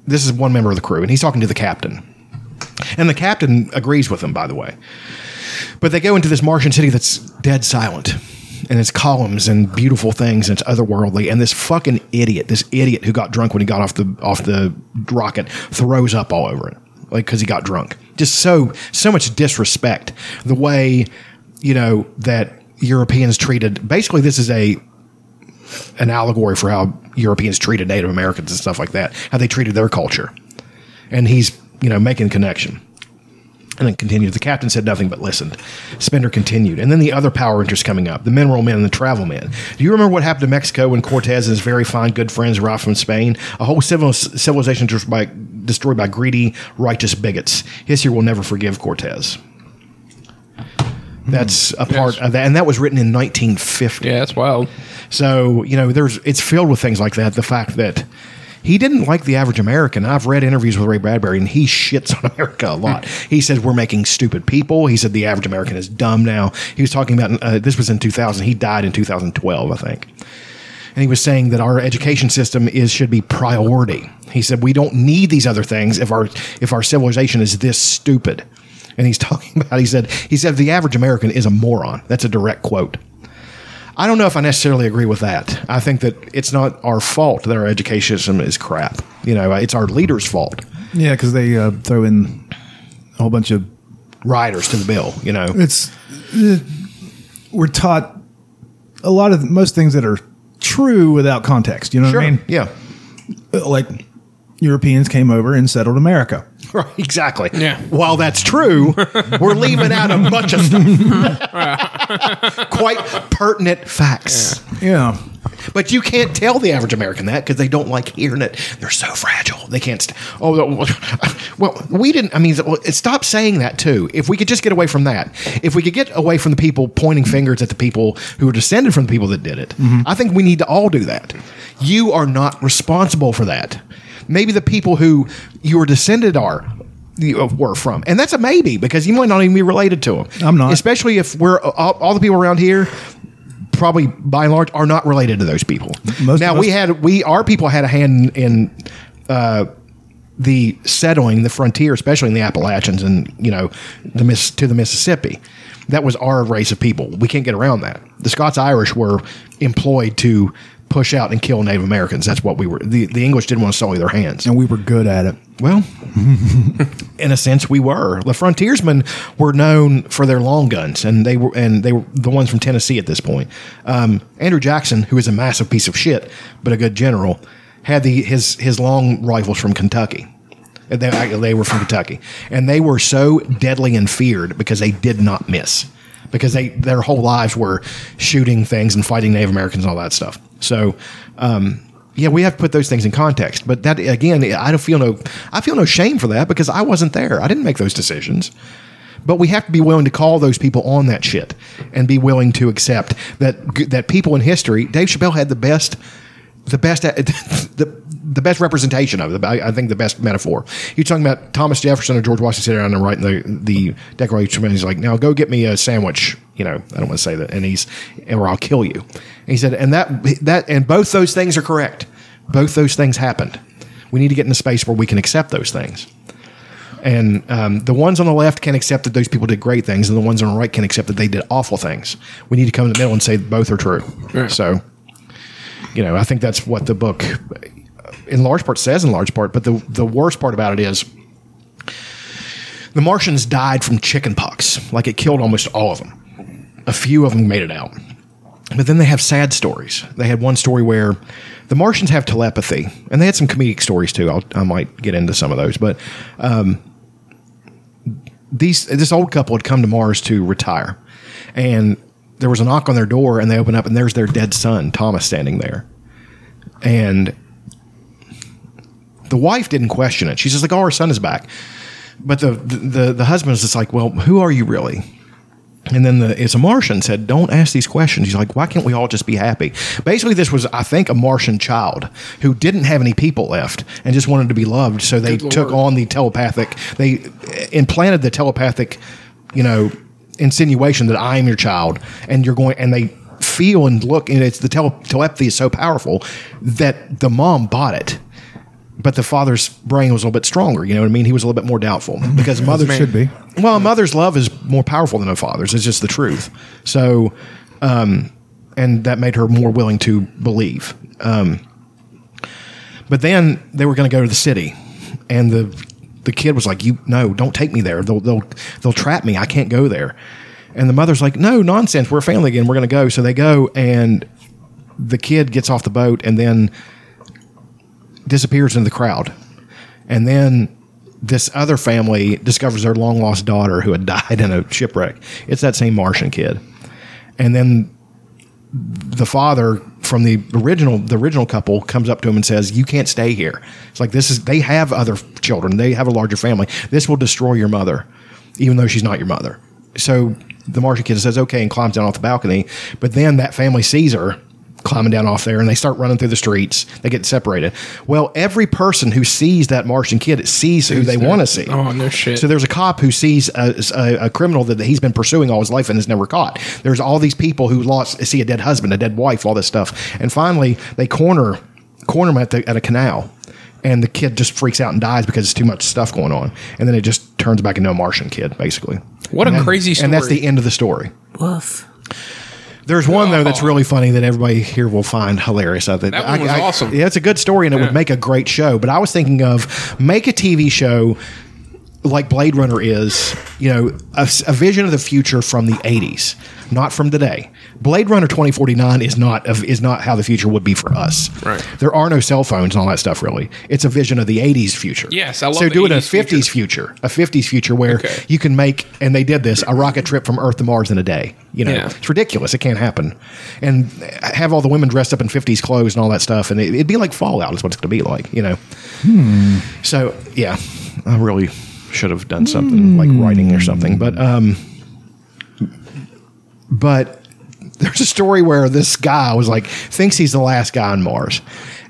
Speaker 3: This is one member of the crew, and he's talking to the captain. And the captain agrees with him, by the way. But they go into this Martian city that's dead silent. And it's columns and beautiful things and it's otherworldly. And this fucking idiot, this idiot who got drunk when he got off the off the rocket, throws up all over it. Like because he got drunk. Just so so much disrespect. The way, you know, that Europeans treated basically this is a an allegory for how Europeans treated Native Americans and stuff like that, how they treated their culture. And he's, you know, making a connection and then continued. The captain said nothing but listened. Spender continued. And then the other power interests coming up the mineral men and the travel men. Do you remember what happened to Mexico when Cortez and his very fine good friends arrived from Spain? A whole civil, civilization just by, destroyed by greedy, righteous bigots. History will never forgive Cortez. That's a part of that, and that was written in 1950.
Speaker 2: Yeah, that's wild.
Speaker 3: So you know, there's it's filled with things like that. The fact that he didn't like the average American. I've read interviews with Ray Bradbury, and he shits on America a lot. he says we're making stupid people. He said the average American is dumb now. He was talking about uh, this was in 2000. He died in 2012, I think and he was saying that our education system is should be priority. He said we don't need these other things if our if our civilization is this stupid. And he's talking about he said he said the average American is a moron. That's a direct quote. I don't know if I necessarily agree with that. I think that it's not our fault that our education system is crap. You know, it's our leaders' fault.
Speaker 4: Yeah, because they uh, throw in a whole bunch of
Speaker 3: riders to the bill. You know,
Speaker 4: it's eh, we're taught a lot of most things that are true without context. You know what I mean?
Speaker 3: Yeah.
Speaker 4: Like Europeans came over and settled America.
Speaker 3: Right, exactly. Yeah. While that's true, we're leaving out a bunch of stuff. Quite pertinent facts.
Speaker 4: Yeah.
Speaker 3: But you can't tell the average American that because they don't like hearing it. They're so fragile. They can't. St- oh, well, well, we didn't. I mean, well, stop saying that too. If we could just get away from that, if we could get away from the people pointing fingers at the people who are descended from the people that did it,
Speaker 4: Mm-hmm.
Speaker 3: I think we need to all do that. You are not responsible for that. Maybe the people who you are descended are. you- uh, Were from, and that's a maybe because you might not even be related to them.
Speaker 4: I'm not.
Speaker 3: especially if we're uh, all, all the people around here probably by and large are not related to those people.
Speaker 4: Most
Speaker 3: now
Speaker 4: of us-
Speaker 3: we had we our people had a hand in uh, the settling the frontier, especially in the Appalachians and you know the miss to the Mississippi. That was our race of people. We can't get around that. The Scots Irish were employed to push out and kill Native Americans. That's what we were. The, the English didn't want to sully their hands.
Speaker 4: And we were good at it.
Speaker 3: Well, in a sense, we were. The frontiersmen were known for their long guns, and they were and they were the ones from Tennessee at this point. Um, Andrew Jackson, who is a massive piece of shit but a good general, had the his his long rifles from Kentucky. And They, they were from Kentucky, and they were so deadly and feared because they did not miss, because they their whole lives were shooting things and fighting Native Americans and all that stuff. So, um, yeah, we have to put those things in context. But that again, I don't feel no, I feel no shame for that because I wasn't there. I didn't make those decisions. But we have to be willing to call those people on that shit and be willing to accept that that people in history. Dave Chappelle had the best, the best, the the best representation of it. I, I think the best metaphor. You're talking about Thomas Jefferson or George Washington sitting down and writing the the Declaration. And he's like, "Now go get me a sandwich." You know, I don't want to say that. And he's, or I'll kill you. And he said, and that that and both those things are correct. Both those things happened. We need to get in a space where we can accept those things. And um, the ones on the left can accept that those people did great things, and the ones on the right can accept that they did awful things. We need to come to the middle and say that both are true. So, you know, I think that's what the book, uh, in large part, says. In large part, but the the worst part about it is the Martians died from chicken pox. Like it killed almost all of them. A few of them made it out. But then they have sad stories. They had one story where the Martians have telepathy, and they had some comedic stories too. I'll, I might get into some of those. But um, these this old couple had come to Mars to retire, and there was a knock on their door, and they open up, and there's their dead son, Thomas, standing there, and the wife didn't question it. She's just like, "Oh, our son is back," but the the the, the husband's just like, "Well, who are you really?" And then the, it's a Martian said, "Don't ask these questions." He's like, "Why can't we all just be happy?" Basically, this was, I think, a Martian child who didn't have any people left and just wanted to be loved. So they
Speaker 2: Good
Speaker 3: took
Speaker 2: Lord.
Speaker 3: on the telepathic, they implanted the telepathic, you know, insinuation that I am your child, and you're going, and they feel and look, and it's the tele- telepathy is so powerful that the mom bought it but the father's brain was a little bit stronger. You know what I mean? He was a little bit more doubtful because a mother's
Speaker 4: Mm-hmm. should be.
Speaker 3: Well, a mother's love is more powerful than a father's. It's just the truth. So, um, and that made her more willing to believe. Um, but then they were going to go to the city, and the the kid was like, "You no, don't take me there. They'll they'll they'll trap me. I can't go there." And the mother's like, "No nonsense. We're a family again. We're going to go." So they go, and the kid gets off the boat, and then disappears into the crowd. And then this other family discovers their long lost daughter who had died in a shipwreck. It's that same Martian kid. And then the father from the original the original couple comes up to him and says, "You can't stay here." It's like this is they have other children, they have a larger family. This will destroy your mother, even though she's not your mother. So the Martian kid says, "Okay," and climbs down off the balcony. But then that family sees her climbing down off there and they start running through the streets. They get separated. Well, every person who sees that Martian kid sees who they want to see.
Speaker 2: Oh, no shit.
Speaker 3: So there's a cop who sees a, a, a criminal that, that he's been pursuing all his life and is never caught. There's all these people who lost see a dead husband, a dead wife, all this stuff, and finally they corner corner him at, the, at a canal, and the kid just freaks out and dies because it's too much stuff going on, and then it just turns back into a Martian kid, basically.
Speaker 2: What a
Speaker 3: And that-
Speaker 2: crazy
Speaker 3: And that's
Speaker 2: story.
Speaker 3: the end of the story.
Speaker 11: Woof.
Speaker 3: There's one though that's really funny that everybody here will find hilarious. I think
Speaker 2: Oh. That one was
Speaker 3: I- I-
Speaker 2: awesome.
Speaker 3: Yeah, it's a good story and it
Speaker 2: Yeah.
Speaker 3: would make a great show. But I was thinking of make a TV show like Blade Runner is, you know, a, s- a vision of the future from the 80s, not from today. Blade Runner 2049 is not of, is not how the future would be for us.
Speaker 2: Right.
Speaker 3: There are no cell phones and all that stuff really. It's a vision of the 80s future.
Speaker 2: Yes, I love
Speaker 3: So
Speaker 2: the
Speaker 3: do it in a
Speaker 2: 80s future.
Speaker 3: 50s future, a 50s future where
Speaker 2: Okay.
Speaker 3: you can make and they did this, a rocket trip from Earth to Mars in a day, you know.
Speaker 2: Yeah.
Speaker 3: It's ridiculous. It can't happen. And have all the women dressed up in 50s clothes and all that stuff. And it, it'd be like Fallout, is what it's going to be like, you know? So, yeah, I really should have done something like writing or something. But, um, but there's a story where this guy was like, thinks he's the last guy on Mars.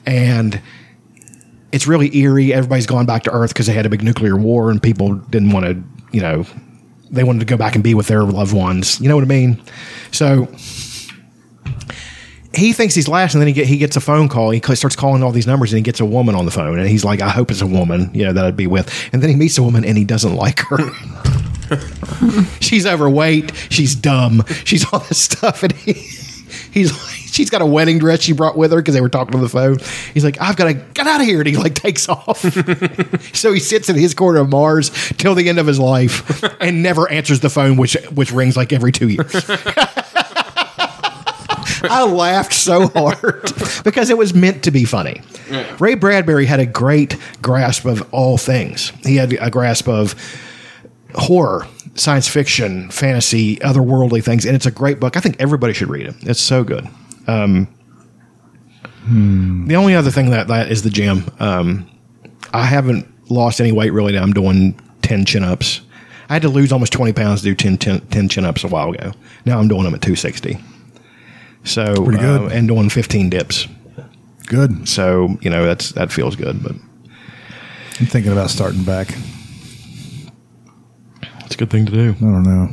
Speaker 3: And, it's really eerie. Everybody's gone back to Earth because they had a big nuclear war and people didn't want to, you know, they wanted to go back and be with their loved ones. You know what I mean? So he thinks he's last, and then he get, he gets a phone call. He cl- starts calling all these numbers, and he gets a woman on the phone, and he's like, "I hope it's a woman, you know, that I'd be with." And then he meets a woman, and he doesn't like her. she's overweight. She's dumb. She's all this stuff, and he, he's like, she's got a wedding dress she brought with her because they were talking on the phone. He's like, "I've got to get out of here," and he like takes off. so he sits in his corner of Mars till the end of his life, and never answers the phone, which which rings like every two years. I laughed so hard because it was meant to be funny.
Speaker 5: Yeah.
Speaker 3: Ray Bradbury had a great grasp of all things. He had a grasp of horror, science fiction, fantasy, otherworldly things, and it's a great book. I think everybody should read it. It's so good. Um, The only other thing that that is the gym. Um, I haven't lost any weight really. Now I'm doing ten chin ups. I had to lose almost twenty pounds to do 10, 10, 10 chin ups a while ago. Now I'm doing them at two sixty. So
Speaker 4: Pretty good.
Speaker 3: uh, and doing fifteen dips. Good. So you know that's that feels good, but
Speaker 4: I'm thinking about starting back.
Speaker 3: It's a good thing to do. I
Speaker 4: don't know.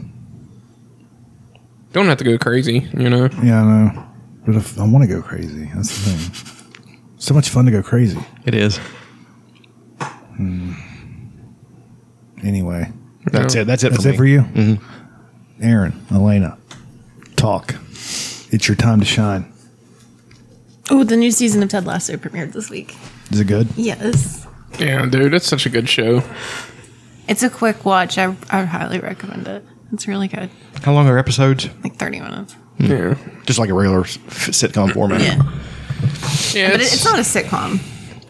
Speaker 2: Don't have to go crazy, you know.
Speaker 4: Yeah, I know. But if I want to go crazy, that's the thing. So much fun to go crazy.
Speaker 3: It is.
Speaker 4: Anyway,
Speaker 3: That's it. That's it
Speaker 4: That's
Speaker 3: for
Speaker 4: it
Speaker 3: me. Mm-hmm.
Speaker 4: for you, Aaron, Elena. Talk. It's your time to shine.
Speaker 11: Oh, the new season of Ted Lasso premiered this week.
Speaker 4: Is it good?
Speaker 11: Yes.
Speaker 2: Yeah, dude, that's such a good show.
Speaker 11: It's a quick watch. I, I highly recommend it. It's really good.
Speaker 3: How long are episodes?
Speaker 11: Like 30 minutes.
Speaker 3: Hmm.
Speaker 2: Yeah,
Speaker 3: just like a regular s- sitcom format.
Speaker 11: Yeah.
Speaker 2: Yeah,
Speaker 11: but
Speaker 2: it's-
Speaker 11: it's, it's not a sitcom.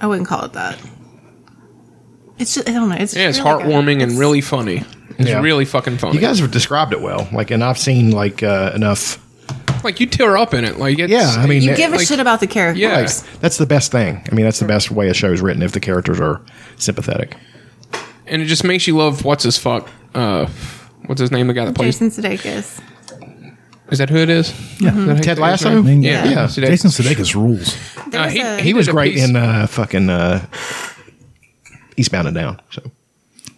Speaker 11: I wouldn't call it that. It's just, I don't know. It's
Speaker 2: Yeah, it's
Speaker 11: really good.
Speaker 2: heartwarming and really funny. It's
Speaker 3: Yeah.
Speaker 2: really fucking funny.
Speaker 3: You guys have described it well, like, and I've seen like uh, enough.
Speaker 2: like you tear up in it. Like it's,
Speaker 3: Yeah, I mean,
Speaker 11: You
Speaker 3: it-
Speaker 11: give a
Speaker 2: like-
Speaker 11: shit about the characters.
Speaker 2: Yeah.
Speaker 3: like, that's the best thing. I mean, that's the best way a show's written if the characters are sympathetic.
Speaker 2: and it just makes you love what's his fuck. Uh, what's his name? The guy that plays.
Speaker 11: Jason Sudeikis.
Speaker 2: Is that who it is?
Speaker 4: Yeah,
Speaker 2: Is that
Speaker 3: Ted
Speaker 2: who it is,
Speaker 3: Lasso?
Speaker 2: right?
Speaker 3: I mean,
Speaker 2: yeah,
Speaker 3: yeah. Yeah.
Speaker 2: Sudeikis.
Speaker 4: Jason Sudeikis rules.
Speaker 11: There
Speaker 2: Uh,
Speaker 11: was
Speaker 2: he-
Speaker 11: a-
Speaker 3: He was
Speaker 2: did a
Speaker 3: great
Speaker 2: piece-
Speaker 3: in uh, fucking uh, Eastbound and Down. So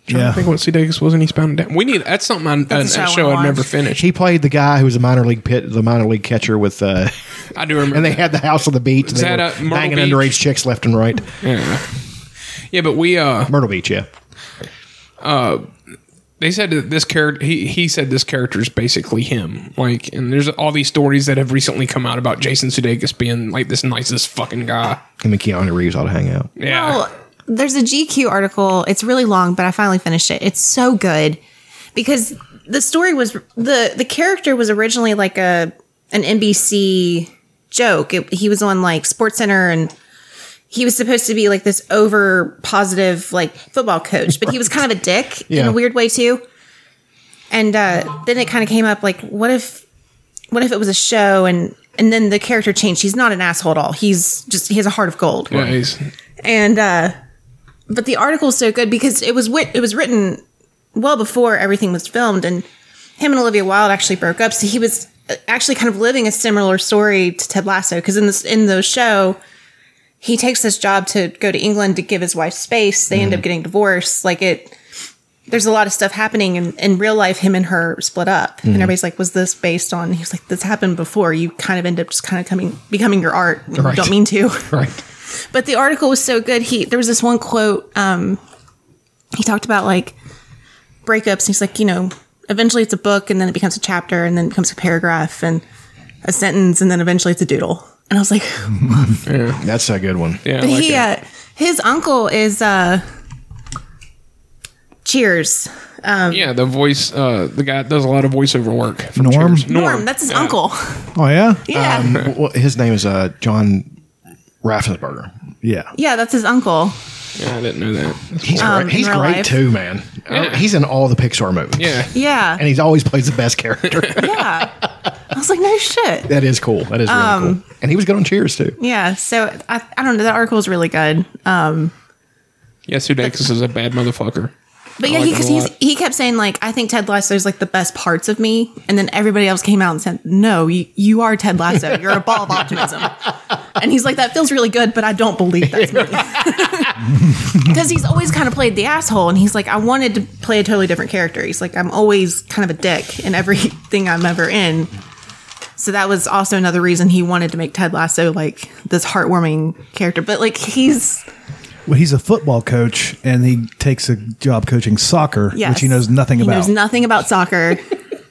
Speaker 2: trying
Speaker 4: Yeah.
Speaker 2: to think what Sudeikis was in Eastbound and Down. We need that's something. I,
Speaker 11: That's a
Speaker 2: uh,
Speaker 11: show I
Speaker 2: show
Speaker 11: wanna
Speaker 2: I've never
Speaker 11: watch.
Speaker 2: finished.
Speaker 3: he played the guy who was a minor league pit, the minor league catcher with. Uh,
Speaker 2: I do remember.
Speaker 3: and they had the house on the beach.
Speaker 2: Is
Speaker 3: They
Speaker 2: that,
Speaker 3: were
Speaker 2: uh, Myrtle
Speaker 3: banging
Speaker 2: Beach?
Speaker 3: underage chicks left and right.
Speaker 2: Yeah. Yeah, but we uh
Speaker 3: Myrtle Beach, yeah.
Speaker 2: Uh they said that this character he he said this character is basically him. Like and there's all these stories that have recently come out about Jason Sudeikis being like this nicest fucking guy.
Speaker 3: Him and Keanu Reeves ought to hang out.
Speaker 2: Yeah.
Speaker 11: Well, there's a GQ article. It's really long, but I finally finished it. It's so good because the story was the the character was originally like a an NBC joke. It, he was on like Sports Center and he was supposed to be like this over positive like football coach, but he was kind of a dick in
Speaker 3: Yeah.
Speaker 11: a weird way too. And uh, then it kind of came up like, what if, what if it was a show and
Speaker 1: and then the character changed. He's not an asshole at all. He's just he has a heart of gold.
Speaker 2: Yeah, he's-
Speaker 1: And uh but the article's so good because it was wit- it was written well before everything was filmed and him and Olivia Wilde actually broke up. So he was uh, actually kind of living a similar story to Ted Lasso because in this in the show he takes this job to go to England to give his wife space. They end up getting divorced. Like it there's a lot of stuff happening in, in real life him and her split up
Speaker 12: Mhm.
Speaker 1: and everybody's like was this based on he was like this happened before you kind of end up just kind of coming becoming your art when
Speaker 12: Right.
Speaker 1: you don't mean to
Speaker 2: right
Speaker 1: but the article was so good he there was this one quote um he talked about like breakups and he's like you know eventually it's a book and then it becomes a chapter and then it becomes a paragraph and a sentence and then eventually it's a doodle and i was like
Speaker 3: That's a good one.
Speaker 2: Yeah,
Speaker 1: but he, uh, his uncle is uh, Cheers. Um,
Speaker 2: yeah, the voice, uh, the guy that does a lot of voiceover work. for
Speaker 3: Norm?
Speaker 2: Cheers.
Speaker 1: Norm, Um, that's his uncle.
Speaker 3: Oh yeah,
Speaker 1: Yeah.
Speaker 3: Um, w- w- his name is uh, John Raffensberger. Yeah,
Speaker 1: Yeah, that's his uncle.
Speaker 2: yeah, I didn't know that.
Speaker 3: he's
Speaker 1: Um,
Speaker 3: great. He's
Speaker 1: in real
Speaker 3: great
Speaker 1: life.
Speaker 3: too, man. Uh,
Speaker 1: Yeah.
Speaker 3: He's in all the Pixar movies.
Speaker 2: Yeah,
Speaker 1: Yeah.
Speaker 3: and he's always plays the best character.
Speaker 1: yeah. I was like, no shit.
Speaker 3: that is cool. That is really
Speaker 1: Um,
Speaker 3: cool. And he was good on Cheers too.
Speaker 1: Yeah. So I, I don't know. That article was really good. Um,
Speaker 2: Yeah, Sudeikis is a bad motherfucker.
Speaker 1: but
Speaker 2: I
Speaker 1: yeah,
Speaker 2: like
Speaker 1: he,
Speaker 2: him
Speaker 1: cause
Speaker 2: a
Speaker 1: he's,
Speaker 2: lot.
Speaker 1: he kept saying like, I think Ted Lasso's like the best parts of me. And then everybody else came out and said, no, you, you are Ted Lasso. You're a ball of optimism. and he's like, that feels really good, but I don't believe that's me. Because he's always kind of played the asshole. And he's like, I wanted to play a totally different character. He's like, I'm always kind of a dick in everything I'm ever in. So that was also another reason he wanted to make Ted Lasso like this heartwarming character. But like, he's.
Speaker 4: Well, he's a football coach, and he takes a job coaching soccer,
Speaker 1: Yes.
Speaker 4: which he knows nothing
Speaker 1: He
Speaker 4: about.
Speaker 1: knows nothing about soccer. the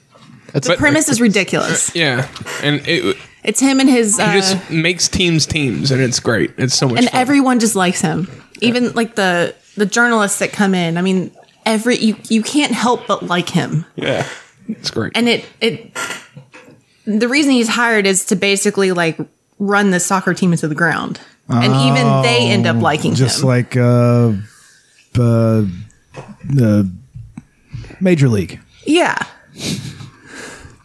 Speaker 2: But-
Speaker 1: premise is ridiculous.
Speaker 2: Yeah, and it
Speaker 1: It's him and his,
Speaker 2: he
Speaker 1: uh,
Speaker 2: just makes teams teams, and it's great. It's so much.
Speaker 1: and
Speaker 2: fun.
Speaker 1: everyone just likes him. Even like the the journalists that come in. I mean, every you you can't help but like him.
Speaker 2: yeah, it's great.
Speaker 1: And it it the reason he's hired is to basically like run the soccer team into the ground, and even they end
Speaker 2: Oh,
Speaker 1: up liking
Speaker 4: just
Speaker 1: him.
Speaker 4: like uh, uh, uh, Major League.
Speaker 1: yeah,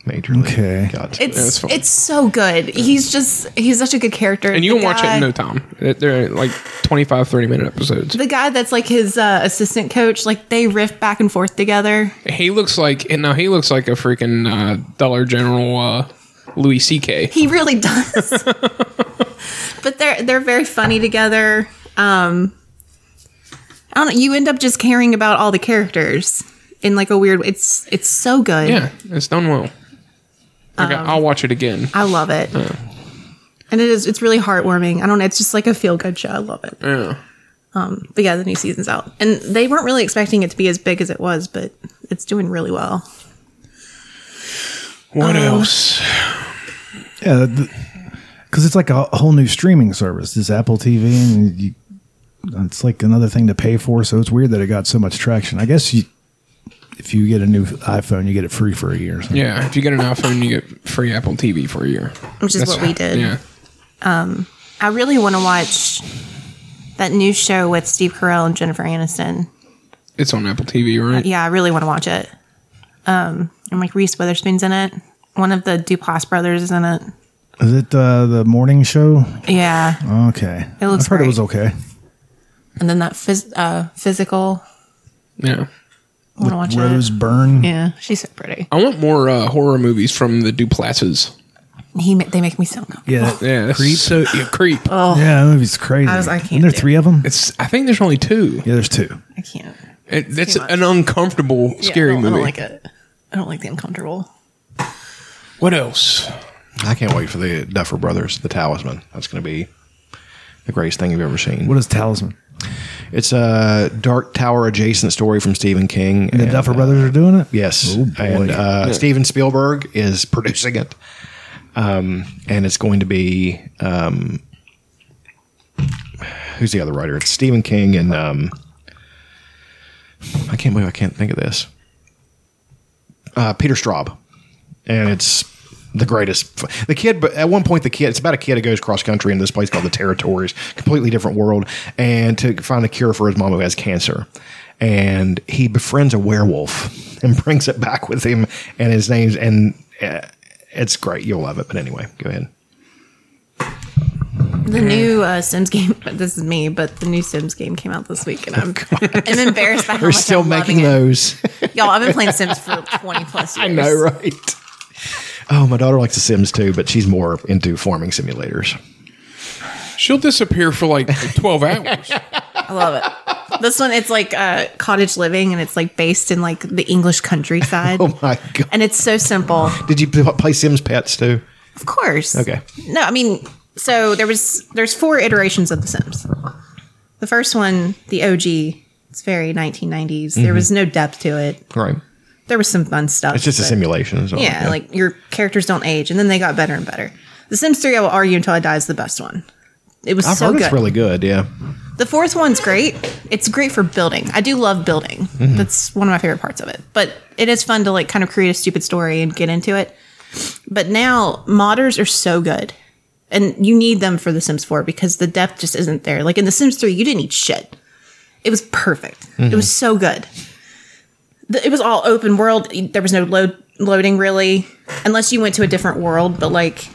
Speaker 3: Major League.
Speaker 4: Okay,
Speaker 1: it's it's so good. He's just he's such a good character.
Speaker 2: and you
Speaker 1: The
Speaker 2: can watch it
Speaker 1: guy-
Speaker 2: in no time. It- They're like 25, 30 minute episodes.
Speaker 1: The guy that's like his uh, assistant coach, like they riff back and forth together.
Speaker 2: He looks like and now he looks like a freaking uh, Dollar General uh, Louis C.K.
Speaker 1: He really does. but they're they're very funny together. Um I don't know, you end up just caring about all the characters in like a weird way. It's it's so good.
Speaker 2: Yeah, it's done well. I got-
Speaker 1: Um,
Speaker 2: I'll watch it again.
Speaker 1: I love it.
Speaker 2: Yeah.
Speaker 1: And it is it's really heartwarming. I don't know, it's just like a feel good show. I love it.
Speaker 2: Yeah.
Speaker 1: Um but yeah, the new season's out. And they weren't really expecting it to be as big as it was, but it's doing really well.
Speaker 2: What else?
Speaker 4: Yeah, because Uh, it's like a whole new streaming service. This Apple TV, and you, it's like another thing to pay for. So it's weird that it got so much traction. I guess you, if you get a new iPhone, you get it free for a year. or something.
Speaker 2: Yeah, if you get an iPhone, you get free Apple TV for a year,
Speaker 1: Which is what we did.
Speaker 2: Yeah,
Speaker 1: Um I really want to watch that new show with Steve Carell and Jennifer Aniston.
Speaker 2: it's on Apple TV, right?
Speaker 1: Yeah, I really want to watch it. Um, and like Reese Witherspoon's in it. One of the Duplass brothers is in it.
Speaker 4: Is it uh, the morning show?
Speaker 1: Yeah,
Speaker 4: Okay,
Speaker 1: It looks
Speaker 4: I've heard
Speaker 1: great.
Speaker 4: it was okay.
Speaker 1: and then that phys- uh, physical.
Speaker 2: Yeah.
Speaker 1: I want to watch
Speaker 4: Rose
Speaker 1: that.
Speaker 4: Byrne.
Speaker 1: Yeah, she's so pretty.
Speaker 2: I want more uh, horror movies from the Duplasses.
Speaker 1: He ma- they make me so uncomfortable.
Speaker 4: Yeah,
Speaker 2: Yeah, that's So, yeah, creep.
Speaker 1: Oh,
Speaker 4: yeah, that movie's crazy.
Speaker 1: I was- I
Speaker 4: Isn't
Speaker 1: can't
Speaker 4: there
Speaker 1: do
Speaker 4: three of them?
Speaker 2: It's I think there's only two.
Speaker 4: Yeah, there's two.
Speaker 1: I can't.
Speaker 2: It, that's an uncomfortable,
Speaker 1: Yeah,
Speaker 2: scary
Speaker 1: I don't,
Speaker 2: movie.
Speaker 1: I don't like it. I don't like the uncomfortable.
Speaker 2: What else?
Speaker 3: I can't wait for the Duffer Brothers, the Talisman. That's going to be the greatest thing you've ever seen.
Speaker 4: What is Talisman?
Speaker 3: It's a dark tower adjacent story from Stephen King.
Speaker 4: And the
Speaker 3: and,
Speaker 4: Duffer
Speaker 3: uh,
Speaker 4: Brothers are doing it.
Speaker 3: Yes,
Speaker 4: Oh, boy.
Speaker 3: and uh,
Speaker 4: Yeah.
Speaker 3: Steven Spielberg is producing it, um, and it's going to be um, who's the other writer? It's Stephen King and um, I can't believe I can't think of this. Uh, Peter Straub, and it's the greatest. The kid, but at one point, the kid. It's about a kid who goes cross country in this place called the Territories, completely different world, and to find a cure for his mom who has cancer. And he befriends a werewolf and brings it back with him, and his name's and uh, it's great. You'll love it. But anyway, go ahead.
Speaker 1: The new uh, Sims game. This is me, but the new Sims game came out this week, and I'm, I'm embarrassed by how
Speaker 3: Oh, We're
Speaker 1: much
Speaker 3: still
Speaker 1: I'm
Speaker 3: making
Speaker 1: loving
Speaker 3: those.
Speaker 1: it. Y'all, I've been playing Sims for 20 plus years.
Speaker 3: I know, right? Oh, my daughter likes The Sims too, but she's more into farming simulators.
Speaker 2: She'll disappear for like 12 hours.
Speaker 1: I love it. This one, it's like uh, cottage living, and it's like based in like the English countryside.
Speaker 3: Oh my god!
Speaker 1: And it's so simple.
Speaker 3: Did you pl- play Sims Pets too?
Speaker 1: Of course.
Speaker 3: Okay.
Speaker 1: No, I mean, so there was there's four iterations of The Sims. The first one, the OG, it's very 1990s. There was
Speaker 3: Mhm.
Speaker 1: no depth to it.
Speaker 3: Right.
Speaker 1: There was some fun stuff.
Speaker 3: It's just a
Speaker 1: but-
Speaker 3: simulation. is all.
Speaker 1: yeah, like your characters don't age, and then they got better and better. The Sims 3, I will argue until I die, is the best one. It was
Speaker 3: I've
Speaker 1: so
Speaker 3: heard
Speaker 1: good.
Speaker 3: it's really good. Yeah.
Speaker 1: The fourth one's great. It's great for building. I do love building.
Speaker 3: Mhm.
Speaker 1: That's one of my favorite parts of it. But it is fun to like kind of create a stupid story and get into it. But now modders are so good. And you need them for The Sims 4 because the depth just isn't there. Like in The Sims 3, you didn't need shit. It was perfect. It was
Speaker 11: Mhm.
Speaker 1: so good. The- it was all open world. There was no load loading really, unless you went to a different world. But like,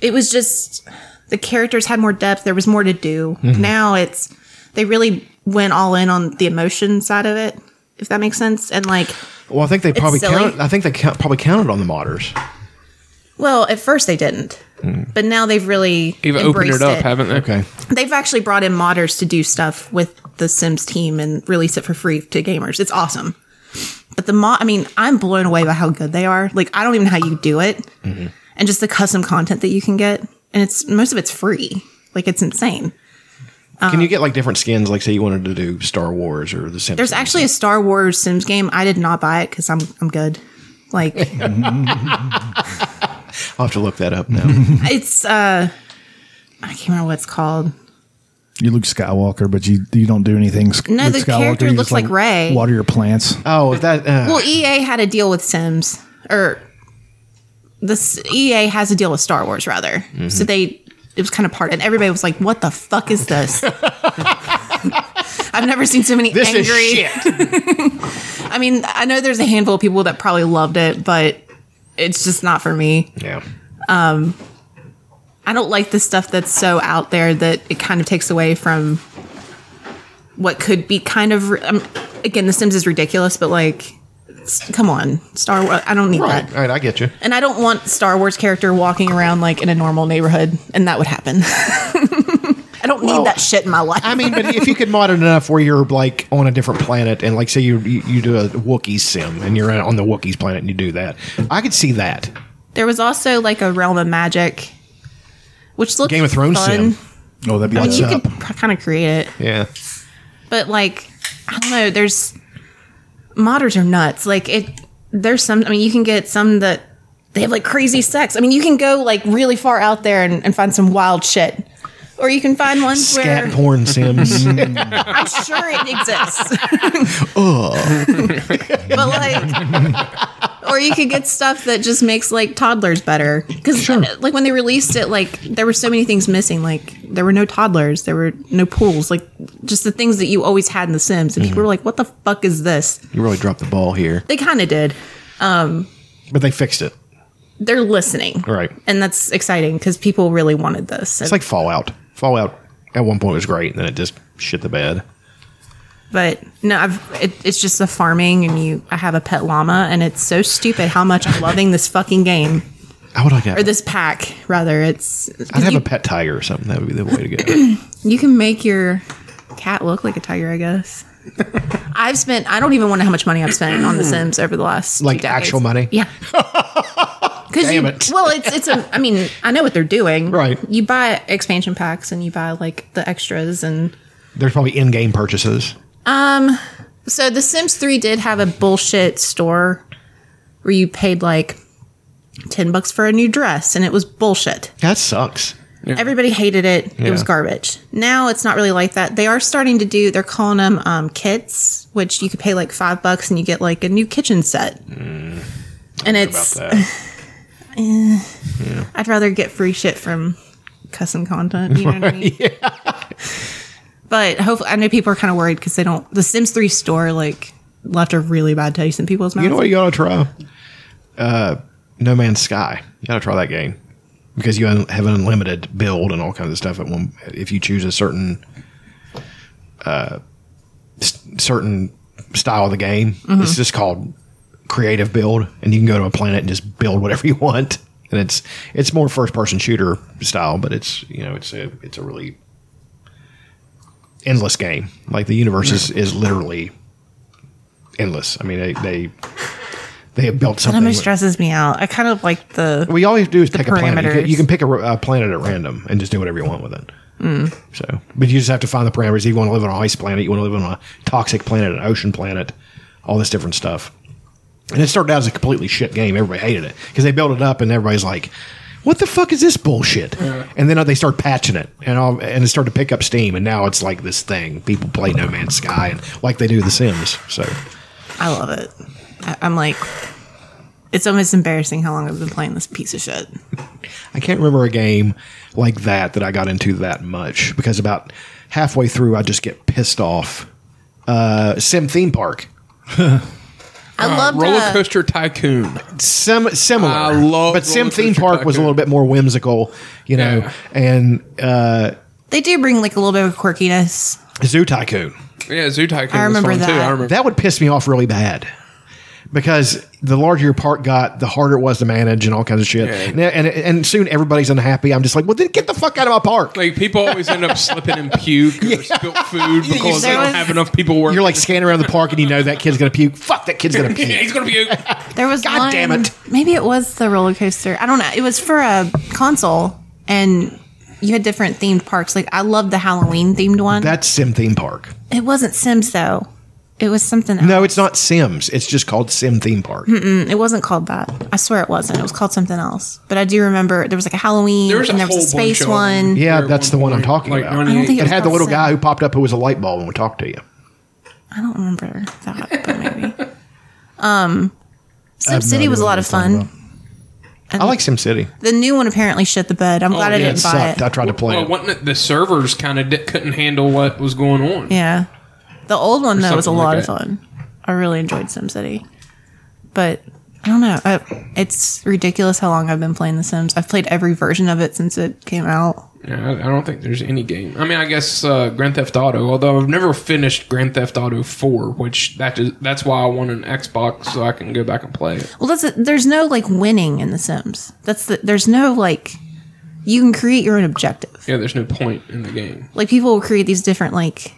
Speaker 1: it was just the characters had more depth. There was more to do.
Speaker 11: Mhm.
Speaker 1: Now it's they really went all in on the emotion side of it, if that makes sense. And like,
Speaker 3: Well, I think they
Speaker 1: It's
Speaker 3: probably
Speaker 1: silly.
Speaker 3: count. I think they count, probably counted on the modders.
Speaker 1: well, at first they didn't, but now they've really embraced
Speaker 2: they?
Speaker 3: Okay.
Speaker 1: They've actually brought in modders to do stuff with the Sims team and release it for free to gamers. It's awesome. But the mod, I mean, I'm blown away by how good they are. Like, I don't even know how you do it. And just the custom content that you can get. And it's most of it's free. Like, it's insane.
Speaker 3: Can you get like different skins? Like, say you wanted to do Star Wars or The Sims.
Speaker 1: Uh-huh. There's actually a Star Wars Sims game. I did not buy it because I'm, I'm good. Like,
Speaker 3: I'll have to look that up now.
Speaker 1: it's, uh, I can't remember what it's called.
Speaker 4: You Luke Skywalker, but you you don't do anything. Sk-
Speaker 1: No,
Speaker 4: Luke
Speaker 1: the
Speaker 4: Skywalker,
Speaker 1: character
Speaker 4: you
Speaker 1: looks
Speaker 4: just,
Speaker 1: like Rey.
Speaker 4: Water your plants.
Speaker 3: Oh, that.
Speaker 1: well, EA had a deal with Sims, or this EA has a deal with Star Wars rather.
Speaker 3: Mm-hmm.
Speaker 4: Mhm.
Speaker 1: So they it was kind of part, and everybody was like, "What the fuck is this?" I've never seen so many
Speaker 3: This is
Speaker 1: angry. I mean, I know there's a handful of people that probably loved it, but it's just not for me.
Speaker 3: Yeah.
Speaker 1: Um, I don't like the stuff that's so out there that it kind of takes away from what could be kind of. Um, again, The Sims is ridiculous, but like, s- come on, Star Wars. I don't need
Speaker 3: right.
Speaker 1: that.
Speaker 3: All right. I get you.
Speaker 1: And I don't want Star Wars character walking around like in a normal neighborhood, and that would happen. I don't need that shit in my life.
Speaker 3: I mean, but if you could mod it enough where you're like on a different planet, and like say you you, you do a Wookiee sim, and you're on the Wookiees planet, and you do that, I could see that.
Speaker 1: There was also like a realm of magic, which looked
Speaker 3: Game of Thrones
Speaker 1: fun.
Speaker 3: sim. Oh, that'd
Speaker 1: I mean, you could kind of create it,
Speaker 3: Yeah.
Speaker 1: but like I don't know. There's modders are nuts. Like it, there's some. I mean, you can get some that they have like crazy sex. I mean, you can go like really far out there and, and find some wild shit, or you can find ones
Speaker 3: Scat
Speaker 1: where
Speaker 3: porn sims.
Speaker 1: I'm sure it exists.
Speaker 3: Ugh.
Speaker 1: but like or you could get stuff that just makes like toddlers better because like when they released it like there were so many things missing like there were no toddlers there were no pools like just the things that you always had in the sims and
Speaker 3: Mm-hmm.
Speaker 1: people were like what the fuck is this
Speaker 3: You really dropped the ball here,
Speaker 1: they kind of did um
Speaker 3: but they fixed it.
Speaker 1: they're listening
Speaker 3: All right.
Speaker 1: and that's exciting because people really wanted this
Speaker 3: It's like Fallout. Fallout at one point was great, and then it just shit the bed.
Speaker 1: but no i've it, it's just the farming and you i have a pet llama and it's so stupid how much i'm loving this fucking game
Speaker 3: I would like to
Speaker 1: or
Speaker 3: have,
Speaker 1: this pack rather it's
Speaker 3: I'd have a pet tiger or something. That would be the way to go.
Speaker 1: You can make your cat look like a tiger, I guess. I've spent I don't even want to know how much money I've spent on The Sims over the last
Speaker 3: Like
Speaker 1: two decades.
Speaker 3: actual money?
Speaker 1: Yeah. Cuz you
Speaker 3: Damn it.
Speaker 1: well it's it's a I mean, I know what they're doing.
Speaker 3: Right.
Speaker 1: You buy expansion packs and you buy like the extras and
Speaker 3: There's probably in-game purchases.
Speaker 1: um so The Sims 3 did have a bullshit store where you paid like 10 bucks for a new dress and it was bullshit.
Speaker 3: That sucks.
Speaker 1: Everybody hated it. It was
Speaker 3: Yeah.
Speaker 1: garbage. Now it's not really like that. They are starting to do. They're calling them um, kits, which you could pay like five bucks and you get like a new kitchen set.
Speaker 3: Mm.
Speaker 1: and it's. Eh, I'd rather get free shit from custom content. You know what I mean? But hopefully, I know people are kind of worried because they don't. The Sims Three store like left a really bad taste in people's mouths.
Speaker 3: You know what you ought to try? Uh, no Man's Sky. You got to try that game. because you un- have an unlimited build and all kinds of stuff at one. If you choose a certain, uh, s- certain style of the game,
Speaker 13: Mhm.
Speaker 3: it's just called creative build, and you can go to a planet and just build whatever you want. And it's it's more first person shooter style, but it's you know it's a it's a really endless game. Like the universe is, is literally endless. I mean they they they have built
Speaker 1: That
Speaker 3: something.
Speaker 1: almost stresses me out. I kind of like the.
Speaker 3: We all you do is
Speaker 1: the
Speaker 3: pick a planet. You can, you
Speaker 1: parameters.
Speaker 3: can pick a, ro- a planet at random and just do whatever you want with it.
Speaker 1: Mm.
Speaker 3: So, but you just have to find the parameters. You want to live on an ice planet. You want to live on a toxic planet, an ocean planet, all this different stuff. And it started out as a completely shit game. Everybody hated it because they built it up, and everybody's like, "What the fuck is this bullshit?" And then uh, they start patching it, and all, and it started to pick up steam. And now it's like this thing. People play No Man's Sky, and like they do The Sims. So,
Speaker 1: I love it. I, I'm like, it's almost embarrassing how long I've been playing this piece of shit.
Speaker 3: I can't remember a game like that that I got into that much because about halfway through I just get pissed off. Uh, Sim theme park.
Speaker 1: I
Speaker 2: love
Speaker 3: loved,
Speaker 2: roller
Speaker 3: uh,
Speaker 2: coaster tycoon.
Speaker 3: Sim, similar.
Speaker 2: I love,
Speaker 3: but Sim
Speaker 2: roller
Speaker 3: theme
Speaker 2: coaster
Speaker 3: park was a
Speaker 2: tycoon.
Speaker 3: little bit more whimsical, you know, and uh,
Speaker 1: They do bring like a little bit of quirkiness.
Speaker 3: Zoo Tycoon.
Speaker 2: Yeah, Zoo Tycoon.
Speaker 1: I remember
Speaker 2: was fun Too.
Speaker 1: that.
Speaker 2: I remember.
Speaker 3: That would piss me off really bad because the larger your park got, the harder it was to manage and all kinds of shit. And, and and soon everybody's unhappy. I'm just like, well, then get the fuck out of my park.
Speaker 2: Like people always end up slipping in puke or spilt food because they don't have enough people working.
Speaker 3: You're like scanning around the park and you know that kid's gonna puke. Fuck, that kid's gonna puke.
Speaker 2: He's gonna puke.
Speaker 1: There was God one, damn it. Maybe it was the roller coaster. I don't know. It was for a console, and you had different themed parks. Like I loved the Halloween themed one.
Speaker 3: That's Sim Theme Park.
Speaker 1: it wasn't Sims though. It was something else.
Speaker 3: No, it's not Sims. It's just called Sim Theme Park.
Speaker 2: Hmm.
Speaker 1: Mm-mm, it wasn't called that. I swear it wasn't. It was called something else. But I do remember there was like a Halloween and there was a space one.
Speaker 3: Yeah, that's the one I'm talking
Speaker 2: like
Speaker 3: about.
Speaker 2: 98. I don't think
Speaker 3: it
Speaker 2: it was
Speaker 3: had the
Speaker 2: called
Speaker 3: little
Speaker 2: Sim.
Speaker 3: guy who popped up who was a light bulb and would talk to you.
Speaker 1: I don't remember that, but maybe. Um,
Speaker 3: I
Speaker 1: Sim
Speaker 3: have no
Speaker 1: City
Speaker 3: idea
Speaker 1: was a
Speaker 3: what
Speaker 1: lot of fun.
Speaker 3: I like Sim City.
Speaker 1: The new one apparently shit the bed.
Speaker 2: Oh,
Speaker 1: I'm glad I didn't buy it.
Speaker 3: I tried to play
Speaker 2: Well,
Speaker 3: it.
Speaker 2: wasn't it the servers kind of di- couldn't handle what was going on?
Speaker 1: Yeah. The old one,
Speaker 2: Or
Speaker 1: though, was a
Speaker 2: something
Speaker 1: lot
Speaker 2: like
Speaker 1: of
Speaker 2: that.
Speaker 1: fun. I really enjoyed SimCity. But I don't know. I, it's ridiculous how long I've been playing The Sims. I've played every version of it since it came out.
Speaker 2: Yeah, I, I don't think there's any game. I mean, I guess uh, Grand Theft Auto. Although I've never finished Grand Theft Auto Four, which that is that's why I want an Xbox so I can go back and play it.
Speaker 1: Well, that's it. there's no like winning in The Sims. That's the, there's no like you can create your own objective.
Speaker 2: Yeah, there's no point in the game.
Speaker 1: Like people will create these different like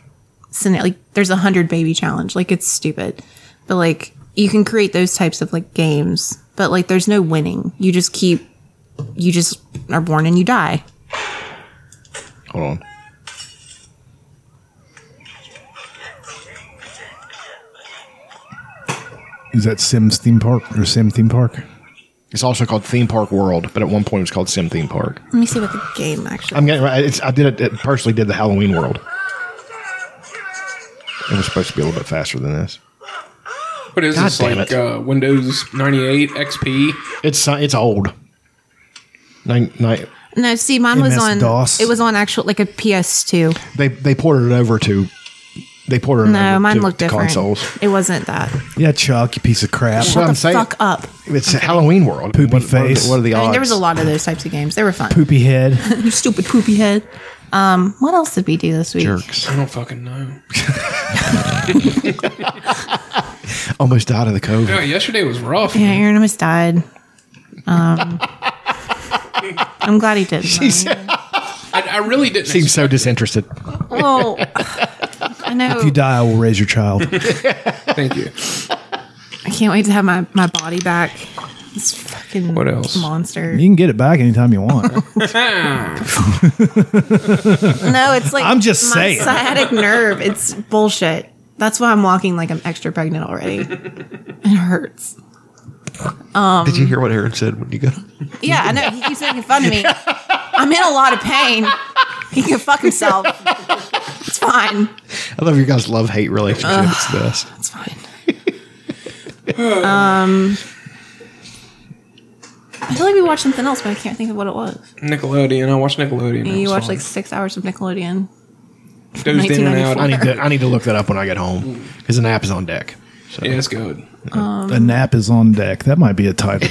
Speaker 1: scena- like there's a hundred baby challenge. Like it's stupid, but like you can create those types of like games. But like there's no winning. You just keep you just are born and you die.
Speaker 3: Hold on.
Speaker 4: Is that Sims theme park or Sim theme park?
Speaker 3: It's also called Theme Park World, but at one point it was called Sim Theme Park.
Speaker 1: Let me see what the game actually.
Speaker 3: I'm getting right. It's, I did it, it. Personally, did the Halloween World. It was supposed to be a little bit faster than this.
Speaker 2: What is
Speaker 3: God
Speaker 2: this
Speaker 3: damn
Speaker 2: like? Uh, Windows 98 XP.
Speaker 3: It's it's old. Nine, nine,
Speaker 1: No, see, mine was
Speaker 3: MS
Speaker 1: on.
Speaker 3: DOS.
Speaker 1: It was on actual like a PS2.
Speaker 3: they they ported it over to. They ported it
Speaker 1: No,
Speaker 3: over
Speaker 1: mine
Speaker 3: to,
Speaker 1: looked
Speaker 3: to
Speaker 1: different.
Speaker 3: consoles.
Speaker 1: It wasn't that.
Speaker 4: Yeah, Chuck, you piece of crap.
Speaker 1: Shut the fuck up.
Speaker 3: It's Halloween World.
Speaker 4: Poopy face.
Speaker 3: What are the
Speaker 1: I
Speaker 3: odds?
Speaker 1: mean, there was a lot of those types of games. They were fun.
Speaker 4: Poopy head.
Speaker 1: you stupid poopy head. Um, what else did we do this week?
Speaker 3: Jerks.
Speaker 2: I don't fucking know.
Speaker 3: Almost died of the COVID.
Speaker 2: Yeah, yesterday was rough.
Speaker 1: Yeah, Aaron almost died. Um, I'm glad he did.
Speaker 2: I, I really didn't.
Speaker 3: Seems so disinterested.
Speaker 1: Well, I know.
Speaker 4: If you die, I will raise your child.
Speaker 2: Thank you.
Speaker 1: I can't wait to have my, my body back. This fucking
Speaker 4: What else?
Speaker 1: monster.
Speaker 4: You can get it back anytime you want.
Speaker 1: No,
Speaker 4: no,
Speaker 1: it's like
Speaker 4: I'm just
Speaker 1: my
Speaker 4: saying.
Speaker 1: sciatic nerve. It's bullshit. That's why I'm walking like I'm extra pregnant already. It hurts. Um,
Speaker 3: Did you hear what Aaron said when you got?
Speaker 1: Yeah, I know. He keeps making fun of me. I'm in a lot of pain. He can fuck himself. It's fine.
Speaker 3: I love your guys' love hate relationship.
Speaker 1: Ugh.
Speaker 3: it's the best.
Speaker 1: That's fine. Um, I feel like we watched something else, but I can't think of what it was.
Speaker 2: Nickelodeon. I watched Nickelodeon.
Speaker 1: you watched
Speaker 2: like
Speaker 1: like six hours of Nickelodeon.
Speaker 2: Dozed in and out.
Speaker 3: I need to I need to look that up when I get home because an app is on deck. So.
Speaker 2: Yeah, it's good.
Speaker 1: Um,
Speaker 4: a nap is on deck. That might be a title.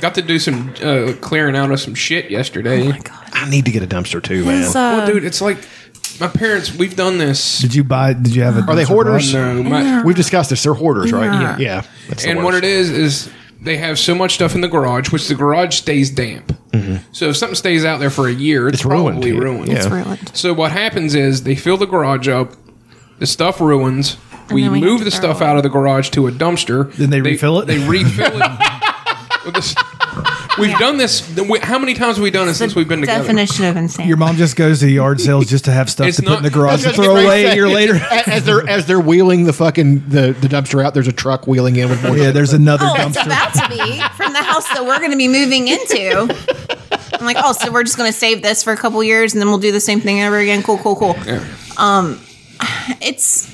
Speaker 2: Got to do some uh, clearing out of some shit yesterday.
Speaker 3: I need to get a dumpster too, man.
Speaker 2: It's,
Speaker 1: uh,
Speaker 2: well, dude, it's like my parents. We've done this.
Speaker 4: Um,
Speaker 3: Did you buy? Did you have
Speaker 2: a
Speaker 3: Are they
Speaker 2: dumpster
Speaker 3: hoarders?
Speaker 2: bus? No, my- Yeah.
Speaker 3: we've discussed this. They're hoarders,
Speaker 2: Yeah.
Speaker 3: right? Yeah. That's the
Speaker 2: and what
Speaker 3: worst.
Speaker 2: it is is they have so much stuff in the garage, which the garage stays damp. So if something stays out there for a year, it's,
Speaker 3: ruined,
Speaker 2: probably
Speaker 3: yeah.
Speaker 2: ruined.
Speaker 3: It's Yeah.
Speaker 1: ruined.
Speaker 2: So what happens is they fill the garage up, the stuff ruins. We,
Speaker 1: then we have
Speaker 2: move
Speaker 1: to
Speaker 2: the
Speaker 1: throw
Speaker 2: stuff out of the garage to a dumpster. Then they, refill it. They refill it. with this- We've done this. How many times have we done this since we've been together?
Speaker 1: Definition of insanity.
Speaker 4: Your mom just goes to the yard sales just to have stuff
Speaker 2: It's
Speaker 4: to put
Speaker 2: not-
Speaker 4: in the garage to
Speaker 3: That's what
Speaker 4: throw
Speaker 3: Greg
Speaker 4: away a
Speaker 3: said.
Speaker 4: year later.
Speaker 3: A- as they're as they're wheeling the fucking the, the dumpster out, there's a truck wheeling in with more.
Speaker 4: Yeah,
Speaker 3: shit.
Speaker 4: there's another
Speaker 1: oh, it's about to be from the house that we're going to be moving into. I'm like, oh, so we're just going to save this for a couple years and then we'll do the same thing over again. Cool, cool, cool. Um, it's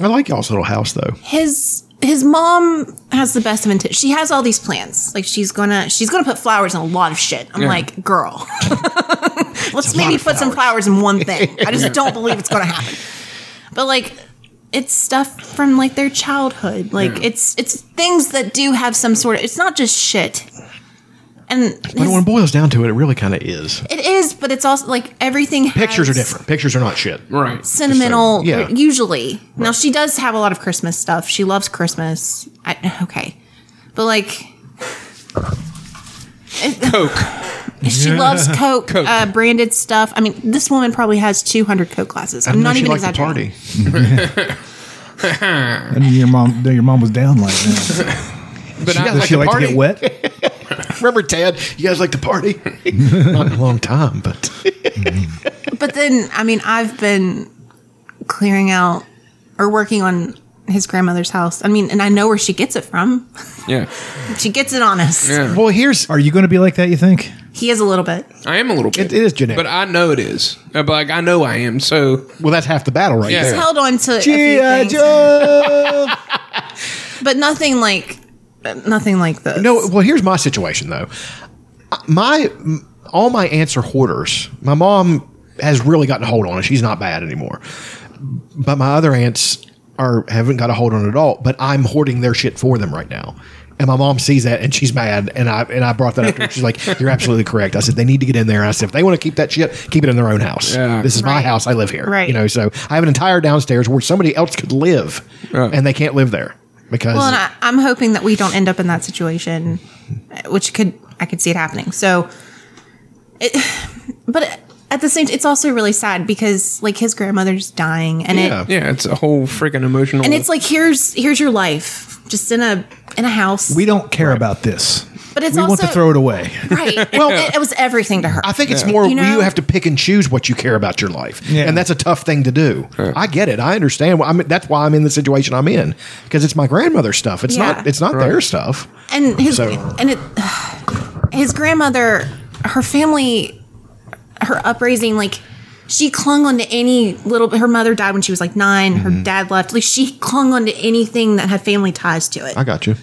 Speaker 3: I like y'all's little house though.
Speaker 1: his his mom has the best of intentions. She has all these plans. Like she's gonna she's gonna put flowers in a lot of shit. I'm
Speaker 14: Yeah.
Speaker 1: like, girl, let's maybe put some flowers in one thing. I just
Speaker 14: Yeah.
Speaker 1: don't believe it's gonna happen. But like, it's stuff from like their childhood. Like
Speaker 14: Yeah.
Speaker 1: it's it's things that do have some sort of. It's not just shit. And
Speaker 3: But when it boils down to it, it really kind of is.
Speaker 1: it is, but it's also like everything.
Speaker 3: Pictures are
Speaker 1: has-
Speaker 3: different. Pictures are not shit.
Speaker 2: Right.
Speaker 1: sentimental
Speaker 3: Yeah.
Speaker 1: usually now she does have a lot of christmas stuff she loves christmas I, okay but like
Speaker 2: coke
Speaker 1: she loves coke,
Speaker 2: Coke.
Speaker 1: Uh, branded stuff i mean this woman probably has 200 coke glasses i'm not even exaggerating
Speaker 4: and your mom, your mom was down like that.
Speaker 3: But
Speaker 4: she,
Speaker 3: I
Speaker 4: does
Speaker 3: like
Speaker 4: she
Speaker 3: to
Speaker 4: like to
Speaker 3: party.
Speaker 4: get wet?
Speaker 3: Remember, Ted? You guys like to party? not in a long time, but
Speaker 1: but then i mean i've been clearing out or working on his grandmother's house i mean and i know where she gets it from
Speaker 2: Yeah.
Speaker 1: she gets it on us
Speaker 3: Well, here's.
Speaker 4: Are you going to be like that? You think?
Speaker 1: he is a little bit
Speaker 2: I am a little bit.
Speaker 3: It is genetic.
Speaker 2: But I know it is. Uh, But like I know I am. So
Speaker 3: well, that's half the battle, right?
Speaker 1: He's held on to a few
Speaker 3: G.I.
Speaker 1: things. but nothing like nothing like this.
Speaker 3: No, well, here's my situation though. My m- all my aunts are hoarders. My mom has really gotten a hold on it. She's not bad anymore. But my other aunts are haven't got a hold on it at all. But I'm hoarding their shit for them right now. And my mom sees that and she's mad. And I and I brought that up to her. She's like, "You're absolutely correct." I said they need to get in there. I said if they want to keep that shit, keep it in their own house.
Speaker 2: Yeah.
Speaker 3: This is my house. I live here.
Speaker 1: Right.
Speaker 3: You know. So I have an entire downstairs where somebody else could live, and they can't live there because
Speaker 1: Well, and I, I'm hoping that we don't end up in that situation, which could I could see it happening. So, it, but at the same, it's also really sad because like his grandmother's dying, and
Speaker 2: yeah.
Speaker 1: it
Speaker 2: yeah, it's a whole freaking emotional.
Speaker 1: and it's like here's here's your life just in a in a house.
Speaker 4: We don't care about this.
Speaker 1: But it's
Speaker 4: we want to
Speaker 1: also-
Speaker 4: throw it away.
Speaker 1: right.
Speaker 3: Well-
Speaker 1: well, it, it was everything to her.
Speaker 3: I think it's more you,
Speaker 1: know?
Speaker 3: have to pick and choose what you care about your life, and that's a tough thing to do. I get it. I understand. I mean, that's why I'm in the situation I'm in because it's my grandmother's stuff. It's
Speaker 1: Yeah.
Speaker 3: not. It's not their stuff.
Speaker 1: and his
Speaker 3: So-
Speaker 1: and it his grandmother her family her upbringing like she clung on to any little her mother died when she was like 9
Speaker 3: Mm-hmm.
Speaker 1: her dad left like she clung on to anything that had family ties to it
Speaker 3: I got you.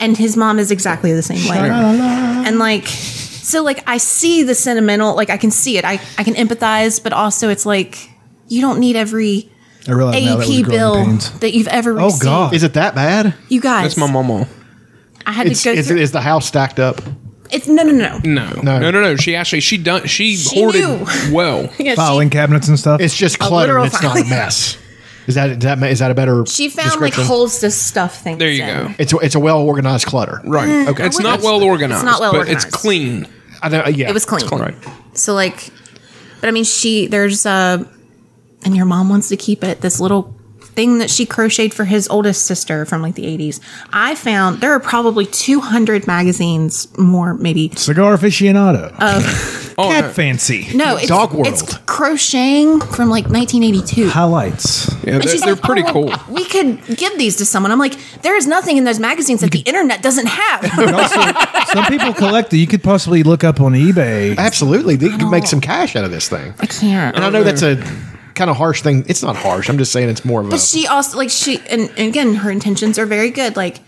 Speaker 1: and his mom is exactly the same way and like so like i see the sentimental like i can see it i, I can empathize but also it's like you don't need every
Speaker 4: I
Speaker 3: Oh,
Speaker 4: realize now that was
Speaker 1: AEP
Speaker 4: growing
Speaker 1: bill
Speaker 4: pains.
Speaker 1: that you've ever received.
Speaker 3: is it that bad?
Speaker 1: You guys.
Speaker 2: That's my mama.
Speaker 1: I had
Speaker 3: It's-
Speaker 1: to go
Speaker 3: is,
Speaker 1: through.
Speaker 3: is the house stacked up?
Speaker 1: it's no, no, no.
Speaker 2: No, no, no, no, She actually she done she,
Speaker 1: She
Speaker 2: hoarded
Speaker 1: knew.
Speaker 2: well.
Speaker 1: Yeah, she-
Speaker 4: Filing cabinets and stuff.
Speaker 3: It's just
Speaker 1: A
Speaker 3: clutter.
Speaker 1: literal
Speaker 3: and It's not a
Speaker 1: filing.
Speaker 3: mess. Is that is that is that a better?
Speaker 1: She found like
Speaker 3: description?
Speaker 1: holes to stuff things.
Speaker 2: There you
Speaker 1: in.
Speaker 2: go.
Speaker 3: It's a, it's a well organized clutter.
Speaker 2: Right.
Speaker 1: Mm,
Speaker 2: okay.
Speaker 1: I
Speaker 2: It's not
Speaker 1: wouldn't-
Speaker 2: well organized.
Speaker 1: It's not well
Speaker 2: but
Speaker 1: organized.
Speaker 2: It's clean.
Speaker 3: I know, yeah.
Speaker 1: It was clean.
Speaker 2: Right.
Speaker 1: So like, but I mean, she there's uh, and your mom wants to keep it. This little thing that she crocheted for his oldest sister from like the 80s. I found there are probably 200 magazines more maybe
Speaker 4: Cigar aficionado.
Speaker 1: of
Speaker 3: Oh, uh,
Speaker 4: Cat fancy.
Speaker 1: no it's, it's crocheting from like 1982.
Speaker 4: highlights.
Speaker 2: Yeah,
Speaker 1: And she's like, "Oh, We could give these to someone. I'm like, there is nothing in those magazines that the internet doesn't have.
Speaker 4: Some people collect it. You could possibly look up on eBay.
Speaker 3: Absolutely, they could make some cash out of this thing.
Speaker 1: Oh. I can't.
Speaker 3: And I know that's a kind of harsh thing. It's not harsh. I'm just saying it's more of a.
Speaker 1: But she also like she and, and again her intentions are very good. Like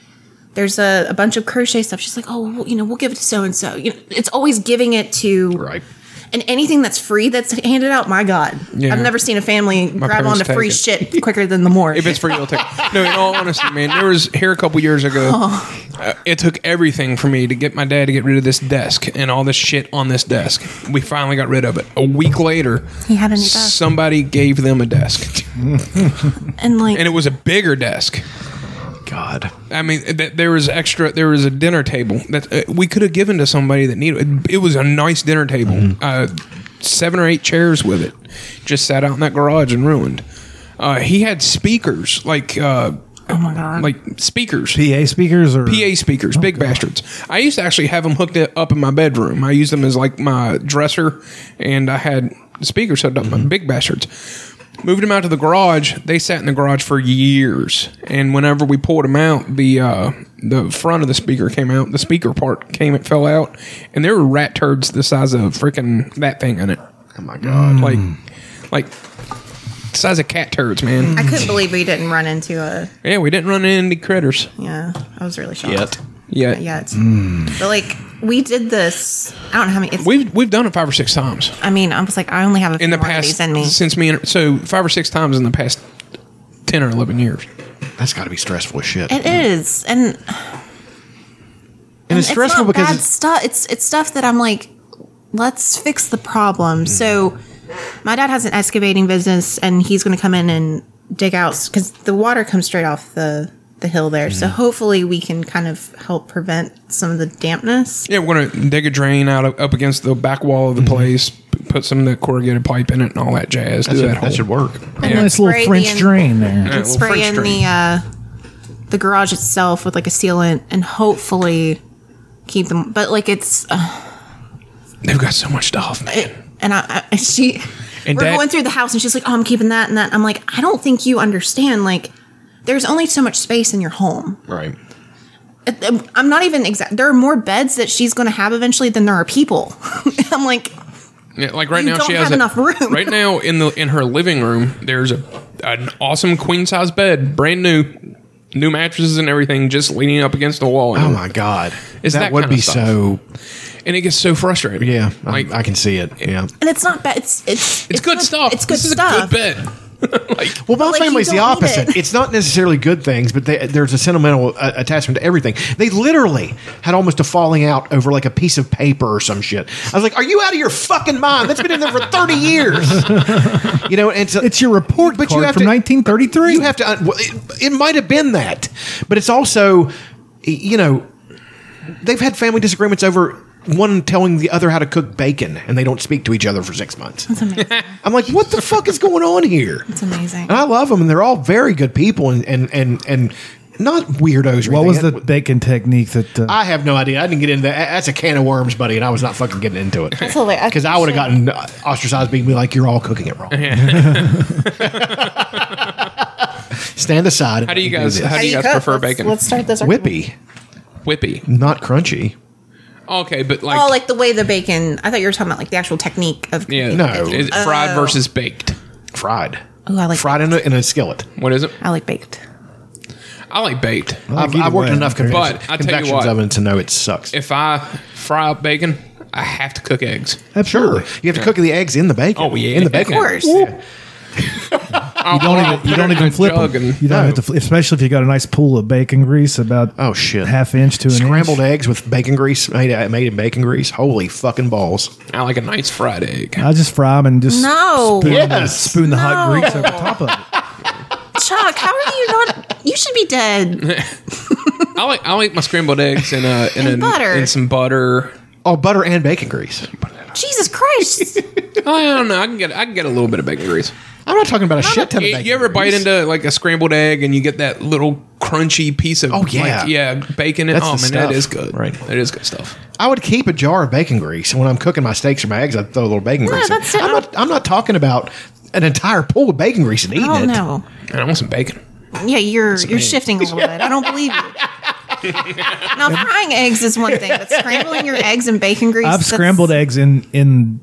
Speaker 1: there's a, a bunch of crochet stuff. She's like, oh, well, you know, we'll give it to so and so. You know, it's always giving it to
Speaker 3: right.
Speaker 1: And anything that's free that's handed out, my God,
Speaker 2: Yeah.
Speaker 1: I've never seen a family
Speaker 2: My
Speaker 1: grab
Speaker 2: parents
Speaker 1: onto free
Speaker 2: take
Speaker 1: shit quicker than the more.
Speaker 2: If it's for you, I'll take. it. No, in all honesty, man, there was here a couple years ago.
Speaker 1: Oh.
Speaker 2: uh, it took everything for me to get my dad to get rid of this desk and all this shit on this desk. We finally got rid of it. A week later,
Speaker 1: He had a new desk.
Speaker 2: somebody gave them a desk,
Speaker 1: and like,
Speaker 2: and it was a bigger desk.
Speaker 3: God,
Speaker 2: I mean, th- there was extra. There was a dinner table that uh, we could have given to somebody that needed. It, it was a nice dinner table, uh, seven or eight chairs with it, just sat out in that garage and ruined. Uh, he had speakers like. Uh,
Speaker 1: oh my god!
Speaker 2: Like speakers,
Speaker 4: PA speakers or
Speaker 2: PA speakers, big bastards. I used to actually have them hooked up in my bedroom. I used them as like my dresser, and I had speakers hooked up. My big bastards. Moved them out to the garage. They sat in the garage for years, and whenever we pulled them out, the uh, the front of the speaker came out. The speaker part came, it fell out, and there were rat turds the size of freaking that thing in it.
Speaker 3: Oh my god!
Speaker 2: Like, like size of cat turds, man.
Speaker 3: Mm.
Speaker 1: I couldn't believe we didn't run into a.
Speaker 2: Yeah, we didn't run into any critters
Speaker 1: Yeah, I was really shocked.
Speaker 2: yet. Yet. Hmm.
Speaker 1: Yet. But like, we did this. I don't know how many. It's,
Speaker 2: We've we've done it five or six times
Speaker 1: I mean, I was like, I only have a few
Speaker 2: in the
Speaker 1: more of these
Speaker 2: past
Speaker 1: in me.
Speaker 2: since me and so five or six times in the past ten or eleven years.
Speaker 3: That's got to be stressful as shit.
Speaker 1: It is, and
Speaker 3: and it's stressful
Speaker 1: not
Speaker 3: because
Speaker 1: bad
Speaker 3: it's,
Speaker 1: stuff. It's it's stuff that I'm like, let's fix the problem.
Speaker 3: Mm.
Speaker 1: So, my dad has an excavating business, and he's going to come in and dig out because the water comes straight off the the hill there. So
Speaker 3: Mm-hmm.
Speaker 1: hopefully we can kind of help prevent some of the dampness.
Speaker 2: Yeah, we're gonna dig a drain out of, up against the back wall
Speaker 3: Mm-hmm.
Speaker 2: of the place, p- put some of the corrugated pipe in it, and all that jazz.
Speaker 3: that,
Speaker 2: do
Speaker 3: should,
Speaker 2: that,
Speaker 3: that
Speaker 2: whole-
Speaker 3: should work.
Speaker 1: And
Speaker 2: Yeah.
Speaker 4: Nice little
Speaker 1: spray
Speaker 4: French
Speaker 1: in-
Speaker 4: drain there.
Speaker 2: Yeah, a
Speaker 1: and
Speaker 2: little
Speaker 1: spray
Speaker 2: French
Speaker 1: in
Speaker 2: drain.
Speaker 1: the uh, the garage itself with like a sealant, and hopefully keep them. But like it's uh,
Speaker 2: They've got so much stuff, man.
Speaker 1: and I, I she
Speaker 2: And
Speaker 1: we're
Speaker 2: Dad-
Speaker 1: going through the house and she's like, "Oh, I'm keeping that and that." I'm like, "I don't think you understand. Like, there's only so much space in your home.
Speaker 3: Right.
Speaker 1: It- it- I'm not even exact. There are more beds that she's going to have eventually than there are people. I'm like,
Speaker 2: Yeah, like right
Speaker 1: You
Speaker 2: now
Speaker 1: don't
Speaker 2: she has
Speaker 1: have
Speaker 2: a-
Speaker 1: enough room.
Speaker 2: right now in the in her living room, there's a an awesome queen size bed, brand new, new mattresses and everything, just leaning up against the wall.
Speaker 3: Oh my god!
Speaker 2: It's
Speaker 3: that,
Speaker 2: that
Speaker 3: would
Speaker 2: kinda
Speaker 3: be
Speaker 2: stuff.
Speaker 3: so?
Speaker 2: And it gets so frustrating.
Speaker 3: Yeah, I-
Speaker 2: like
Speaker 3: I, can see it. Yeah.
Speaker 1: and it's not bad. It's it's
Speaker 2: it's, good stuff.
Speaker 1: It's good
Speaker 2: this
Speaker 1: stuff.
Speaker 2: Is a good bed. like
Speaker 3: Well, my
Speaker 1: like, you
Speaker 3: family's the
Speaker 1: don't need
Speaker 3: opposite.
Speaker 1: it.
Speaker 3: It's not necessarily good things, but they, there's a sentimental uh, attachment to everything. They literally had almost a falling out over like a piece of paper or some shit. I was like, "Are you out of your fucking mind? That's been in there for thirty years." you know, and
Speaker 4: It's your report
Speaker 3: But you
Speaker 4: card
Speaker 3: have
Speaker 4: from
Speaker 3: to-
Speaker 4: 1933.
Speaker 3: You have to. un- well, It, it might have been that, but it's also, y- you know, they've had family disagreements over one telling the other how to cook bacon, and they don't speak to each other for six months.
Speaker 1: It's amazing.
Speaker 3: I'm like, what the fuck is going on here?
Speaker 1: It's amazing.
Speaker 3: And I love them, and they're all very good people, and and and and not weirdos. or
Speaker 4: What was the
Speaker 3: anything.
Speaker 4: bacon technique that? Uh,
Speaker 3: I have no idea. I didn't get into that. That's a can of worms, buddy, and I was not fucking getting into it. That's
Speaker 1: hilarious.
Speaker 3: Because I would have gotten uh, ostracized, being like, "You're all cooking it wrong." Stand aside. and
Speaker 2: How do you
Speaker 3: let me
Speaker 2: guys-
Speaker 3: this.
Speaker 2: how do you guys
Speaker 1: cook?
Speaker 2: prefer
Speaker 1: let's,
Speaker 2: bacon?
Speaker 1: Let's start this.
Speaker 3: whippy,
Speaker 2: whippy.
Speaker 3: not crunchy.
Speaker 2: Okay, but like
Speaker 1: Oh, like the way the bacon. I thought you were talking about like the actual technique of.
Speaker 2: yeah,
Speaker 3: No.
Speaker 2: Is it fried
Speaker 1: Oh.
Speaker 2: versus baked.
Speaker 3: Fried.
Speaker 1: Oh, I like
Speaker 3: Fried in a, in a skillet.
Speaker 2: What is it?
Speaker 1: I like baked.
Speaker 2: I like baked.
Speaker 3: I've,
Speaker 4: either
Speaker 3: I've worked
Speaker 4: way,
Speaker 3: enough
Speaker 4: I'm
Speaker 2: curious.
Speaker 3: convection,
Speaker 2: But I tell you
Speaker 3: convections
Speaker 2: what.
Speaker 3: oven to know it sucks.
Speaker 2: If I fry up bacon, I have to cook eggs.
Speaker 3: sure,
Speaker 4: absolutely.
Speaker 3: you have to cook the eggs in the bacon.
Speaker 2: Oh, yeah.
Speaker 3: in the
Speaker 2: Of
Speaker 3: bacon.
Speaker 1: Of course.
Speaker 2: You
Speaker 4: You don't even, you don't even flip 'em. You don't
Speaker 3: No.
Speaker 4: have to, flip, especially if you got a nice pool of bacon grease, about
Speaker 3: Oh shit!
Speaker 4: half inch to an
Speaker 3: scrambled
Speaker 4: inch.
Speaker 3: eggs with bacon grease made made in bacon grease. Holy fucking balls!
Speaker 2: I like a nice fried egg.
Speaker 4: I just fry them and just
Speaker 1: No.
Speaker 4: spoon, the,
Speaker 3: Yes.
Speaker 4: spoon the hot
Speaker 1: No.
Speaker 4: grease over top of it.
Speaker 1: Chuck, how are you not? You should be dead.
Speaker 2: I like I like my scrambled eggs and uh and,
Speaker 1: And
Speaker 2: an-
Speaker 1: butter.
Speaker 2: and some butter.
Speaker 3: Oh, butter and bacon grease.
Speaker 1: Jesus Christ.
Speaker 2: Oh, I don't know. I can get I can get a little bit of bacon grease.
Speaker 3: I'm not talking about a shit ton of
Speaker 2: You,
Speaker 3: bacon.
Speaker 2: you ever bite
Speaker 3: grease.
Speaker 2: into like a scrambled egg and you get that little crunchy piece of
Speaker 3: Oh, yeah.
Speaker 2: like, yeah bacon? And,
Speaker 3: That's
Speaker 2: oh man,
Speaker 3: the
Speaker 2: that
Speaker 3: stuff.
Speaker 2: is good.
Speaker 3: Right.
Speaker 2: that is good stuff.
Speaker 3: I would keep a jar of bacon grease and when I'm cooking my steaks or my eggs. I would throw a little bacon grease. in.
Speaker 1: that's it.
Speaker 3: I'm not. I'm not talking about an entire pool of bacon grease and eating
Speaker 1: Oh
Speaker 3: it.
Speaker 1: no.
Speaker 2: And I want some bacon.
Speaker 1: Yeah, you're you're shifting a little bit. I don't believe you. Now frying eggs is one thing, but scrambling your eggs in bacon grease.
Speaker 4: I've
Speaker 1: that's-
Speaker 4: scrambled eggs in in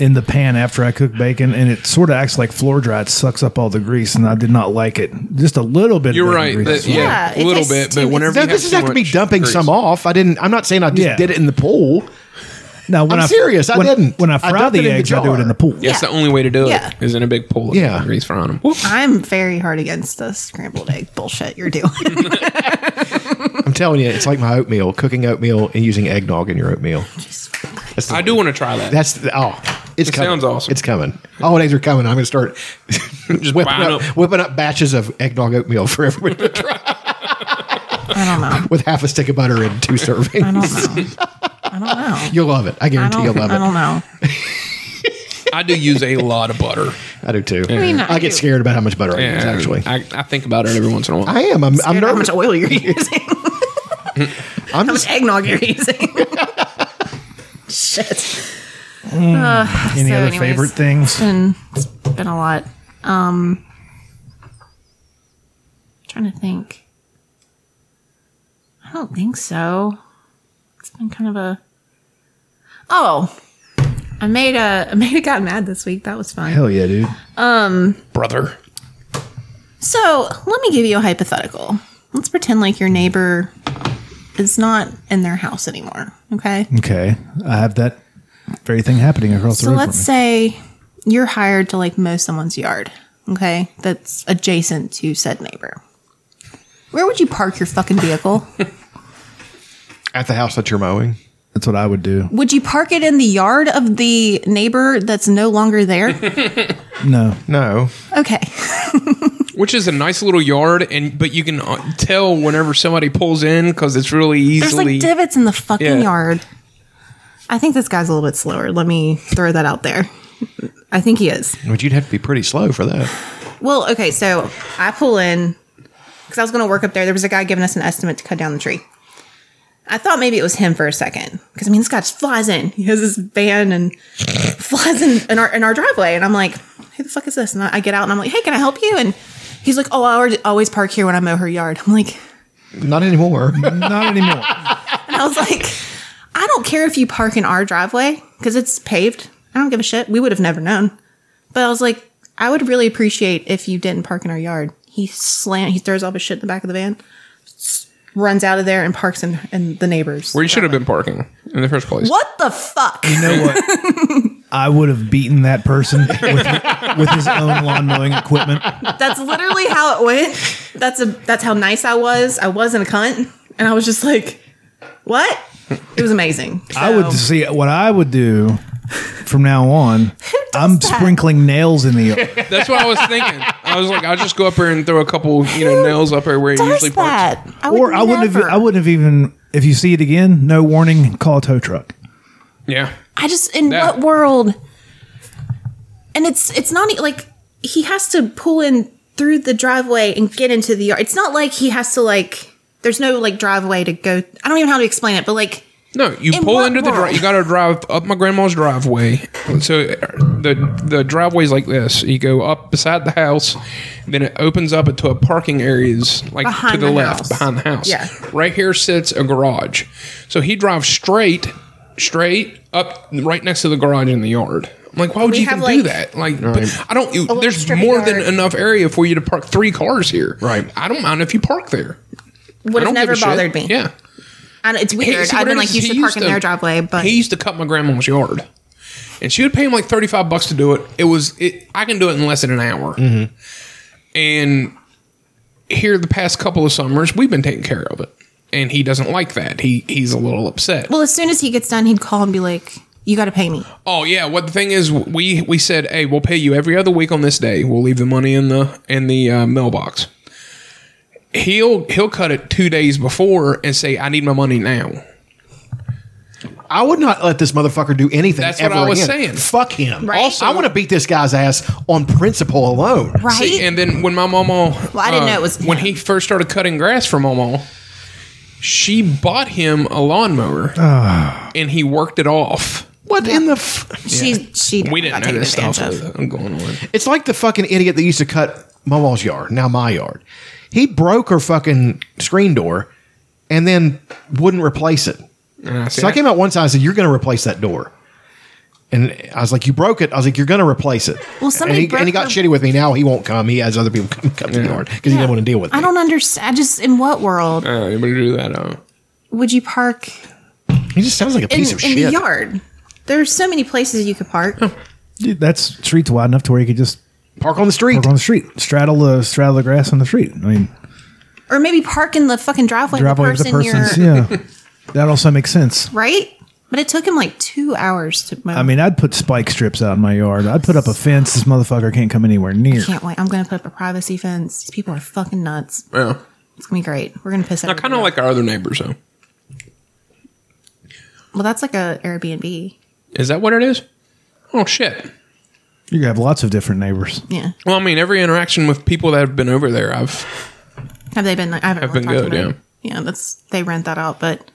Speaker 4: in the pan after I cook bacon, and it sort of acts like floor dry. It sucks up all the grease, and I did not like it. Just a little bit.
Speaker 2: You're
Speaker 4: of
Speaker 2: right.
Speaker 4: bacon Grease.
Speaker 2: that- yeah,
Speaker 1: Yeah,
Speaker 2: a
Speaker 1: it
Speaker 2: little
Speaker 1: tastes
Speaker 2: bit,
Speaker 1: too-
Speaker 2: but whenever
Speaker 3: No,
Speaker 2: you
Speaker 3: this
Speaker 2: have
Speaker 3: is
Speaker 2: too
Speaker 3: have to be
Speaker 2: much
Speaker 3: dumping
Speaker 2: grease-
Speaker 3: some off. I didn't. I'm not saying I just
Speaker 4: Yeah.
Speaker 3: did it in the pool.
Speaker 4: Now, when
Speaker 3: I'm
Speaker 4: I-
Speaker 3: serious, I
Speaker 4: when-
Speaker 3: didn't.
Speaker 4: when I
Speaker 3: I
Speaker 4: fry
Speaker 3: dumped
Speaker 4: the
Speaker 3: it in the
Speaker 4: eggs, I do it
Speaker 3: jar.
Speaker 4: in the pool.
Speaker 2: That's the only way to do
Speaker 1: Yeah.
Speaker 2: it is in a big pool.
Speaker 3: Yeah.
Speaker 2: grease frying them.
Speaker 1: I'm very hard against the scrambled egg bullshit you're doing.
Speaker 3: I'm telling you, it's like my oatmeal, cooking oatmeal and using eggnog in your oatmeal. That's the-
Speaker 2: I do want to try that.
Speaker 3: That's the, oh, it's
Speaker 2: It
Speaker 3: coming.
Speaker 2: sounds awesome.
Speaker 3: It's coming. Holidays are coming. I'm going to start just whipping
Speaker 2: Buying
Speaker 3: up,
Speaker 2: up.
Speaker 3: whipping up batches of eggnog oatmeal for everyone to try
Speaker 1: I don't know.
Speaker 3: with half a stick of butter and two servings.
Speaker 1: I don't know. I don't know.
Speaker 3: You'll love it. I
Speaker 1: I
Speaker 3: guarantee
Speaker 1: don't,
Speaker 3: you'll love it.
Speaker 1: I don't know.
Speaker 2: I do use a lot of butter.
Speaker 3: I do too. I,
Speaker 1: mean, I
Speaker 3: get
Speaker 1: do.
Speaker 3: scared about how much butter I use. Actually,
Speaker 2: I, I think about it every once in a while.
Speaker 3: I am. I'm, I'm
Speaker 1: Scared of how
Speaker 3: nervous.
Speaker 1: much oil you're using.
Speaker 3: I'm
Speaker 1: how
Speaker 3: just.
Speaker 1: much eggnog you're using. Shit. Uh,
Speaker 4: Any
Speaker 1: so
Speaker 4: other
Speaker 1: anyways,
Speaker 4: favorite things?
Speaker 1: Been, it's been a lot. Um, trying to think. I don't think so. It's been kind of a. Oh, I made a. I made a got mad this week. That was fun.
Speaker 4: Hell yeah, dude.
Speaker 2: brother.
Speaker 1: So let me give you a hypothetical. Let's pretend like your neighbor is not in their house anymore. Okay.
Speaker 4: Okay, I have that very thing happening across
Speaker 1: So
Speaker 4: the road.
Speaker 1: let's
Speaker 4: from
Speaker 1: say you're hired to like mow someone's yard, okay, that's adjacent to said neighbor. Where would you park your fucking vehicle?
Speaker 3: At the house that you're mowing,
Speaker 4: me. That's what I would do.
Speaker 1: would you park it in the yard of the neighbor that's no longer there?
Speaker 4: No,
Speaker 3: no,
Speaker 1: Okay.
Speaker 2: which is a nice little yard, and but you can uh, tell whenever somebody pulls in because it's really
Speaker 1: There's
Speaker 2: easily.
Speaker 1: like divots in the fucking
Speaker 2: Yeah.
Speaker 1: yard. I think this guy's a little bit slower. Let me throw that out there. I think he is.
Speaker 3: but you'd have to be pretty slow for that.
Speaker 1: Well, okay, so I pull in because I was going to work up there. There was a guy giving us an estimate to cut down the tree. I thought maybe it was him for a second because I mean this guy just flies in. He has this van and flies in in our in our driveway, and I'm like, "Who the fuck is this?" And I, I get out and I'm like, "Hey, can I help you?" And he's like, "Oh, I already, always park here when I mow her yard." I'm like,
Speaker 3: Not anymore.
Speaker 4: not anymore.
Speaker 1: and I was like, "I don't care if you park in our driveway because it's paved. I don't give a shit. We would have never known." But I was like, I would really appreciate if you didn't park in our yard. He slam he throws all his shit in the back of the van, s- runs out of there and parks in, in the neighbors.
Speaker 2: where you should have been parking in the first place.
Speaker 1: What the fuck?
Speaker 4: You know what? I would have beaten that person with, with his own lawn mowing equipment.
Speaker 1: That's literally how it went. That's a that's how nice I was. I wasn't a cunt, and I was just like, what? It was amazing.
Speaker 4: I would
Speaker 1: So-
Speaker 4: see what I would do from now on. I'm
Speaker 1: that?
Speaker 4: sprinkling nails in the yard.
Speaker 2: That's what I was thinking. I was like, I'll just go up there and throw a couple, you know, nails up there where he
Speaker 1: does
Speaker 2: usually parks.
Speaker 1: that? I would
Speaker 4: or I wouldn't have. e,
Speaker 1: never.
Speaker 4: I wouldn't have even. If you see it again, no warning. Call a tow truck.
Speaker 2: Yeah,
Speaker 1: I just in
Speaker 2: Yeah.
Speaker 1: what world? And it's it's not e- like he has to pull in through the driveway and get into the yard. It's not like he has to like. There's no like driveway to go. I don't even know how to explain it, but like
Speaker 2: no, you
Speaker 1: In
Speaker 2: pull
Speaker 1: what
Speaker 2: into the
Speaker 1: world?
Speaker 2: drive. You got to drive up my grandma's driveway. So uh, the the driveway's like this. You go up beside the house, then it opens up into a parking areas like
Speaker 1: Behind
Speaker 2: to the,
Speaker 1: the
Speaker 2: left
Speaker 1: house.
Speaker 2: behind the house.
Speaker 1: Yeah.
Speaker 2: right here sits a garage. So he drives straight, straight up right next to the garage in the yard. I'm like, why would
Speaker 1: We
Speaker 2: you
Speaker 1: have,
Speaker 2: even do
Speaker 1: like,
Speaker 2: that? Like, but I don't. You,
Speaker 1: little
Speaker 2: there's
Speaker 1: straight
Speaker 2: more
Speaker 1: yard.
Speaker 2: than enough area for you to park three cars here.
Speaker 3: Right.
Speaker 2: I don't mind if you park there. I
Speaker 1: would have
Speaker 2: don't give
Speaker 1: never
Speaker 2: a shit.
Speaker 1: bothered me.
Speaker 2: Yeah.
Speaker 1: and it's
Speaker 2: He-
Speaker 1: weird.
Speaker 2: see,
Speaker 1: I've
Speaker 2: what it
Speaker 1: been like,
Speaker 2: is,
Speaker 1: you
Speaker 2: he
Speaker 1: should
Speaker 2: used
Speaker 1: park in
Speaker 2: to-
Speaker 1: their driveway, but
Speaker 2: he used to cut my grandma's yard, and she would pay him like thirty five bucks to do it. It was it, I can do it in less than an hour,
Speaker 1: Mm-hmm.
Speaker 2: and here the past couple of summers we've been taking care of it, and he doesn't like that. He he's a little upset.
Speaker 1: well, as soon as he gets done, he'd call and be like, "You got to pay me."
Speaker 2: Oh yeah, what the thing is, we we said, hey, we'll pay you every other week on this day. We'll leave the money in the in the uh, mailbox. He'll he'll cut it two days before and say, I need my money now.
Speaker 3: I would not let this motherfucker do anything.
Speaker 2: That's what
Speaker 3: ever
Speaker 2: I was saying.
Speaker 3: again. Fuck him.
Speaker 1: Right.
Speaker 3: Also, I want to beat this guy's ass on principle alone.
Speaker 1: Right?
Speaker 2: See, and then when my mama, uh,
Speaker 1: Well, I didn't know it was
Speaker 2: when
Speaker 1: him.
Speaker 2: he first started cutting grass for mama. She bought him a lawnmower, and he worked it off.
Speaker 3: What in the? F-
Speaker 1: she she
Speaker 2: We didn't
Speaker 1: got
Speaker 2: know
Speaker 1: taken
Speaker 2: this stuff.
Speaker 1: advantage of.
Speaker 2: I'm going on.
Speaker 3: it's like the fucking idiot that used to cut my wall's yard, now my yard. He broke her fucking screen door, and then wouldn't replace it.
Speaker 2: And I
Speaker 3: So I came out one time and said, "You're going to replace that door." And I was like, "You broke it." I was like, "You're going to replace it."
Speaker 1: Well, somebody
Speaker 3: and he, and he got
Speaker 1: broke her-
Speaker 3: shitty with me. Now he won't come. He has other people come, come to the yard because he didn't want to deal with me.
Speaker 1: I don't understand. I just in what world
Speaker 2: uh, anybody do that? Uh,
Speaker 1: would you park
Speaker 3: he just sounds like a
Speaker 1: in,
Speaker 3: piece of
Speaker 1: in
Speaker 3: shit.
Speaker 1: the yard?
Speaker 11: There's so many places you could park.
Speaker 4: Dude, that's streets wide enough to where you could just
Speaker 3: park on the street.
Speaker 4: Park on the street. Straddle the straddle the grass on the street. I mean,
Speaker 11: Or maybe park in the fucking driveway, of
Speaker 4: driveway of the
Speaker 11: the person
Speaker 4: person's.
Speaker 11: you're-
Speaker 4: Yeah, that also makes sense.
Speaker 11: Right? But it took him like two hours to mow.
Speaker 4: I mean, I'd put spike strips out in my yard. I'd put up a fence. This motherfucker can't come anywhere near.
Speaker 11: can't wait. I'm going to put up a privacy fence. These people are fucking nuts.
Speaker 2: Yeah.
Speaker 11: It's going to be great. We're going to piss
Speaker 2: I
Speaker 11: everybody
Speaker 2: kind of like our other neighbors, though.
Speaker 11: Well, that's like a Airbnb.
Speaker 2: Is that what it is? Oh, shit.
Speaker 4: You could have lots of different neighbors.
Speaker 11: Yeah.
Speaker 2: Well, I mean, every interaction with people that have been over there, I've
Speaker 11: Have they been like? I haven't.
Speaker 2: Have
Speaker 11: really
Speaker 2: been
Speaker 11: talked to
Speaker 2: good,
Speaker 11: them. Yeah, that's they rent that out, but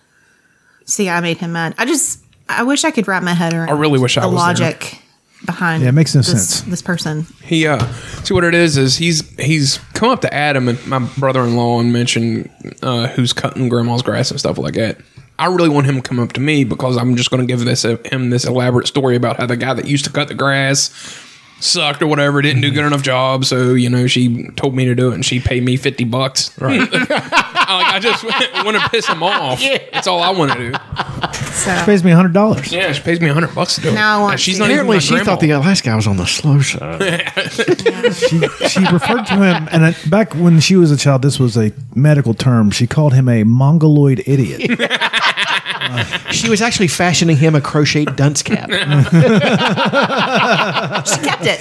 Speaker 11: see, I made him mad. I just, I wish I could wrap my head around.
Speaker 2: I really wish I
Speaker 11: the
Speaker 2: was there.
Speaker 11: logic behind.
Speaker 4: Yeah, it makes no
Speaker 11: this,
Speaker 4: sense.
Speaker 11: This person.
Speaker 2: He uh see what it is is he's he's come up to Adam and my brother in law and mentioned uh, who's cutting grandma's grass and stuff like that. I really want him to come up to me because I'm just going to give this him this elaborate story about how the guy that used to cut the grass sucked or whatever didn't do good enough job. So you know she told me to do it and she paid me fifty bucks. Right. I, I just want to piss him off. That's all I want to do.
Speaker 4: She pays me hundred dollars.
Speaker 2: Yeah, she pays me hundred bucks to do it.
Speaker 11: Now I
Speaker 2: And
Speaker 11: want
Speaker 2: she's
Speaker 11: to.
Speaker 2: not even
Speaker 3: Apparently,
Speaker 2: my
Speaker 3: she
Speaker 2: grandma.
Speaker 3: thought the Alaska was on the slow side.
Speaker 4: she, she referred to him, and I, back when she was a child, this was a medical term. She called him a mongoloid idiot.
Speaker 3: she was actually fashioning him a crocheted dunce cap.
Speaker 11: She kept it.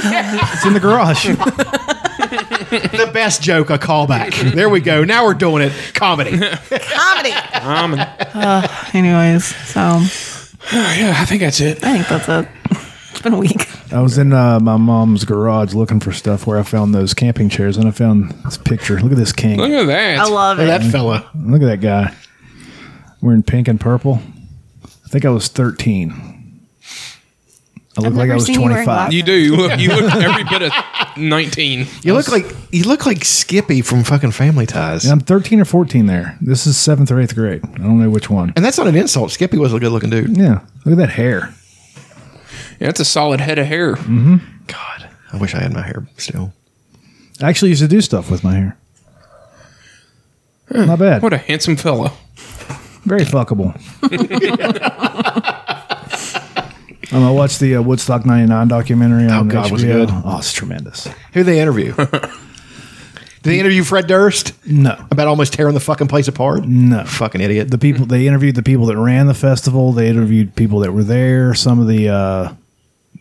Speaker 4: it's in the garage.
Speaker 3: the best joke, a callback. There we go. Now we're doing it. Comedy.
Speaker 11: Comedy.
Speaker 2: Um, and-
Speaker 1: Uh, Anyways, so
Speaker 2: yeah, I think that's it.
Speaker 1: I think that's it. It's been a week.
Speaker 4: I was in uh, my mom's garage looking for stuff where I found those camping chairs, and I found this picture. Look at this king.
Speaker 2: Look at that.
Speaker 1: I love it.
Speaker 3: that fella.
Speaker 4: Look at that guy wearing pink and purple. I think I was 13. I look like
Speaker 1: never
Speaker 4: I was
Speaker 1: seen you wearing
Speaker 4: 25.
Speaker 2: You do. You look, you look every bit of 19.
Speaker 3: You look like you look like Skippy from fucking Family Ties.
Speaker 4: I'm 13 or 14 there. This is seventh or eighth grade. I don't know which one.
Speaker 3: And that's not an insult. Skippy was a good looking dude.
Speaker 4: Yeah. Look at that hair.
Speaker 2: Yeah, that's a solid head of hair.
Speaker 3: God, I wish I had my hair still.
Speaker 4: I actually used to do stuff with my hair. Not bad.
Speaker 2: What a handsome fella.
Speaker 4: Very fuckable. um, I watched the uh, Woodstock 99 documentary.
Speaker 3: Oh,
Speaker 4: on
Speaker 3: God,
Speaker 4: HBO.
Speaker 3: was it good?
Speaker 4: Oh, it's tremendous.
Speaker 3: Who they interview? Did they interview Fred Durst
Speaker 4: No.
Speaker 3: about almost tearing the fucking place apart?
Speaker 4: No.
Speaker 3: Fucking idiot.
Speaker 4: The people, they interviewed the people that ran the festival. They interviewed people that were there. Some of the, uh,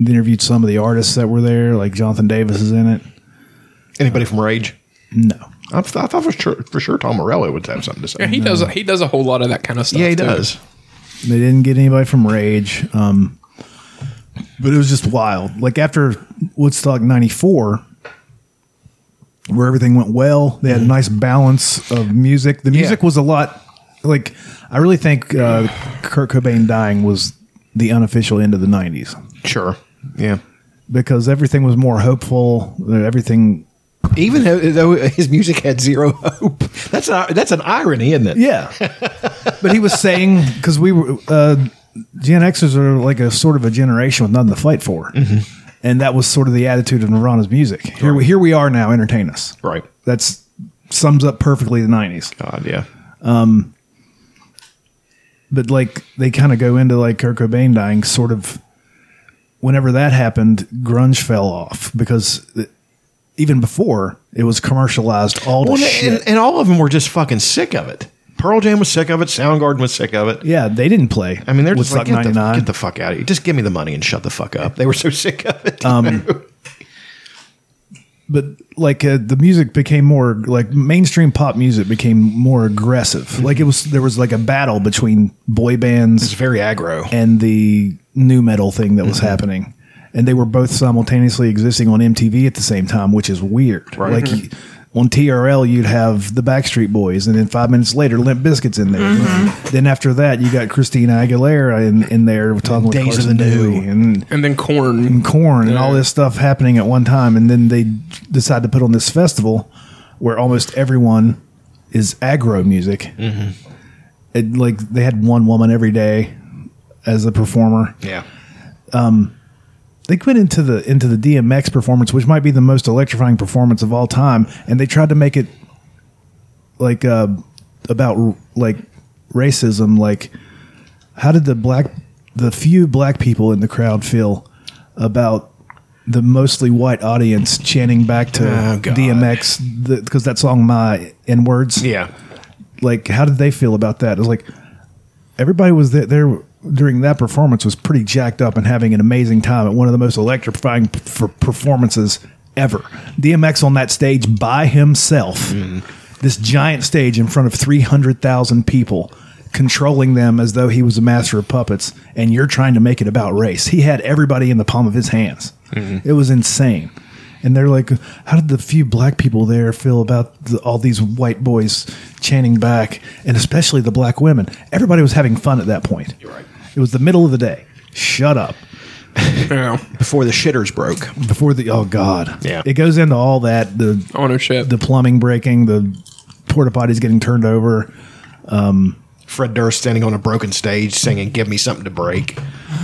Speaker 4: they interviewed some of the artists that were there, like Jonathan Davis is in it.
Speaker 3: Anybody from Rage?
Speaker 4: No.
Speaker 3: I, th- I thought for sure, for sure Tom Morello would have something to say.
Speaker 2: Yeah, he does. He does a whole lot of that kind of stuff.
Speaker 3: yeah, he
Speaker 2: too.
Speaker 3: does.
Speaker 4: They didn't get anybody from Rage. Um, but it was just wild. Like after Woodstock 94, where everything went well, they had a nice balance of music. The music
Speaker 3: Yeah.
Speaker 4: was a lot like, I really think uh, Kurt Cobain dying was the unofficial end of the 90s
Speaker 3: Sure. Yeah.
Speaker 4: because everything was more hopeful. Everything,
Speaker 3: Even though, though his music had zero hope, that's an, that's an irony, isn't it?
Speaker 4: yeah. but he was saying, because we were, uh, Gen Xers are like a sort of a generation with nothing to fight for.
Speaker 3: Mm-hmm.
Speaker 4: And that was sort of the attitude of Nirvana's music. Here, we, here we are now, entertain us.
Speaker 3: Right.
Speaker 4: That's sums up perfectly the 90s.
Speaker 3: God, yeah.
Speaker 4: But like they kind of go into like Kurt Cobain dying, sort of whenever that happened, grunge fell off because it- even before it was commercialized all to
Speaker 3: Well,
Speaker 4: shit.
Speaker 3: and, and all of them were just fucking sick of it. Pearl Jam was sick of it. Soundgarden was sick of it.
Speaker 4: yeah, they didn't play.
Speaker 3: I mean, they're just
Speaker 4: Woodstock
Speaker 3: like, get the,
Speaker 4: 99.
Speaker 3: get the fuck out of here. Just give me the money and shut the fuck up. They were so sick of it.
Speaker 4: but like uh, the music became more like mainstream pop music became more aggressive. Like it was there was like a battle between boy
Speaker 3: Mm-hmm. it's
Speaker 4: bands
Speaker 3: very aggro. Mm-hmm.
Speaker 4: and the new metal thing that was happening, and they were both simultaneously existing on MTV at the same time, which is weird.
Speaker 3: Right. Mm-hmm.
Speaker 4: Like on TRL, you'd have the Backstreet Boys, and then five minutes later, Limp Bizkit's in there.
Speaker 3: Mm-hmm.
Speaker 4: Then after that, you got Christina Aguilera in, in there talking
Speaker 3: Days of
Speaker 4: with
Speaker 3: the
Speaker 4: Carson
Speaker 3: New.
Speaker 4: Daly and
Speaker 2: And then corn.
Speaker 4: corn and all this stuff happening at one time and then they decide to put on this festival where almost everyone is aggro music it, like they had one woman every day as a performer
Speaker 3: Yeah.
Speaker 4: they went into the into the dmx performance which might be the most electrifying performance of all time and they tried to make it like uh about like racism like how did the black the few black people in the crowd feel about the mostly white audience chanting back to
Speaker 3: Oh, God.
Speaker 4: DMX because that song "My" in words.
Speaker 3: Yeah,
Speaker 4: like how did they feel about that? It was like everybody was there, there during that performance was pretty jacked up and having an amazing time at one of the most electrifying p- for performances ever. DMX on that stage by himself, this giant stage in front of three hundred thousand people. Controlling them as though he was a master of puppets, and you're trying to make it about race. He had everybody in the palm of his hands. It was insane. And they're like, how did the few black people there feel about the, all these white boys chanting back, and especially the black women? Everybody was having fun at that point. You're right. It was the middle of the day. Shut up.
Speaker 3: Before the shitters broke.
Speaker 4: Before the oh god.
Speaker 3: Yeah.
Speaker 4: It goes into all that the
Speaker 2: ownership,
Speaker 4: the plumbing breaking, the porta potties getting turned over. Um,
Speaker 3: Fred Durst standing on a broken stage singing "Give Me Something to Break."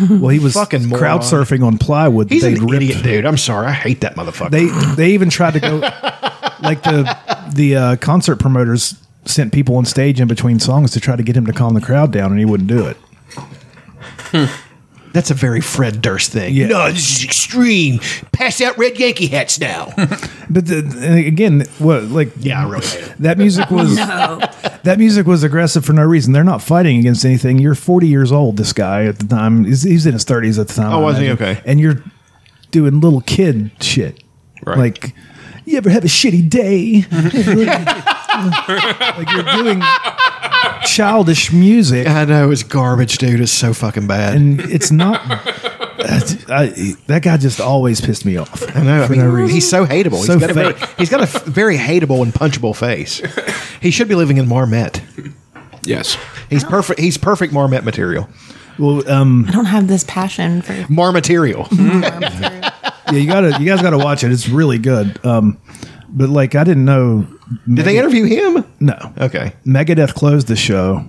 Speaker 4: well, he was
Speaker 3: Fucking moron.
Speaker 4: crowd surfing on plywood. that
Speaker 3: He's an
Speaker 4: they'd ripped.
Speaker 3: idiot, dude. I'm sorry. I hate that motherfucker.
Speaker 4: They they even tried to go like the the uh, concert promoters sent people on stage in between songs to try to get him to calm the crowd down, and he wouldn't do it.
Speaker 3: That's a very Fred Durst thing.
Speaker 4: Yeah.
Speaker 3: No, this is extreme. Pass out red Yankee hats now.
Speaker 4: But the, and again, what like
Speaker 3: yeah, I really hate it.
Speaker 4: that music was
Speaker 1: Oh,
Speaker 4: that music was aggressive for no reason. They're not fighting against anything. You're 40 years old. This guy at the time, he's, he's in his 30s at the time.
Speaker 3: Oh,
Speaker 4: I
Speaker 3: was he?
Speaker 4: imagine.
Speaker 3: Okay.
Speaker 4: And you're doing little kid shit,
Speaker 3: Right.
Speaker 4: like. You ever have a shitty day? like you're doing childish music.
Speaker 3: I know it's garbage, dude. It's so fucking bad.
Speaker 4: and it's not. I, that guy just always pissed me off.
Speaker 3: I know. I
Speaker 4: For
Speaker 3: mean,
Speaker 4: no reason.
Speaker 3: he's so hateable.
Speaker 4: So
Speaker 3: he's got a very,
Speaker 4: fake.
Speaker 3: he's got a f- very hateable and punchable face. He should be living in Marmet.
Speaker 2: Yes.
Speaker 3: He's perfect. He's perfect Marmet material.
Speaker 4: Well, um,
Speaker 1: I don't have this passion for.
Speaker 3: Mar material.
Speaker 4: Mm-hmm. yeah, you gotta, you guys gotta watch it. It's really good. Um, but like, I didn't know.
Speaker 3: Did they interview him?
Speaker 4: No,
Speaker 3: Okay.
Speaker 4: Megadeth closed the show,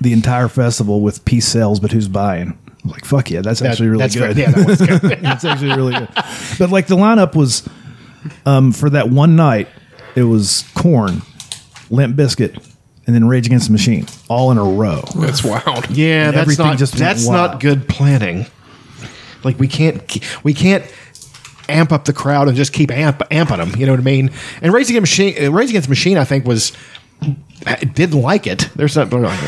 Speaker 4: the entire festival with peace sales, but who's buying? I'm like, fuck yeah, that's actually really
Speaker 3: that's
Speaker 4: good.
Speaker 3: fair. Yeah, that one's good.
Speaker 4: That's actually really good. But like the lineup was um, for that one night, it was Corn, Limp Biscuit, and then Rage Against the Machine, all in a row.
Speaker 2: That's wild.
Speaker 3: Yeah, that's
Speaker 4: everything
Speaker 3: not
Speaker 4: just went
Speaker 3: that's not
Speaker 4: wild.
Speaker 3: good planning. Like we can't ke- we can't amp up the crowd and just keep amp, amping them. You know what I mean? And Rage Against Machine, uh, Rage Against the Machine, I think was I didn't like it. There's something like,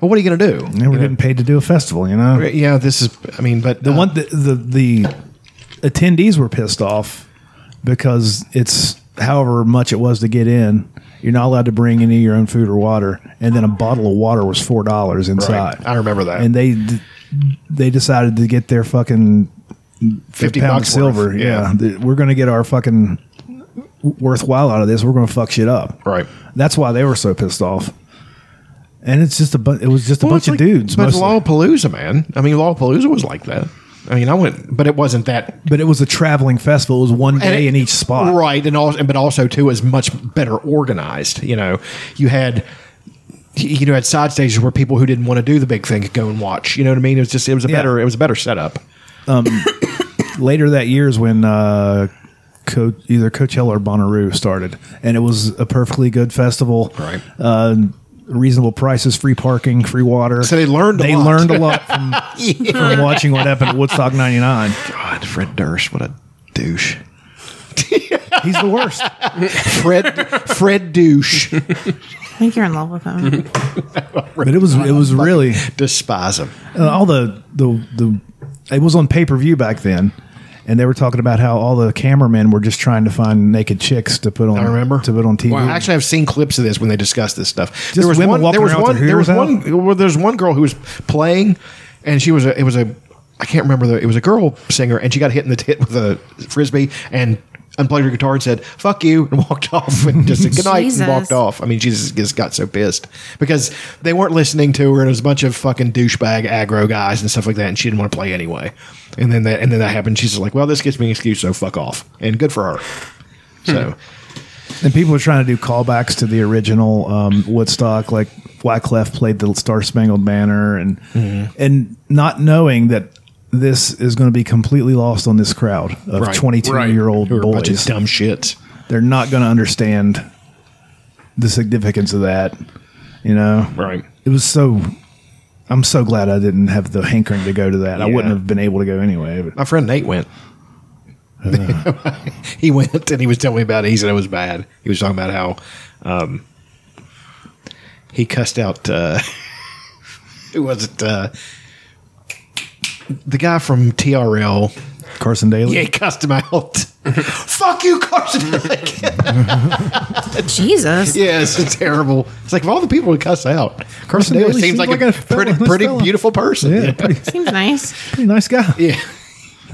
Speaker 3: well, what are you going to do?
Speaker 4: They were getting paid to do a festival, you know.
Speaker 3: Yeah, this is. I mean, but uh,
Speaker 4: The one the, the the attendees were pissed off because it's however much it was to get in. You're not allowed to bring any of your own food or water, and then a bottle of water was four dollars inside.
Speaker 3: I remember that.
Speaker 4: And they d- they decided to get their fucking their
Speaker 3: 50
Speaker 4: pound of
Speaker 3: bucks worth,
Speaker 4: silver.
Speaker 3: yeah.
Speaker 4: Yeah, Th- we're gonna get our fucking worthwhile out of this. We're gonna fuck shit up.
Speaker 3: Right.
Speaker 4: That's why they were so pissed off. And it's just a bu- it was just a bunch of dudes.
Speaker 3: But
Speaker 4: mostly.
Speaker 3: Lollapalooza, man. I mean, Lollapalooza was like that. I mean, I went, but it wasn't that
Speaker 4: But it was a traveling festival. It was one day
Speaker 3: it-
Speaker 4: in each spot.
Speaker 3: right? And also, but also too is much better organized. You know, you had you know had side stages where people who didn't want to do the big thing could go and watch. You know what I mean? It was just it was a
Speaker 4: Yeah.
Speaker 3: better it was a better setup.
Speaker 4: Later that year is when uh, Co- either Coachella or Bonnaroo started, and it was a perfectly good festival.
Speaker 3: Right.
Speaker 4: Uh, reasonable prices, free parking, free water.
Speaker 3: So they learned a
Speaker 4: they
Speaker 3: lot.
Speaker 4: learned a lot from, from watching what happened at Woodstock '99.
Speaker 3: God, Fred Durst, what a douche.
Speaker 4: He's the worst.
Speaker 3: Fred Fred douche.
Speaker 1: I think you're in love with him.
Speaker 4: But it was it was really
Speaker 3: Despise him.
Speaker 4: uh, all the the the it was on pay per view back then, and they were talking about how all the cameramen were just trying to find naked chicks to put on.
Speaker 3: I remember.
Speaker 4: to put on TV.
Speaker 3: Well, actually, I've seen clips of this when they discuss this stuff.
Speaker 4: Just women walking
Speaker 3: there was
Speaker 4: around with
Speaker 3: one.
Speaker 4: their
Speaker 3: There was
Speaker 4: hairs
Speaker 3: one. Well, there's one girl who was playing, and she was a. It was a. I can't remember the. It was a girl singer, and she got hit in the hit with a frisbee and unplugged her guitar and said "fuck you" and walked off and just said good night
Speaker 1: Jesus.
Speaker 3: and walked off. I mean, Jesus just got so pissed because they weren't listening to her, and it was a bunch of fucking douchebag aggro guys and stuff like that, and she didn't want to play anyway. And then that, and then that happened. She's just like, "Well, this gives me an excuse, so fuck off," and good for her.
Speaker 4: Hmm.
Speaker 3: So.
Speaker 4: And people were trying to do callbacks to the original um, Woodstock, like Wyclef played the Star Spangled Banner, and
Speaker 3: Mm-hmm.
Speaker 4: and not knowing that this is going to be completely lost on this crowd of
Speaker 3: Right,
Speaker 4: twenty two
Speaker 2: right.
Speaker 4: year old
Speaker 3: Who are a bunch of
Speaker 4: boys.
Speaker 3: dumb shit.
Speaker 4: They're not going to understand the significance of that. You know,
Speaker 3: Right.
Speaker 4: It was so. I'm so glad I didn't have the hankering to go to that. I
Speaker 3: Yeah.
Speaker 4: wouldn't have been able to go anyway. But
Speaker 3: My friend Nate went. he went and he was telling me about it. He said it was bad. He was talking about how um, he cussed out uh, who was it? Uh, the guy from TRL,
Speaker 4: Carson Daly.
Speaker 3: Yeah, he cussed him out. Fuck you, Carson.
Speaker 1: Jesus.
Speaker 3: Yeah, it's terrible. It's like of all the people to cuss out, Carson, Daly, seems, like, a, pretty,
Speaker 4: fella-
Speaker 3: pretty
Speaker 4: fella.
Speaker 3: beautiful person.
Speaker 4: Yeah, pretty,
Speaker 1: Seems nice.
Speaker 4: pretty nice guy.
Speaker 3: Yeah.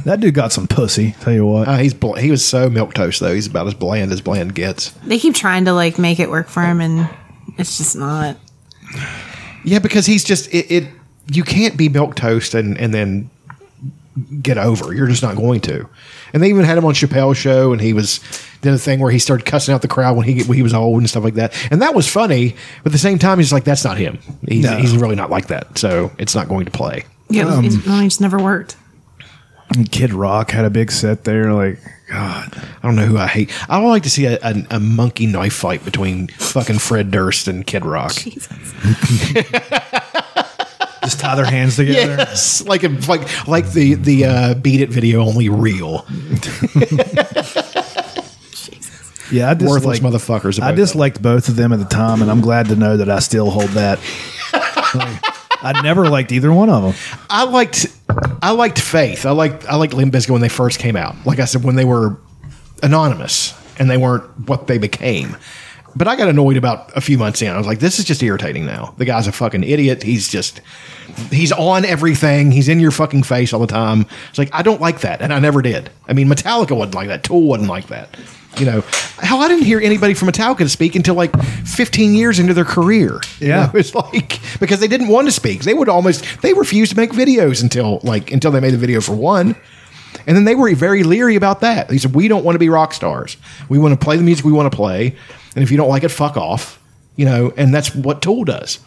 Speaker 4: That dude got some pussy. Tell you what,
Speaker 3: Uh, he's bl- he was so milk toast though. He's about as bland as bland gets.
Speaker 1: They keep trying to like make it work for him, and it's just not.
Speaker 3: Yeah, because he's just it. it you can't be milk toast and and then get over. You're just not going to. And they even had him on Chappelle's show, and he was did a thing where he started cussing out the crowd when he when he was old and stuff like that. And that was funny, but at the same time, he's like, that's not him. He's,
Speaker 4: No.
Speaker 3: he's really not like that. So it's not going to play.
Speaker 1: Yeah,
Speaker 4: Um,
Speaker 1: it it's, no, it just never worked.
Speaker 4: And Kid Rock had a big set there. Like God,
Speaker 3: I don't know who I hate. I would like to see a, a, a monkey knife fight between fucking Fred Durst and Kid Rock.
Speaker 4: just tie their hands together.
Speaker 3: Yes, like a, like like the the uh, beat it video only real.
Speaker 4: Yeah, I just
Speaker 3: Worthless motherfuckers,
Speaker 4: I
Speaker 3: both
Speaker 4: disliked both of them at the time, and I'm glad to know that I still hold that. Like, I never liked either one of them.
Speaker 3: I liked I liked Faith. I liked I liked Limp Bizkit when they first came out. Like I said, when they were anonymous and they weren't what they became. But I got annoyed about a few months in. I was like, this is just irritating now. The guy's a fucking idiot. He's just he's on everything. He's in your fucking face all the time. It's like I don't like that, and I never did. I mean, Metallica wasn't like that. Tool wasn't like that. You know, hell, I didn't hear anybody from Metallica speak until like 15 years into their career. You
Speaker 4: Yeah.
Speaker 3: know, it's like because they didn't want to speak. They would almost they refused to make videos until like until they made the video for one. And then they were very leery about that. They said, "We don't want to be rock stars. We want to play the music we want to play, and if you don't like it, fuck off." You know, and that's what Tool does.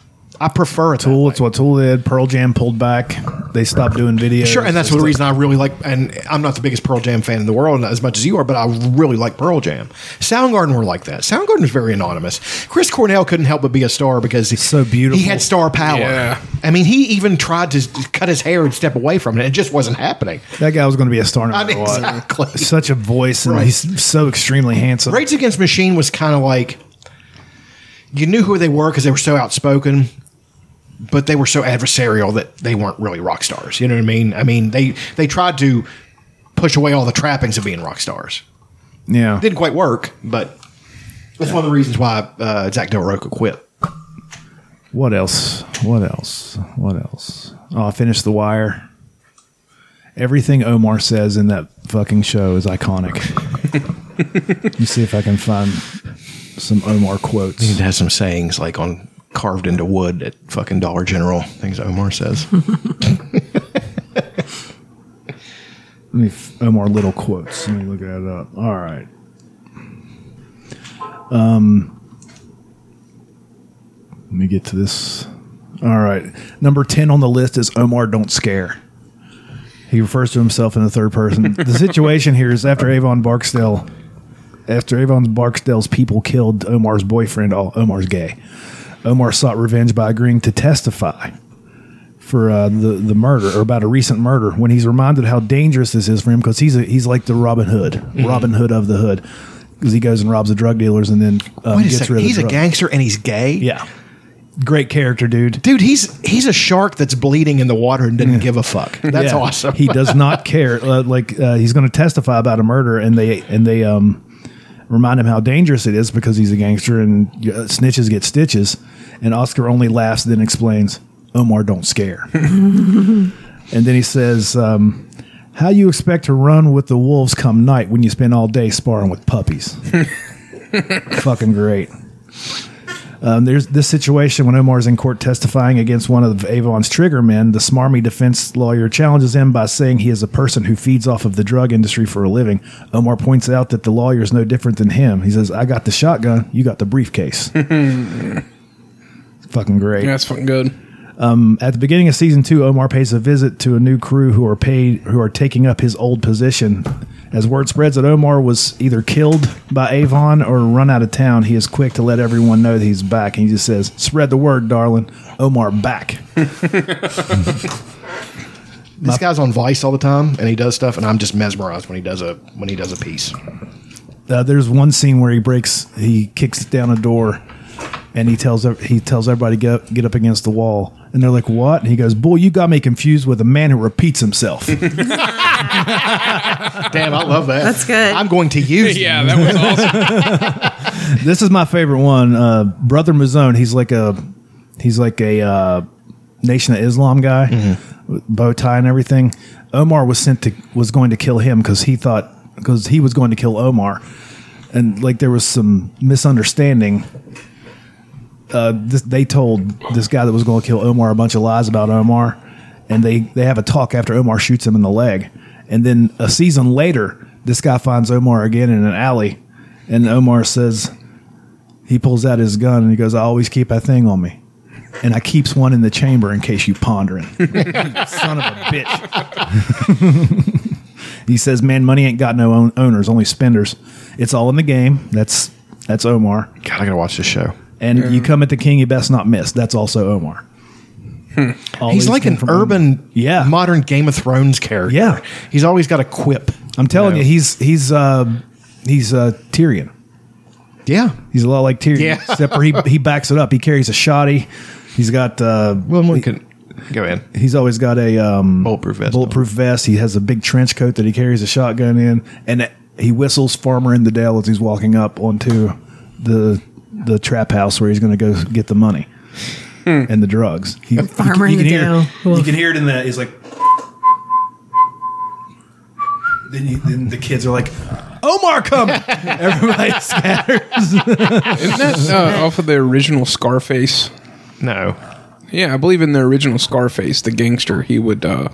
Speaker 3: I prefer it. that
Speaker 4: Tool, it's what Tool did. Pearl Jam pulled back. They stopped doing videos.
Speaker 3: Sure, and that's
Speaker 4: It's
Speaker 3: the
Speaker 4: like-
Speaker 3: reason I really like. And I'm not the biggest Pearl Jam fan in the world, not as much as you are, but I really like Pearl Jam. Soundgarden were like that. Soundgarden was very anonymous. Chris Cornell couldn't help but be a star because he's
Speaker 4: so beautiful.
Speaker 3: He had star power.
Speaker 2: Yeah.
Speaker 3: I mean, he even tried to cut his hair and step away from it. It just wasn't happening.
Speaker 4: That guy was going to be a star no
Speaker 3: I
Speaker 4: matter
Speaker 3: mean,
Speaker 4: what.
Speaker 3: exactly.
Speaker 4: Such a voice, and
Speaker 3: Right.
Speaker 4: he's so extremely handsome.
Speaker 3: Rage Against the Machine was kind of like you knew who they were because they were so outspoken, but they were so adversarial that they weren't really rock stars. You know what I mean? I mean they they tried to push away all the trappings of being rock stars.
Speaker 4: Yeah,
Speaker 3: Didn't quite work, but that's one of the reasons why uh, Zach Del Roca quit.
Speaker 4: What else? What else? What else? Oh, I finished The Wire. Everything Omar says in that fucking show is iconic. Let me see if I can find some Omar quotes.
Speaker 3: It has some sayings like on carved into wood at fucking Dollar General. Things Omar says.
Speaker 4: Um, Let me f- Omar Little quotes. Let me look that up. All right. Um, let me get to this. All right. Number 10 on the list is Omar Don't Scare. He refers to himself in the third person. the situation here is after Avon Barksdale, after Avon Barksdale's people killed Omar's boyfriend, oh, Omar's gay. Omar sought revenge by agreeing to testify for uh, the the murder or about a recent murder when he's reminded how dangerous this is for him because he's a, he's like the Robin Hood,
Speaker 3: Mm-hmm.
Speaker 4: Robin Hood of the hood, because he goes and robs the drug dealers and then um,
Speaker 3: Wait a
Speaker 4: gets
Speaker 3: second.
Speaker 4: rid of
Speaker 3: He's
Speaker 4: the
Speaker 3: a
Speaker 4: drug-
Speaker 3: gangster and he's gay.
Speaker 4: Yeah, great character, dude.
Speaker 3: Dude, he's he's a shark that's bleeding in the water and didn't give a fuck. That's
Speaker 4: Yeah.
Speaker 3: awesome.
Speaker 4: he does not care. Uh, like uh, he's going to testify about a murder, and they and they um, remind him how dangerous it is because he's a gangster and uh, snitches get stitches. And Oscar only laughs, then explains, "Omar, don't scare." and then he says, um, "How you expect to run with the wolves come night when you spend all day sparring with puppies?" Fucking great. Um, there's this situation when Omar's in court testifying against one of Avon's trigger men. The smarmy defense lawyer challenges him by saying he is a person who feeds off of the drug industry for a living. Omar points out that the lawyer is no different than him. He says, I got the shotgun, you got the briefcase. Fucking great.
Speaker 2: Yeah, that's fucking good.
Speaker 4: At the beginning of season two, Omar pays a visit to a new crew who are paid who are taking up his old position As word spreads that Omar was either killed by Avon or run out of town, he is quick to let everyone know that he's back. And he just says, Spread the word, darling. Omar back.
Speaker 3: This guy's on Vice all the time, and he does stuff, and I'm just mesmerized when he does a when he does a piece.
Speaker 4: uh, there's one scene where he breaks, he kicks down a door, and he tells ev- he tells everybody get up, get up against the wall, and they're like, "What?" And he goes, "Boy, you got me confused with a man who repeats himself."
Speaker 3: Damn, I love that. That's good. I'm going to use.
Speaker 2: yeah, that was awesome.
Speaker 4: this is my favorite one. Uh, Brother Mazone, he's like a he's like a uh, Nation of Islam guy, with bow tie and everything. Omar was sent to was going to kill him because he thought because he was going to kill Omar, and like there was some misunderstanding. Uh, this, they told this guy that was going to kill Omar a bunch of lies about Omar, and they they have a talk after Omar shoots him in the leg, and then a season later, this guy finds Omar again in an alley, and Omar says, he pulls out his gun and he goes, I always keep that thing on me. And I keeps one in the chamber in case you pondering. Son of a bitch. he says, Man, money ain't got no own- owners, only spenders. It's all in the game. That's that's Omar.
Speaker 3: God, I gotta watch this show.
Speaker 4: And you come at the king, you best not miss. That's also Omar. Always
Speaker 3: He's like
Speaker 4: came
Speaker 3: an
Speaker 4: from
Speaker 3: urban,
Speaker 4: Yeah.
Speaker 3: modern Game of Thrones character.
Speaker 4: Yeah.
Speaker 3: he's always got a quip.
Speaker 4: I'm telling
Speaker 3: Yeah.
Speaker 4: you, he's he's uh, he's uh, Tyrion.
Speaker 3: Yeah,
Speaker 4: He's a lot like Tyrion,
Speaker 3: Yeah.
Speaker 4: except for he, he backs it up. He carries a shoddy. He's got uh,
Speaker 3: Well, one can go in.
Speaker 4: He's always got a um,
Speaker 3: Bulletproof vest.
Speaker 4: bulletproof vest. He has a big trench coat that he carries a shotgun in, and he whistles "Farmer in the Dale" as he's walking up onto the the trap house where he's going to go get the money and the drugs. He,
Speaker 1: Farmer in Hmm. the
Speaker 4: hear,
Speaker 1: Dale.
Speaker 4: You can hear it in the. He's like. Then, you, then the kids are like, "Omar coming!" Everybody scatters.
Speaker 2: Isn't that uh, off of the original Scarface?
Speaker 3: No,
Speaker 2: Yeah, I believe in the original Scarface, the gangster, he would uh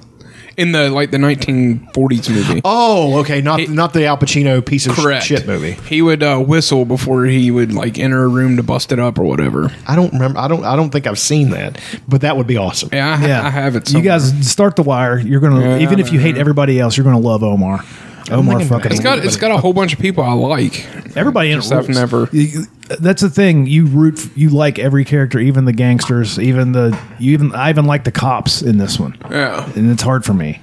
Speaker 2: in the like the 1940s movie.
Speaker 3: oh, okay, not not the Al Pacino piece of
Speaker 2: Correct.
Speaker 3: shit movie.
Speaker 2: He would uh, whistle before he would like enter a room to bust it up or whatever.
Speaker 3: I don't remember. I don't. I don't think I've seen that, but that would be awesome.
Speaker 2: Yeah, I, ha-
Speaker 4: Yeah,
Speaker 2: I have it.
Speaker 4: You
Speaker 2: Somewhere.
Speaker 4: guys start the wire. You're gonna
Speaker 2: Yeah, Oh
Speaker 4: even if you hate everybody else, you're gonna love Omar. Omar
Speaker 3: liking
Speaker 4: fucking.
Speaker 3: that.
Speaker 2: It's got it's got a whole bunch of people I like.
Speaker 4: everybody in it
Speaker 2: Just I've
Speaker 4: rules.
Speaker 2: never.
Speaker 4: You- you- That's the thing. You root. f- You like every character, even the gangsters, even the you even I even like the cops in this one,
Speaker 2: Yeah.
Speaker 4: and it's hard for me.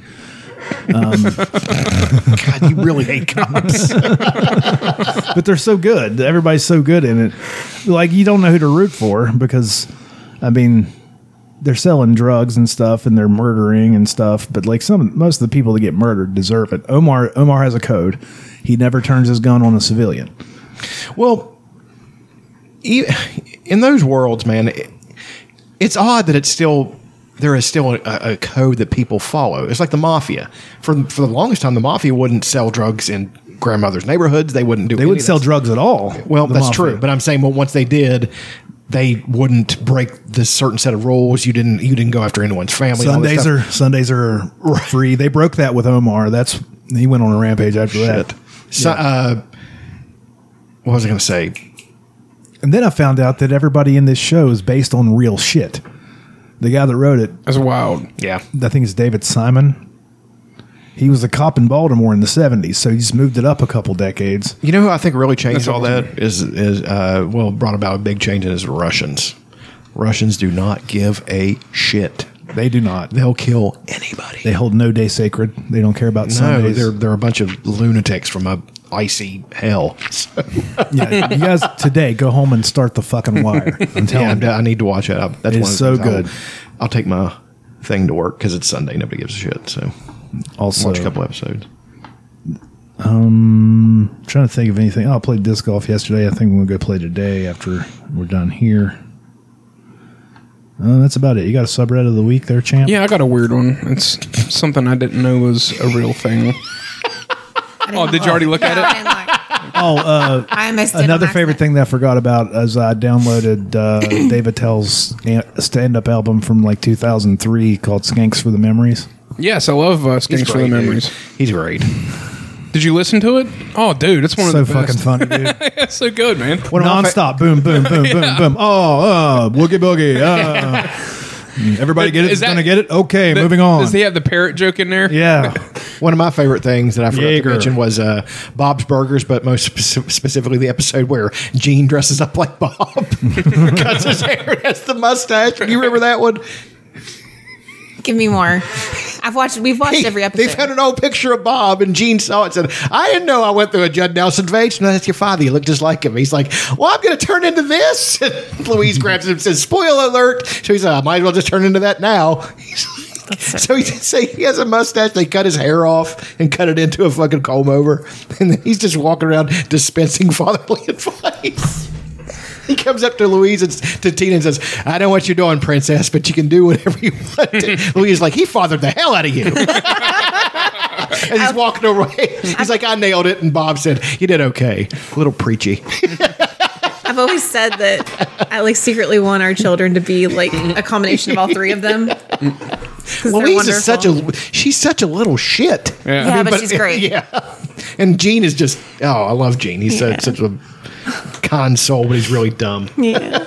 Speaker 3: God, you really hate cops.
Speaker 4: But they're so good. Everybody's so good in it. Like you don't know who to root for because, I mean, they're selling drugs and stuff, and they're murdering and stuff. But like some most of the people that get murdered deserve it. Omar Omar has a code. He never turns his gun on a civilian.
Speaker 3: Well, e- in those worlds, man, it, it's odd that it's still there is still a, a code that people follow. It's like the mafia. For for the longest time, the mafia wouldn't sell drugs in grandmother's neighborhoods. They wouldn't do.
Speaker 4: They wouldn't sell drugs at all.
Speaker 3: Well,
Speaker 4: the
Speaker 3: that's
Speaker 4: mafia.
Speaker 3: true. But I'm saying, well, once they did. They wouldn't break this certain set of rules. You didn't. You didn't go after anyone's family. all this
Speaker 4: Sundays
Speaker 3: stuff.
Speaker 4: are Sundays are free. They broke that with Omar. That's he went on a rampage after that.
Speaker 3: So, uh, what was I going to say?
Speaker 4: And then I found out that everybody in this show is based on real shit. The guy that wrote it,
Speaker 2: That's wild.
Speaker 3: Yeah,
Speaker 4: I think it's David Simon. He was a cop in Baltimore in the '70s, so he just moved it up a couple decades.
Speaker 3: You know who I think really changed
Speaker 2: That's
Speaker 3: all that is is uh, well brought about a big change is the Russians. Russians do not give a shit.
Speaker 4: They do not.
Speaker 3: They'll kill anybody.
Speaker 4: They hold no day sacred. They don't care about
Speaker 3: no,
Speaker 4: Sundays.
Speaker 3: they're they're a bunch of lunatics from a icy hell.
Speaker 4: yeah, you guys today go home and start the fucking wire. I'm
Speaker 3: yeah, I'm
Speaker 4: telling
Speaker 3: d- I need to watch that. up. That's
Speaker 4: It's
Speaker 3: one of the
Speaker 4: so
Speaker 3: things I'll-
Speaker 4: good.
Speaker 3: I'll, take my thing to work because it's Sunday. Nobody gives a shit. So
Speaker 4: you. Also,
Speaker 3: watch a couple episodes.
Speaker 4: trying to think of anything. Oh, I played disc golf yesterday. I think I'm gonna go play today after we're done here. Uh, that's about it. You got a subreddit of the week there, champ?
Speaker 2: Yeah, I got a weird one. It's something I didn't know was a real thing. oh, did you already look at it?
Speaker 4: Oh, uh,
Speaker 1: I missed it
Speaker 4: another
Speaker 1: on
Speaker 4: favorite
Speaker 1: accident.
Speaker 4: thing that I forgot about is I downloaded uh, Dave Attell's stand-up album from like 2003 called "Skanks for the Memories."
Speaker 2: Yes, I love uh,
Speaker 3: He's
Speaker 2: Skinks for the
Speaker 3: great, dude.
Speaker 2: Memories.
Speaker 3: He's great.
Speaker 2: Did you listen to it? Oh, dude, it's one
Speaker 4: So
Speaker 2: of the
Speaker 4: fucking
Speaker 2: best.
Speaker 4: funny, dude!
Speaker 2: That's so good, man.
Speaker 4: Non-stop, boom, boom, boom, boom, boom. Oh, uh, boogie boogie. Uh. Everybody get it?
Speaker 2: Is
Speaker 4: Is
Speaker 2: that-
Speaker 4: going to get it? Okay,
Speaker 2: The-
Speaker 4: moving on.
Speaker 2: Does he have the parrot joke in there?
Speaker 4: yeah.
Speaker 3: One of my favorite things that I forgot
Speaker 4: Jaeger.
Speaker 3: to mention was uh, Bob's Burgers, but most spec- specifically the episode where Gene dresses up like Bob, cuts his hair, and has the mustache. You remember that one?
Speaker 1: Give me more. I've watched. We've watched every episode.
Speaker 3: They found an old picture of Bob, and Gene saw it. and Said, "I didn't know I went through a Judd Nelson phase." No, that's your father. You look just like him. He's like, "Well, I'm going to turn into this." And Louise grabs him and says, "Spoiler alert!" So he's like, "I might as well just turn into that now." He's like- So he did say he has a mustache. They cut his hair off and cut it into a fucking comb over, and then he's just walking around dispensing fatherly advice. He comes up to Louise and s- to Tina and says, "I know what you're doing, princess, but you can do whatever you want." to." Louise is like, "He fathered the hell out of you." and he's walking away. He's like, I nailed it. And Bob said, You did okay. A little preachy.
Speaker 1: I've always said that I like secretly want our children to be like a combination of all three of them. 'Cause they're
Speaker 3: Louise is such
Speaker 1: wonderful.
Speaker 3: a she's such a little shit.
Speaker 1: Yeah. Yeah, but she's great.
Speaker 3: Yeah. And Gene is just oh, I love Gene. He's
Speaker 1: Yeah.
Speaker 3: such, such a con soul, but he's really dumb.
Speaker 1: Yeah.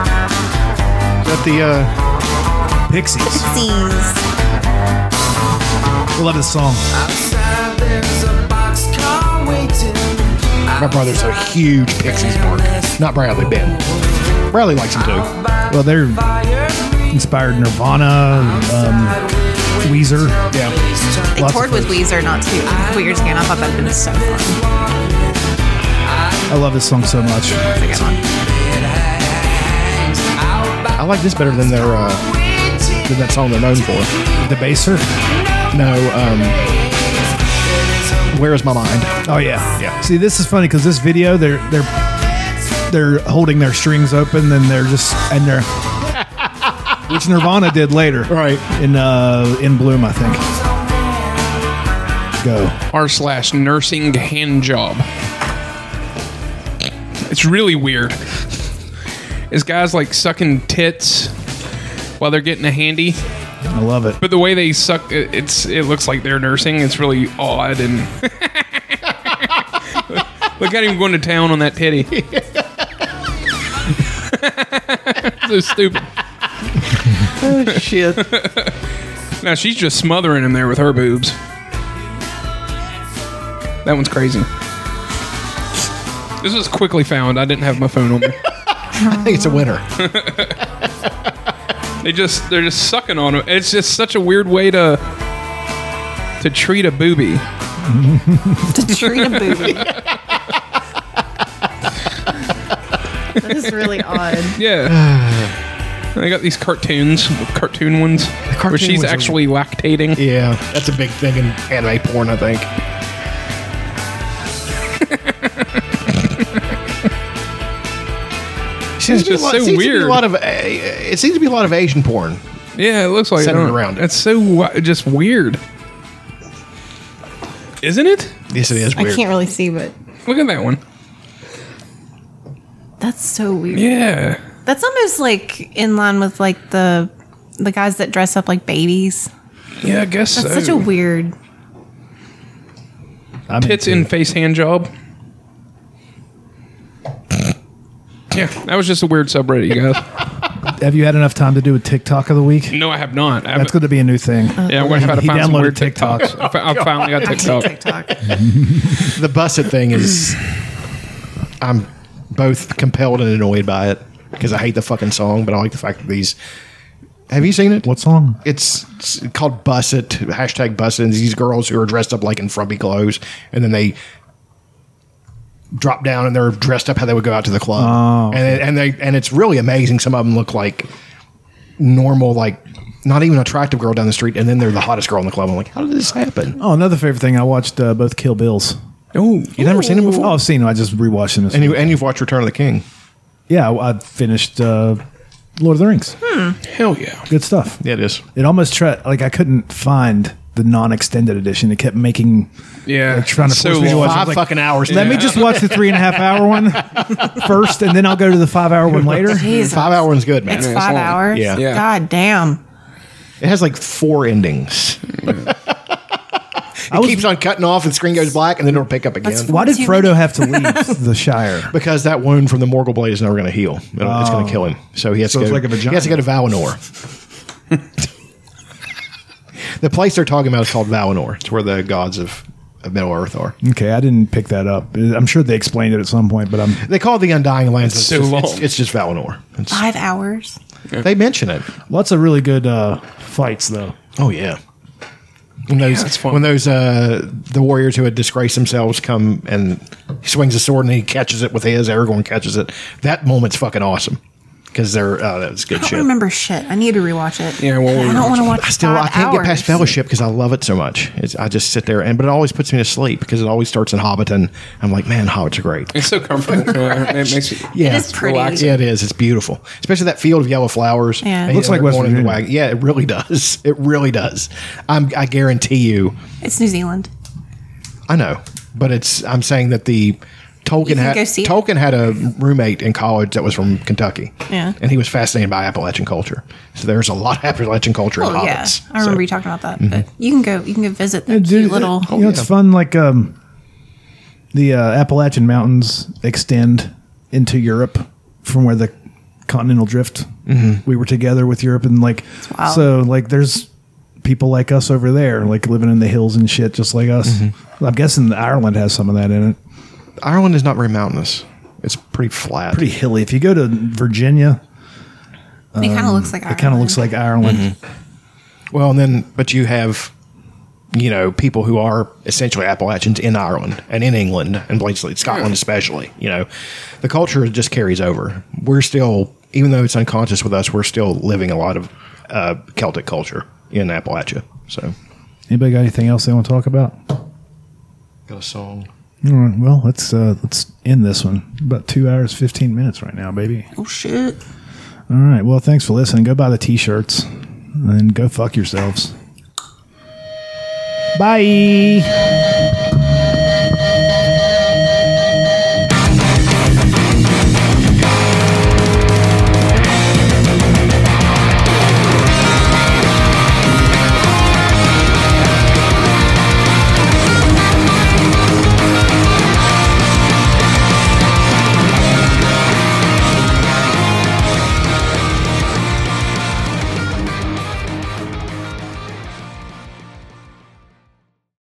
Speaker 3: Is that the uh
Speaker 4: Pixies.
Speaker 5: Pixies.
Speaker 4: I love this song.
Speaker 5: Outside there's a boxcar waiting.
Speaker 3: my brother's a huge Pixies mark. Not Bradley Ben. Bradley likes him too.
Speaker 4: Well, they're inspired Nirvana, um, Weezer.
Speaker 3: Yeah.
Speaker 1: They toured with Weezer not too a couple years ago, and I thought that'd been so fun.
Speaker 4: I love this song so much.
Speaker 3: I like this better than their uh than that song they're known for.
Speaker 4: The basser?
Speaker 3: No, um Where is my mind?
Speaker 4: Oh yeah, yeah. See, this is funny because this video, they're they're they're holding their strings open, and they're just and they're which Nirvana did later,
Speaker 3: right?
Speaker 4: In uh, in Bloom, I think. Go.
Speaker 2: R slash nursing hand job. It's really weird. This guy's like sucking tits while they're getting a handy.
Speaker 4: I love it.
Speaker 2: But the way they suck, it- it's it looks like they're nursing. It's really odd and look at him going to town on that titty. so stupid.
Speaker 3: Oh shit.
Speaker 2: now she's just smothering him there with her boobs. That one's crazy. This was quickly found. I didn't have my phone on me.
Speaker 3: I think it's a winner.
Speaker 2: They just they're just sucking on him. It's just such a weird way to to treat a booby.
Speaker 1: to treat a booby. that is really odd.
Speaker 2: Yeah. they got these cartoons, cartoon ones, where
Speaker 3: cartoon
Speaker 2: she's
Speaker 3: ones are-
Speaker 2: actually lactating.
Speaker 3: Yeah, that's a big thing in anime porn, I think. seems
Speaker 2: It's
Speaker 3: to be a
Speaker 2: just
Speaker 3: lot,
Speaker 2: so
Speaker 3: seems to be
Speaker 2: weird.
Speaker 3: a lot of uh, it seems to be a lot of Asian porn.
Speaker 2: Yeah, it looks like
Speaker 3: Centered
Speaker 2: it, huh?
Speaker 3: around it.
Speaker 2: That's so wi- just weird, isn't it?
Speaker 3: Yes, it is
Speaker 1: I
Speaker 3: weird.
Speaker 1: can't really see, but
Speaker 2: Look at that one.
Speaker 1: that's so weird.
Speaker 2: Yeah,
Speaker 1: That's almost like in line with like the the guys that dress up like babies.
Speaker 2: yeah, I guess
Speaker 1: That's
Speaker 2: so.
Speaker 1: such a weird.
Speaker 4: I'm
Speaker 2: tits in face hand job. Yeah, that was just a weird subreddit, you guys.
Speaker 4: Have you had enough time to do a TikTok of the week?
Speaker 2: no, I have not. I
Speaker 4: That's
Speaker 2: haven't-
Speaker 4: going to be a new thing.
Speaker 2: yeah, I'm gonna try to
Speaker 4: He
Speaker 2: find some
Speaker 4: downloaded
Speaker 2: weird
Speaker 4: TikToks.
Speaker 2: TikToks. I fi- I finally got TikTok.
Speaker 3: the busset thing is I'm both compelled and annoyed by it because I hate the fucking song, but I like the fact that these. Have you seen it?
Speaker 4: What song?
Speaker 3: It's, it's called Busset. Hashtag Busset. And these girls who are dressed up like in frumpy clothes, and then they drop down and they're dressed up how they would go out to the club.
Speaker 4: Oh.
Speaker 3: and and they and it's really amazing. Some of them look like normal, like not even attractive girl down the street, and then they're the hottest girl in the club. I'm like, how did this happen?
Speaker 4: Oh, another favorite thing. I watched uh, both Kill Bills.
Speaker 2: Oh,
Speaker 3: You never seen it before?
Speaker 4: Oh, I've seen them. I just rewatched them. This
Speaker 3: And
Speaker 4: week.
Speaker 3: you and you've watched Return of the King.
Speaker 4: Yeah, I I finished uh, Lord of the Rings.
Speaker 2: Hell yeah.
Speaker 4: Good stuff.
Speaker 3: Hmm. Yeah, it is.
Speaker 4: It almost tried like I couldn't find the non-extended edition. It kept making
Speaker 2: Yeah,
Speaker 4: like, trying to
Speaker 2: it's so
Speaker 4: force me to watch. it.
Speaker 2: long.
Speaker 4: I
Speaker 3: Five
Speaker 4: was like,
Speaker 3: fucking hours.
Speaker 4: Let me
Speaker 3: Yeah.
Speaker 4: just watch the three and a half hour one first, and then I'll go to the five hour one later.
Speaker 1: Jesus.
Speaker 3: Five hour one's good, man.
Speaker 1: It's five hours.
Speaker 3: Yeah.
Speaker 2: Yeah.
Speaker 1: God damn.
Speaker 3: It has like four endings. It keeps on cutting off, and the screen goes black, and then it'll pick up again.
Speaker 4: Why did Frodo have to leave the Shire?
Speaker 3: Because that wound from the Morgul blade is never going to heal. It'll- It's going
Speaker 4: Oh.
Speaker 3: to kill him. So he has
Speaker 4: So
Speaker 3: to
Speaker 4: it's
Speaker 3: go.
Speaker 4: like a
Speaker 3: he has to go to Valinor. the place they're talking about is called Valinor. It's where the gods of, of Middle Earth are.
Speaker 4: Okay, I didn't pick that up. I'm sure they explained it at some point, but um, I'm
Speaker 3: They call it the Undying Lands.
Speaker 4: It's
Speaker 3: but
Speaker 4: so
Speaker 3: just-
Speaker 4: long.
Speaker 3: It's, it's just Valinor. It's-
Speaker 1: Five hours.
Speaker 3: They mention it.
Speaker 4: Lots of really good uh, fights, though.
Speaker 3: Oh yeah. When those when those uh, the warriors who had disgraced themselves come and he swings a sword and he catches it with his Aragorn catches it. That moment's fucking awesome because they're uh, that was
Speaker 1: I
Speaker 3: good
Speaker 1: don't
Speaker 3: shit.
Speaker 1: remember shit. I need to rewatch it.
Speaker 3: Yeah, well,
Speaker 1: I don't want to watch.
Speaker 3: I still I
Speaker 1: five
Speaker 3: can't get
Speaker 1: hours.
Speaker 3: past Fellowship because I love it so much. It's, I just sit there and but it always puts me to sleep because it always starts in Hobbiton. I'm like, man, Hobbits are great.
Speaker 2: It's so comfortable. Uh, it makes it.
Speaker 3: Yeah,
Speaker 2: it's relaxing.
Speaker 3: Yeah, it is. It's beautiful, especially that field of yellow flowers.
Speaker 2: Yeah.
Speaker 3: And
Speaker 2: Looks like
Speaker 3: they're
Speaker 2: West
Speaker 3: going in the
Speaker 2: Virginia.
Speaker 3: wagon. Yeah, it really does. It really does. I'm, I guarantee you.
Speaker 1: It's New Zealand.
Speaker 3: I know, but it's. I'm saying that the
Speaker 1: You
Speaker 3: Tolkien
Speaker 1: can
Speaker 3: had
Speaker 1: go see it.
Speaker 3: Tolkien had a roommate in college that was from Kentucky.
Speaker 1: Yeah.
Speaker 3: and he was fascinated by Appalachian culture. So there's a lot of Appalachian culture in
Speaker 1: Oh yeah,
Speaker 3: Hobbits.
Speaker 1: I remember you talking about that. But you can go. You can go visit that
Speaker 4: And
Speaker 1: cute
Speaker 4: dude,
Speaker 1: little.
Speaker 4: You
Speaker 3: oh,
Speaker 4: know, it's fun. Like um, the uh, Appalachian Mountains extend into Europe from where the continental drift.
Speaker 3: Mhm.
Speaker 4: We were together with Europe, and like
Speaker 1: wild.
Speaker 4: so, like there's people like us over there, like living in the hills and shit, just like us. I'm guessing Ireland has some of that in it.
Speaker 3: Ireland is not very mountainous. It's pretty flat,
Speaker 4: pretty hilly. If you go to Virginia,
Speaker 1: It kinda
Speaker 3: um,
Speaker 1: looks like
Speaker 4: it kind of looks like Ireland.
Speaker 3: Well, and then but you have you know people who are essentially Appalachians in Ireland and in England and places like Scotland especially. You know, the culture just carries over. We're still even though it's unconscious with us, we're still living a lot of uh, Celtic culture in Appalachia. So
Speaker 4: Anybody got anything else they want to talk about?
Speaker 3: got a song.
Speaker 4: All right, well, let's uh, let's end this one. About two hours, fifteen minutes right now, baby.
Speaker 1: Oh shit!
Speaker 4: All right. Well, thanks for listening. Go buy the t-shirts and go fuck yourselves. Bye.